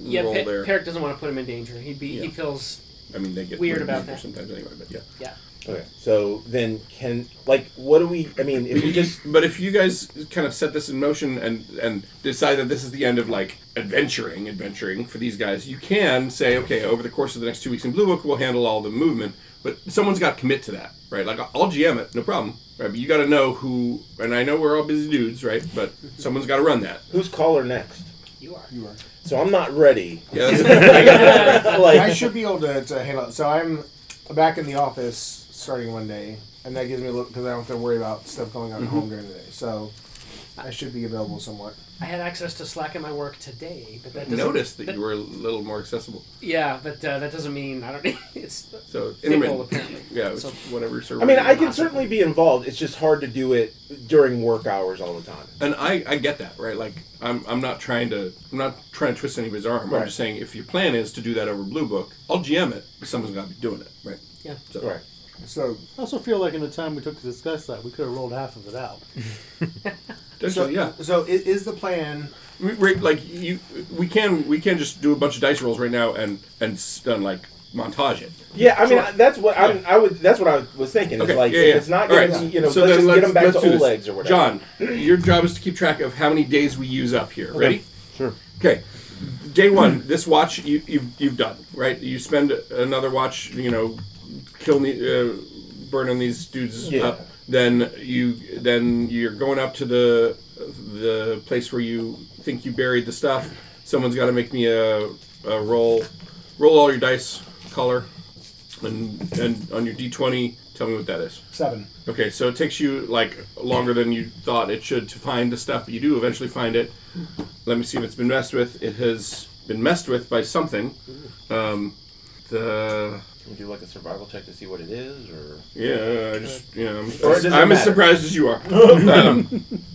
Yeah,
role
Pe-
there.
Peric doesn't want to put him in danger. He'd be he
Yeah.
feels
I mean, they get
Weird
rid of
about
people
that.
sometimes anyway. But yeah,
yeah.
Okay. So then, can like what do we? I mean, if we just
but if you guys kind of set this in motion and and decide that this is the end of like adventuring, adventuring for these guys, you can say, okay, over the course of the next two weeks in Blue Book, we'll handle all the movement. But someone's got to commit to that, right? Like I'll GM it, no problem. Right, but you got to know who, and I know we're all busy dudes, right? But someone's got to run that.
who's caller next?
You are.
you are.
So I'm not ready.
Yeah, that's-
I
like
should be able to, to handle it. So I'm back in the office starting Monday, and that gives me a little because I don't have to worry about stuff going on at home during the day. So I should be available somewhat.
I had access to Slack at my work today, but that doesn't.
noticed that you were a little more accessible.
Yeah, but uh, that doesn't mean I don't. it's
So
fickle,
anyway,
apparently.
yeah, it's
So-
whatever. Server
I mean,
you're
I
on.
can certainly be involved. It's just hard to do it during work hours all the time.
and I, I get that right like I'm, I'm not trying to i'm not trying to twist anybody's arm i'm
Right.
just saying if your plan is to do that over blue book i'll gm it but someone's got to be doing it right
Yeah.
so,
Right.
So
I also feel like in the time we took to discuss that, we could have rolled half of it out.
so
so yeah
So i- is the plan?
we, we, like you we can we can just do a bunch of dice rolls right now and and, s- and like montage it
Yeah, I mean I- that's what I'm, I would. That's what I was thinking. It's
okay
like
yeah,
if
yeah.
it's not
All
going
right.
to be, you know,
so
let's
then
just get them back
let's do
to
this.
Oleg's or whatever.
john your job is to keep track of how many days we use up here ready
Sure.
Okay, day one. This watch you you've, you've done right. You spend another watch. You know, killing the, uh, burning these dudes
Yeah.
up. Then you then you're going up to the the place where you think you buried the stuff. Someone's got to make me a, a roll. Roll all your dice, caller, and and on your d20 Tell me what that is.
Seven.
Okay, so it takes you like longer than you thought it should to find the stuff. but You do eventually find it. Let me see if it's been messed with. It has been messed with by something. Um, the
Can we do like a survival check to see what it is, or
yeah, I just yeah. I'm,
Or it doesn't
I'm as
matter.
surprised as you are. um,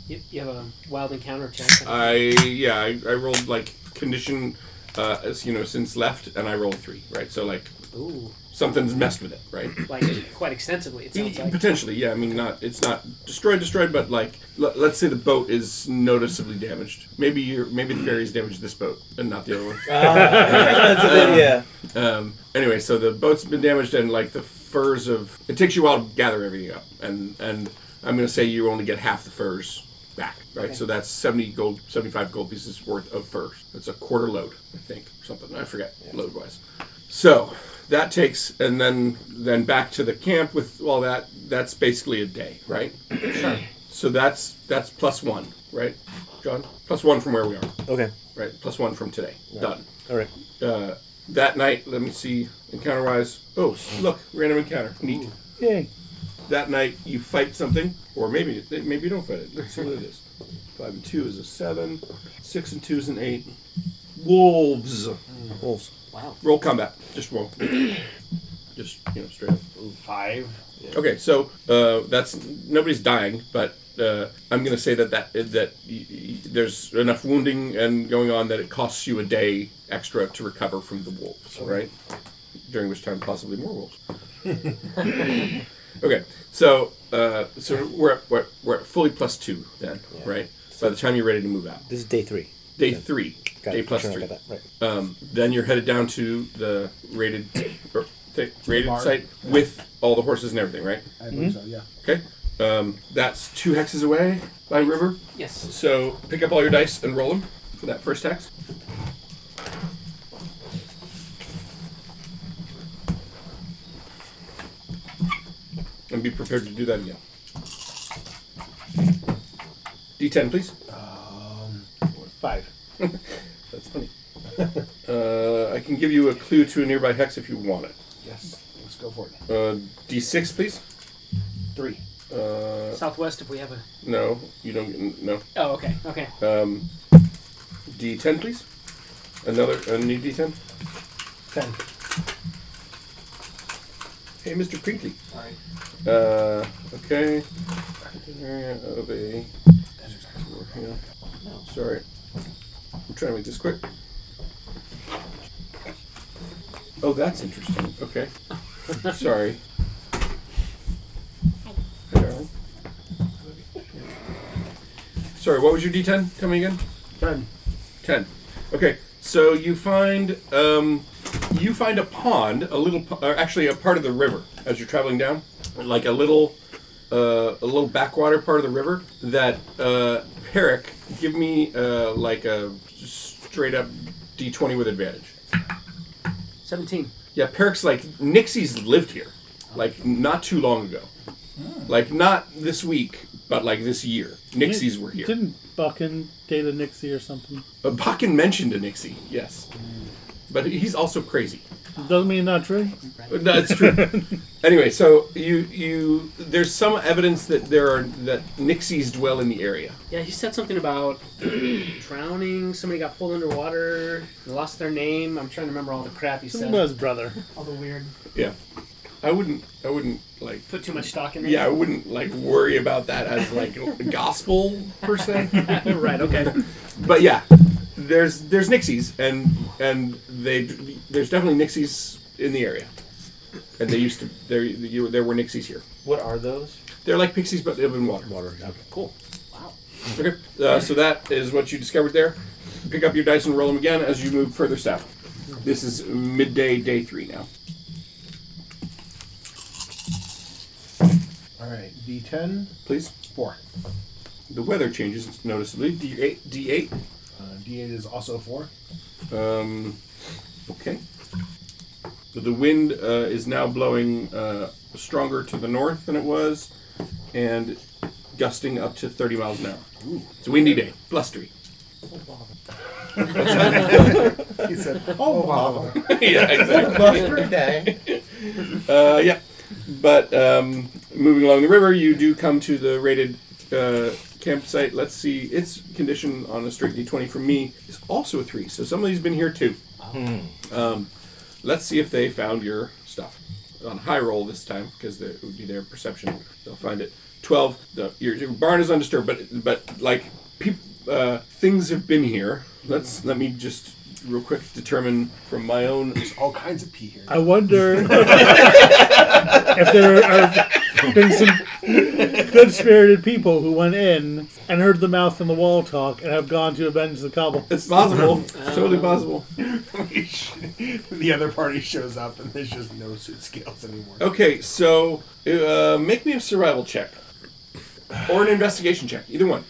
You, you have a wild encounter check.
I yeah, I, I rolled like condition, uh, as you know, since left, and I rolled three. Right, so like
Ooh,
something's messed with it. Right.
like quite extensively. It sounds like.
Potentially, yeah. I mean, not it's not destroyed, destroyed, but like l- let's say the boat is noticeably damaged. Maybe you're, maybe the ferry's damaged this boat and not the other one.
That's a bit- yeah.
Um, anyway, so the boat's been damaged and like the furs of it takes you a while to gather everything up, and and I'm gonna say you only get half the furs back, right? So that's 70 gold, 75 gold pieces worth of furs. That's a quarter load, I think, or something. I forget load wise. So that takes and then then back to the camp with all that. That's basically a day, right? So that's that's plus one, right, John? Plus one from where we are,
Okay.
right? Plus one from today. Done
All right.
uh, that night, let me see, encounter wise. Oh, look, random encounter. Neat.
Yay.
That night, you fight something, or maybe maybe you don't fight it. Let's see what it is. Five and two is a seven. Six and two is an eight. Wolves. Wolves.
Wow.
Roll combat. Just roll. Just you know, straight up.
Five.
Okay, so uh, that's nobody's dying, but uh, I'm going to say that that that y- y- there's enough wounding and going on that it costs you a day extra to recover from the wolves, right? During which time, possibly more wolves. okay, so uh, so we're at, we're, at, we're at fully plus two then, right? By the time you're ready to move out,
This is day three.
day three,
Got
day
it.
plus
Sure, I
three.
got that. Right.
Um, then you're headed down to the rated or th- rated site with all the horses and everything, right?
I believe so, yeah.
Okay. Um, that's two hexes away by river.
Yes.
So pick up all your dice and roll them for that first hex. And be prepared to do that again. D10, please.
Um, Five.
That's funny. uh, I can give you a clue to a nearby hex if you want it.
Yes. Let's go for it.
Uh, D6, please.
Three.
Uh,
Southwest, if we have a.
no, you don't. get- No.
Oh, okay. Okay.
Um, D10, please. Another uh, a new D10.
Ten.
Hey, Mr. Crinkly.
All right.
Uh, okay. Area of a. Yeah. Sorry. I'm trying to make this quick. Oh, that's interesting. Okay. Sorry. Hi, darling. Sorry, what was your D10? Tell me again.
Ten.
10 okay so you find um, you find a pond a little po- or actually a part of the river as you're traveling down like a little uh, a little backwater part of the river that uh, Herrick give me uh, like a straight up d20 with advantage
Seventeen.
yeah, Peric's like Nixie's lived here, like not too long ago, like not this week, but like this year. Nixie's were here.
Didn't Buckin date a Nixie or something?
But Bakken mentioned a Nixie, yes, but he's also crazy.
Doesn't mean not true.
No, it's true. anyway, so you you there's some evidence that there are that Nixies dwell in the area.
Yeah, he said something about drowning. Somebody got pulled underwater. They lost their name. I'm trying to remember all the crap he
Something
said.
about his brother.
All the weird.
Yeah, I wouldn't I wouldn't like
Put too much stock in there.
yeah I wouldn't like worry about that as like gospel per se.
right. Okay.
but yeah, there's there's Nixies and and they there's definitely Nixies in the area, and they used to there you, there were Nixies here.
What are those?
They're like pixies, but they live in water.
Water. Okay.
Cool. Wow.
Okay, uh, so that is what you discovered there. Pick up your dice and roll them again as you move further south. This is midday, day three now.
All right. D10.
Please.
Four.
The weather changes noticeably. D8, D8.
Uh, D8 is also four.
Um, okay. But the wind uh, is now blowing uh, stronger to the north than it was, and gusting up to 30 miles an hour. It's a windy day, blustery.
He "Oh, said, "Oh, Bob."
yeah, exactly.
Day.
Uh, yeah. But um, moving along the river, you do come to the rated uh, campsite. Let's see, its condition on a straight d20 from me is also a three. So somebody's been here too. Um, let's see if they found your stuff on high roll this time because it would be their perception. They'll find it. Twelve. The, your, your barn is undisturbed, but but like peop, uh, things have been here. Let's let me just real quick determine from my own
There's all kinds of pee here.
I wonder if there are been some good spirited people who went in and heard the mouth on the wall talk and have gone to avenge the cobble.
It's possible. It's totally possible.
the other party shows up and there's just no suit scales anymore.
Okay, so uh, make me a survival check or an investigation check, either one.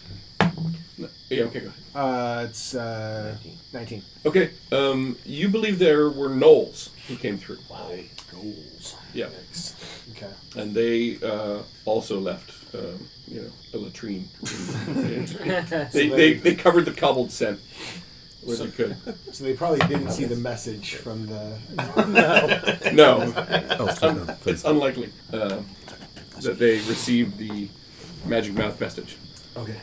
No, yeah, okay, go ahead.
Uh, it's uh, 19.
Okay, um, you believe there were gnolls who came through.
Goals.
Yeah,
Okay.
and they uh, also left, um, you know, a latrine. they, they, they covered the cobbled scent where they could.
So they probably didn't see the message from the.
No,
Oh, it's good, no, good.
it's unlikely uh, that they received the magic mouth message.
Okay.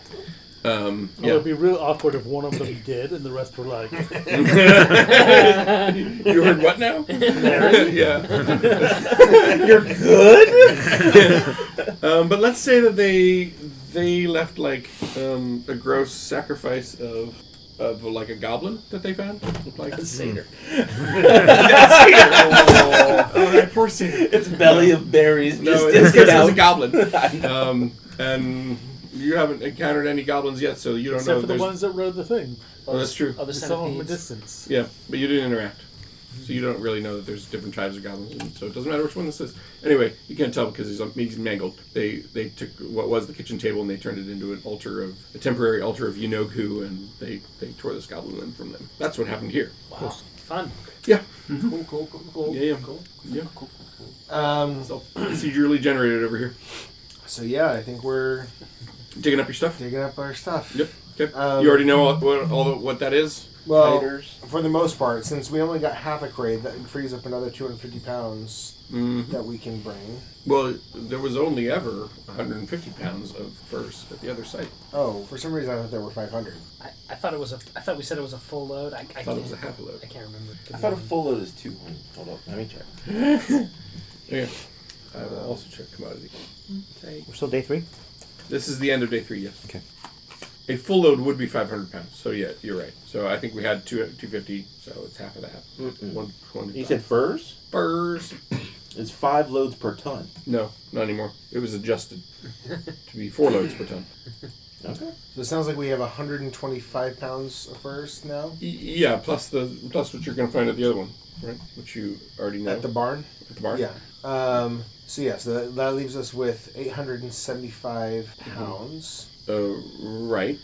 Um,
It
yeah.
would be real awkward if one of them did and the rest were like,
Oh,
You heard what now? yeah.
You're good.
Um, but let's say that they they left like um, a gross sacrifice of of like a goblin that they found. Like Hmm. a satyr. oh, oh, that poor satyr.
It's belly of berries.
No,
just
it's,
dished
it's,
out.
a goblin. Um, and you haven't encountered any goblins yet, so you don't know.
except
if
for the
there's-
ones that rode the thing.
oh, that's true.
Other
Saw them from a
centipedes.
distance.
Yeah, but you didn't interact. So you don't really know that there's different tribes of goblins, and so it doesn't matter which one this is. Anyway, you can't tell because he's, he's mangled. They they took what was the kitchen table and they turned it into an altar of a temporary altar of Yunogu, and they they tore this goblin limb from them. That's what happened here.
Wow. Fun.
Yeah,
Cool, cool, cool, cool.
Yeah, yeah.
cool.
yeah.
Um,
It's all procedurally generated over here.
so yeah, I think we're
Digging up your stuff.
digging up our stuff.
Yep. Okay.
Um,
you already know all, what all the, what that is.
Well,
Spiders.
for the most part, since we only got half a crate, that frees up another 250 pounds
Mhm.
that we can bring.
Well, there was only ever 150 pounds of furs at the other site.
Oh, for some reason I thought there were 500.
I, I thought it was a. I thought we said it was a full load. I, I,
I thought
can't,
it was a half a load.
I can't remember.
I thought a full load is two hundred. Hold up, let me check.
Yeah. I will also check commodity.
We're still day three.
This is the end of day three, yes.
Okay.
A full load would be 500 pounds, so yeah, you're right. So I think we had two, 250, so it's half of that. One, one
You said furs?
furs.
It's five loads per ton.
No, not anymore. It was adjusted to be four loads per ton.
Okay.
So it sounds like we have 125 pounds of furs now
Y- Yeah, plus the plus what you're going to find at the other one, right? Which you already know
at the barn.
at the bar.
Yeah. Um, so yeah, so that, that leaves us with 875 pounds.
Uh, right.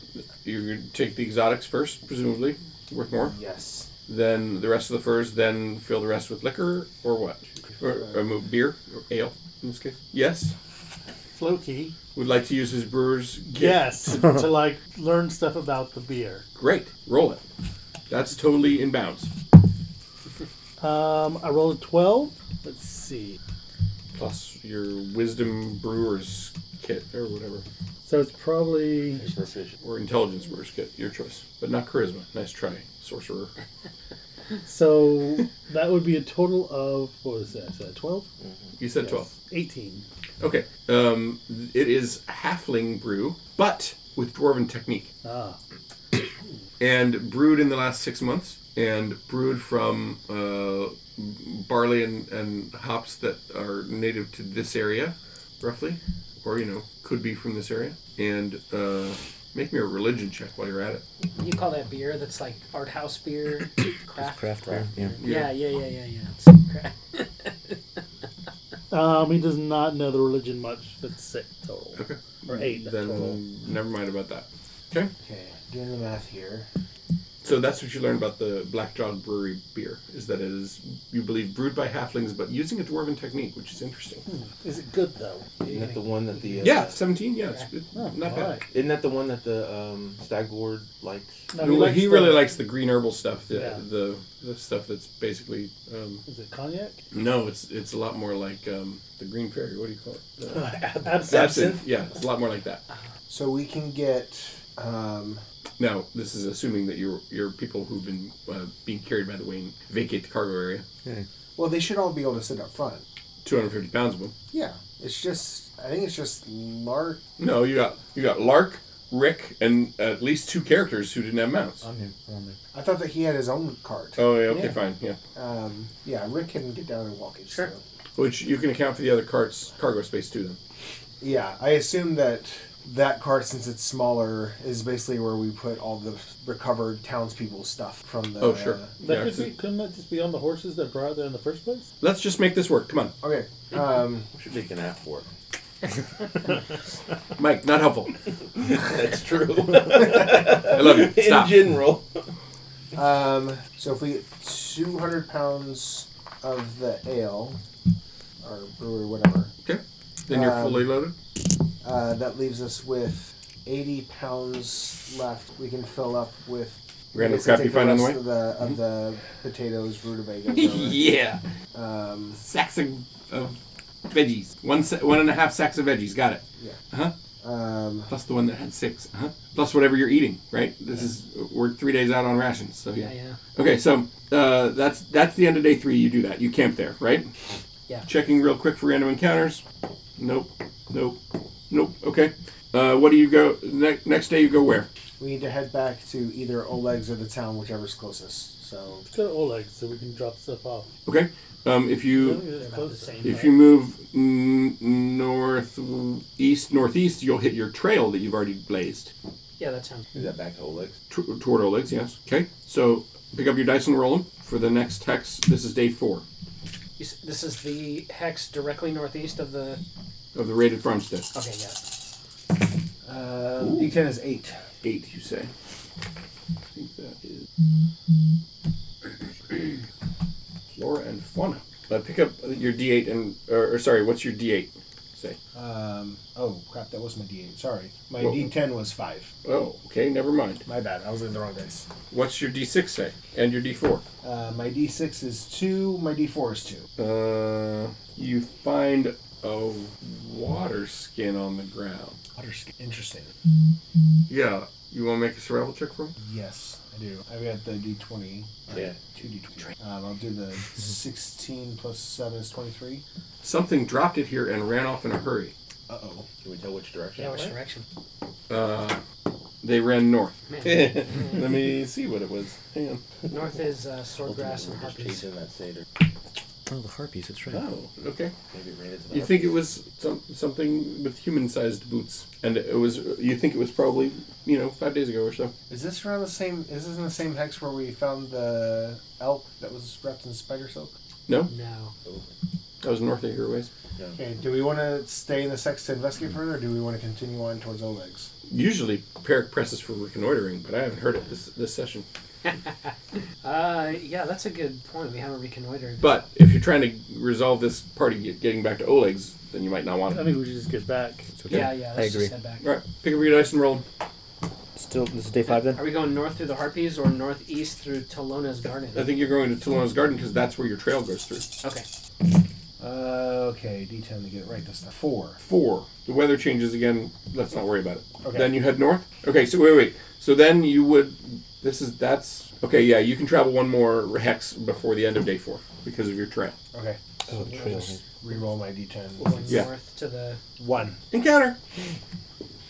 You're going to take the exotics first, presumably, worth more.
Yes.
Then the rest of the furs, then fill the rest with liquor or what? Or, or move beer or ale in this case? Yes.
Floki,
Would like to use his brewer's kit.
yes, to like learn stuff about the beer.
Great. Roll it. That's totally in bounds.
Um, I rolled a 12. Let's see.
Plus your wisdom brewer's kit or whatever.
So it's probably.
Or intelligence brewer's kit. Your choice. But not charisma. Nice try, sorcerer.
So that would be a total of, what was that? uh, 12?
You said 12.
18.
Okay. Um, it is halfling brew, but with dwarven technique.
Ah.
and brewed in the last six months and brewed from uh, barley and, and hops that are native to this area roughly or you know could be from this area and uh, make me a religion check while you're at it
You call that beer? That's like art house beer, craft.
craft beer,
beer.
yeah.
Yeah, yeah, yeah, yeah, yeah. It's craft.
Um, he does not know the religion much. That's six total.
Okay.
Or eight.
then
total.
never mind about that okay
Okay, doing the math here.
So that's what you learn about the Black Dog Brewery beer is that it is you believe brewed by halflings but using a dwarven technique, which is interesting.
Is it good though?
Isn't that the one that the uh,
Yeah, seventeen. Yeah, it's good.
Oh,
not
all
bad.
right.
Isn't that the one that the um, stag ward likes?
No,
Well,
likes
he
the-
really likes the green herbal stuff. The,
Yeah.
the the stuff that's basically um,
Is it cognac?
no, it's it's a lot more like um, the green fairy. What do you call it? Uh,
Absinthe.
Yeah, it's a lot more like that.
So we can get. Um,
Now, this is assuming that your your people who've been uh, being carried by the wind vacate the cargo area.
well, they should all be able to sit up front.
Two hundred fifty pounds of them.
Yeah, it's just. I think it's just Lark.
No, you got you got Lark, Rick, and at least two characters who didn't have mounts.
I'm here. I'm here.
I thought that he had his own cart.
Oh, yeah. Okay,
Yeah.
fine. Yeah,
Um, yeah, Rick can get down and walk it.
Sure.
so-
which you can account for the other carts cargo space too. Then
Yeah, I assume that that cart, since it's smaller, is basically where we put all the recovered townspeople stuff from the.
Oh, sure.
That
Yeah,
could
so-
be, couldn't that just be on the horses that brought it there in the first place?
let's just make this work. Come on,
okay. Um,
We should make an app for it.
Mike. Not helpful.
That's true.
I love you. Stop.
In general.
um, so if we get 200 pounds of the ale, or brewer, whatever,
Okay. Then you're
Um,
fully loaded.
uh, that leaves us with 80 pounds left we can fill up with.
Random
I guess
crap
take
you find on the
rest
way? Mm-hmm.
Of the, of the potatoes, rutabaga. whatever.
yeah,
Um,
sacks of, of veggies. One sa- one and a half sacks of veggies. Got it.
Yeah.
Uh huh.
um,
Plus the one that had six. Uh huh. Plus whatever you're eating. Right. This is we're three days out on rations. So yeah.
Yeah, yeah.
Okay. So uh, that's that's the end of day three. You do that. You camp there, right?
Yeah.
Checking real quick for random encounters. Nope. Nope. Nope. Okay. Uh, what do you go ne- next day? You go where?
we need to head back to either Oleg's or the town, whichever's closest. So
Let's go to Oleg so we can drop stuff off.
Okay. Um, if you
It's
About the
close.
same.
If you move n- northeast, northeast, you'll hit your trail that you've already blazed
Yeah, that sounds.
Do that back to Oleg's.
Tw toward Oleg's. Yes. Okay. So pick up your dice and roll them for the next hex. This is day four
You, s- this is the hex directly northeast of the.
of the rated farmstead.
Okay, yeah.
uh, D10 is eight.
Eight, you say. I think that is flora and fauna. Uh, pick up your D8 and or, or sorry, what's your D8? Say.
Um, oh crap, that was my D8. Sorry, my
Well-
D10 was five.
Oh, okay. Never mind.
My bad. I was in the wrong dice.
What's your D6 say? And your D4.
Uh, my D6 is two. My D4 is two.
Uh, you find a water skin on the ground.
Water skin. Interesting.
Yeah. You want to make a survival check for him?
Yes, I do. I've got the D20. or
Yeah.
Two D20. Um, I'll do the 16 plus seven is 23.
Something dropped it here and ran off in a hurry.
Uh oh.
Can we tell which direction?
Yeah, which direction?
Uh, they ran north.
Man,
Let me see what it was. Hang on.
north is uh,
Ultimately,
swordgrass and
we're just
harpies.
chasing that satyr.
Oh, the harpies. That's right.
Oh, okay.
Maybe it ran into the
You think it was some, something with human-sized boots, and it was. You think it was probably, you know, five days ago or so.
Is this around the same? Is this in the same hex where we found the elk that was wrapped in spider silk?
No,
No.
that was north of your ways.
Okay. Do we want to stay in this hex to investigate further, or do we want to continue on towards Oleg's?
Usually, Peric presses for reconnoitering, but I haven't heard it this this session.
Uh, yeah, that's a good point. We haven't reconnoitered.
But if you're trying to resolve this party get- getting back to Oleg's, then you might not want
I
to.
think we should just get back.
It's okay.
yeah, yeah. Let's
I
just
agree.
head back.
All right, pick up your dice and roll.
Still, this is day five then.
Are we going north through the harpies or northeast through Tolona's garden?
I think you're going to Tolona's garden because that's where your trail goes through.
Okay.
Uh, okay, D10 to get it right this time. Four.
Four. The weather changes again. Let's not worry about it.
Okay.
Then you head north. Okay. So wait, wait. So then you would. This is that's okay. Yeah, you can travel one more hex before the end of day four because of your trail
Okay.
Oh,
I'll
trail.
just reroll my D10.
Going
Yeah.
north to the.
One.
encounter.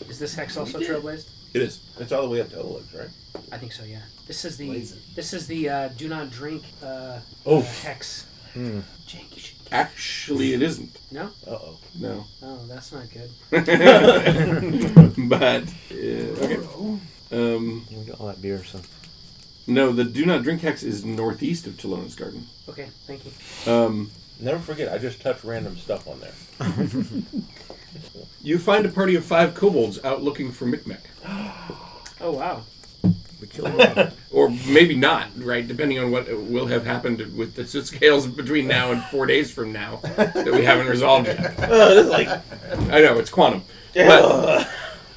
Is this hex also trailblazed?
It is.
It's all the way up to Oleg's, right?
I think so. Yeah. This is the.
Blaze it.
This is the uh, do not drink. Uh,
Oh.
uh, hex.
Hmm.
Jake, you should.
Actually, it isn't.
No.
Uh oh.
No.
Oh, that's not good.
but uh, okay. Um,
Yeah, we got all that beer, so
no, the do not drink hex is northeast of Tolona's garden.
Okay. Thank you.
Um,
Never forget, I just touched random stuff on there.
you find a party of five kobolds out looking for Micmac.
Oh wow.
we killed them.
Or or maybe not, right? Depending on what will have happened with the scales between now and four days from now that we haven't resolved yet.
Oh, this is like
I know it's quantum, but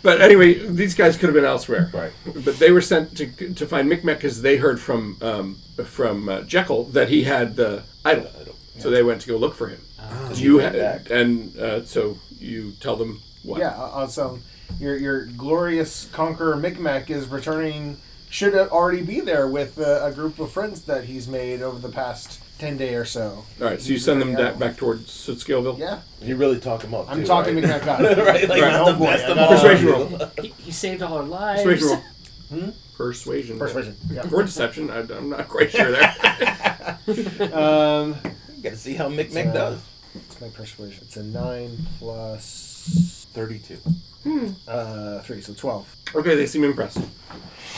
but anyway, these guys could have been elsewhere,
Right.
But they were sent to to find Micmac because they heard from um, from uh, Jekyll that he had the idol, so they went to go look for him. you ha- and uh, so you tell them what?
Yeah, uh, uh, so your your glorious conqueror Micmac is returning. Should already be there with uh, a group of friends that he's made over the past ten day or so.
All right, so you send them da- back towards Scaleville.
Yeah,
You really talk him up.
I'm
too,
talking
right?
Micmac up.
right. Like
Right.
that's
Oh,
the
boy,
best
I
of
got-
all.
Persuasion roll.
He, he saved all our lives.
Persuasion roll. Persuasion. roll.
Persuasion.
Or deception. I, I'm not quite sure there.
Um,
Got to see how Mick
Uh,
Mick does.
it's my persuasion. It's a nine plus
Thirty-two.
uh, three, so twelve.
okay, they seem impressed.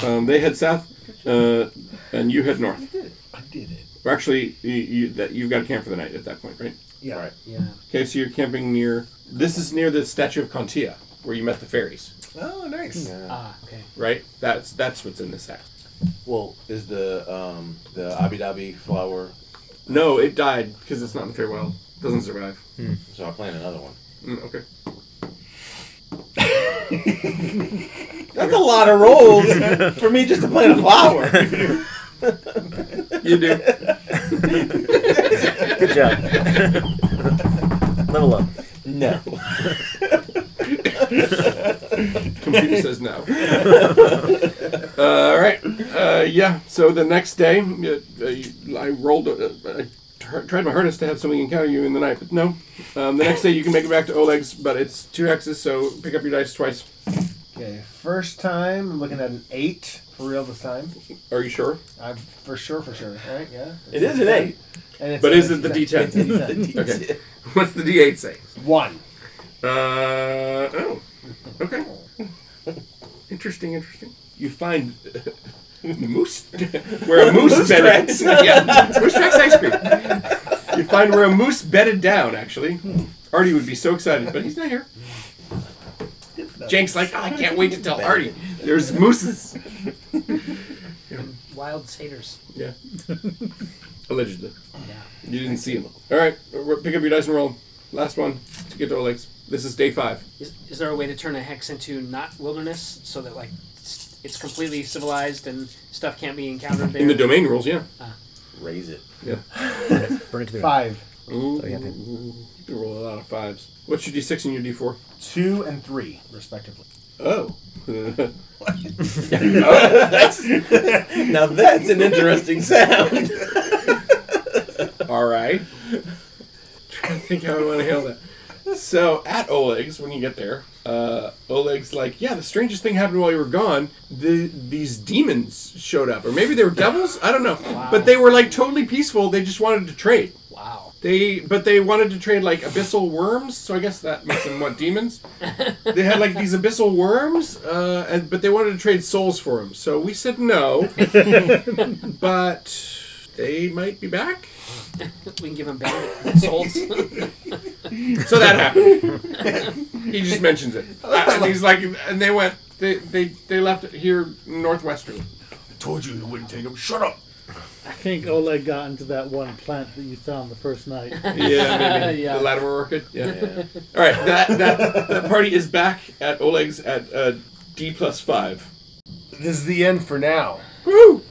Um, they head south, uh, and you head north.
I did it.
Or actually, you, you, that, you've got to camp for the night at that point, right?
Yeah.
Right.
Yeah.
Okay, so you're camping near. This is near the statue of Contia, where you met the fairies,
Oh, nice.
Ah, okay.
right? That's that's what's in this house.
Well, is the um the Abu Dhabi flower?
No, it died because it's not in the farewell. It doesn't survive.
So I plan another one.
Mm, okay.
That's a lot of rolls for me just to plant a flower.
You do.
Good job. Level up.
No.
Computer says no. uh, all right. Uh, yeah. So the next day, uh, uh, you- I rolled. Uh, I tr- tried my hardest to have something encounter you in the night, but no. Um, the next day, you can make it back to Oleg's, but it's two hexes, so pick up your dice twice.
Okay, first time I'm looking at an eight for real this time.
Are you sure?
I'm for sure, for sure. All right, yeah.
It is an eight.
And it's
But
a
is it the
D10. It's
D10?
a D10.
Okay. What's the D8 say?
One.
Uh, oh, okay. interesting, interesting. You find uh, moose where a moose, bedded. yeah, moose tracks ice cream. You find where a moose bedded down. Actually, Artie would be so excited, but he's not here. Jake's like, "Oh, I can't wait to tell Artie. There's mooses.
Wild satyrs.
Yeah, allegedly.
Yeah.
You didn't see him. All right, pick up your dice and roll. Last one to get to our legs. This is day five.
Is, is there a way to turn a hex into not wilderness so that like it's, it's completely civilized and stuff can't be encountered there?
In the domain rules, yeah.
Raise it.
Burn it to the ground.
Five.
Ooh,
yeah, okay.
you can roll a lot of fives. What's your d6 and your d4?
Two and three, respectively.
Oh. oh.
Now that's an interesting sound.
All right. trying to think how I want to handle that. So at Oleg's, when you get there, uh, Oleg's like, "Yeah, the strangest thing happened while you were gone. The these demons showed up, or maybe they were devils. I don't know. But they were like totally peaceful. They just wanted to trade.
Wow.
They but they wanted to trade like abyssal worms, so I guess that makes them what demons. They had like these abyssal worms, uh, and but they wanted to trade souls for them. So we said no, but they might be back.
We can give them bandit souls.
So that happened. he just mentions it, Uh, and he's like, and they went, they they they left it here northwestern.
Told you you wouldn't take him. Shut up.
I think Oleg got into that one plant that you found the first night.
Yeah, maybe.
Yeah.
The Latimer Orchid. Yeah. All right, that, that that party is back at Oleg's at uh, D plus five.
This is the end for now.
Woo!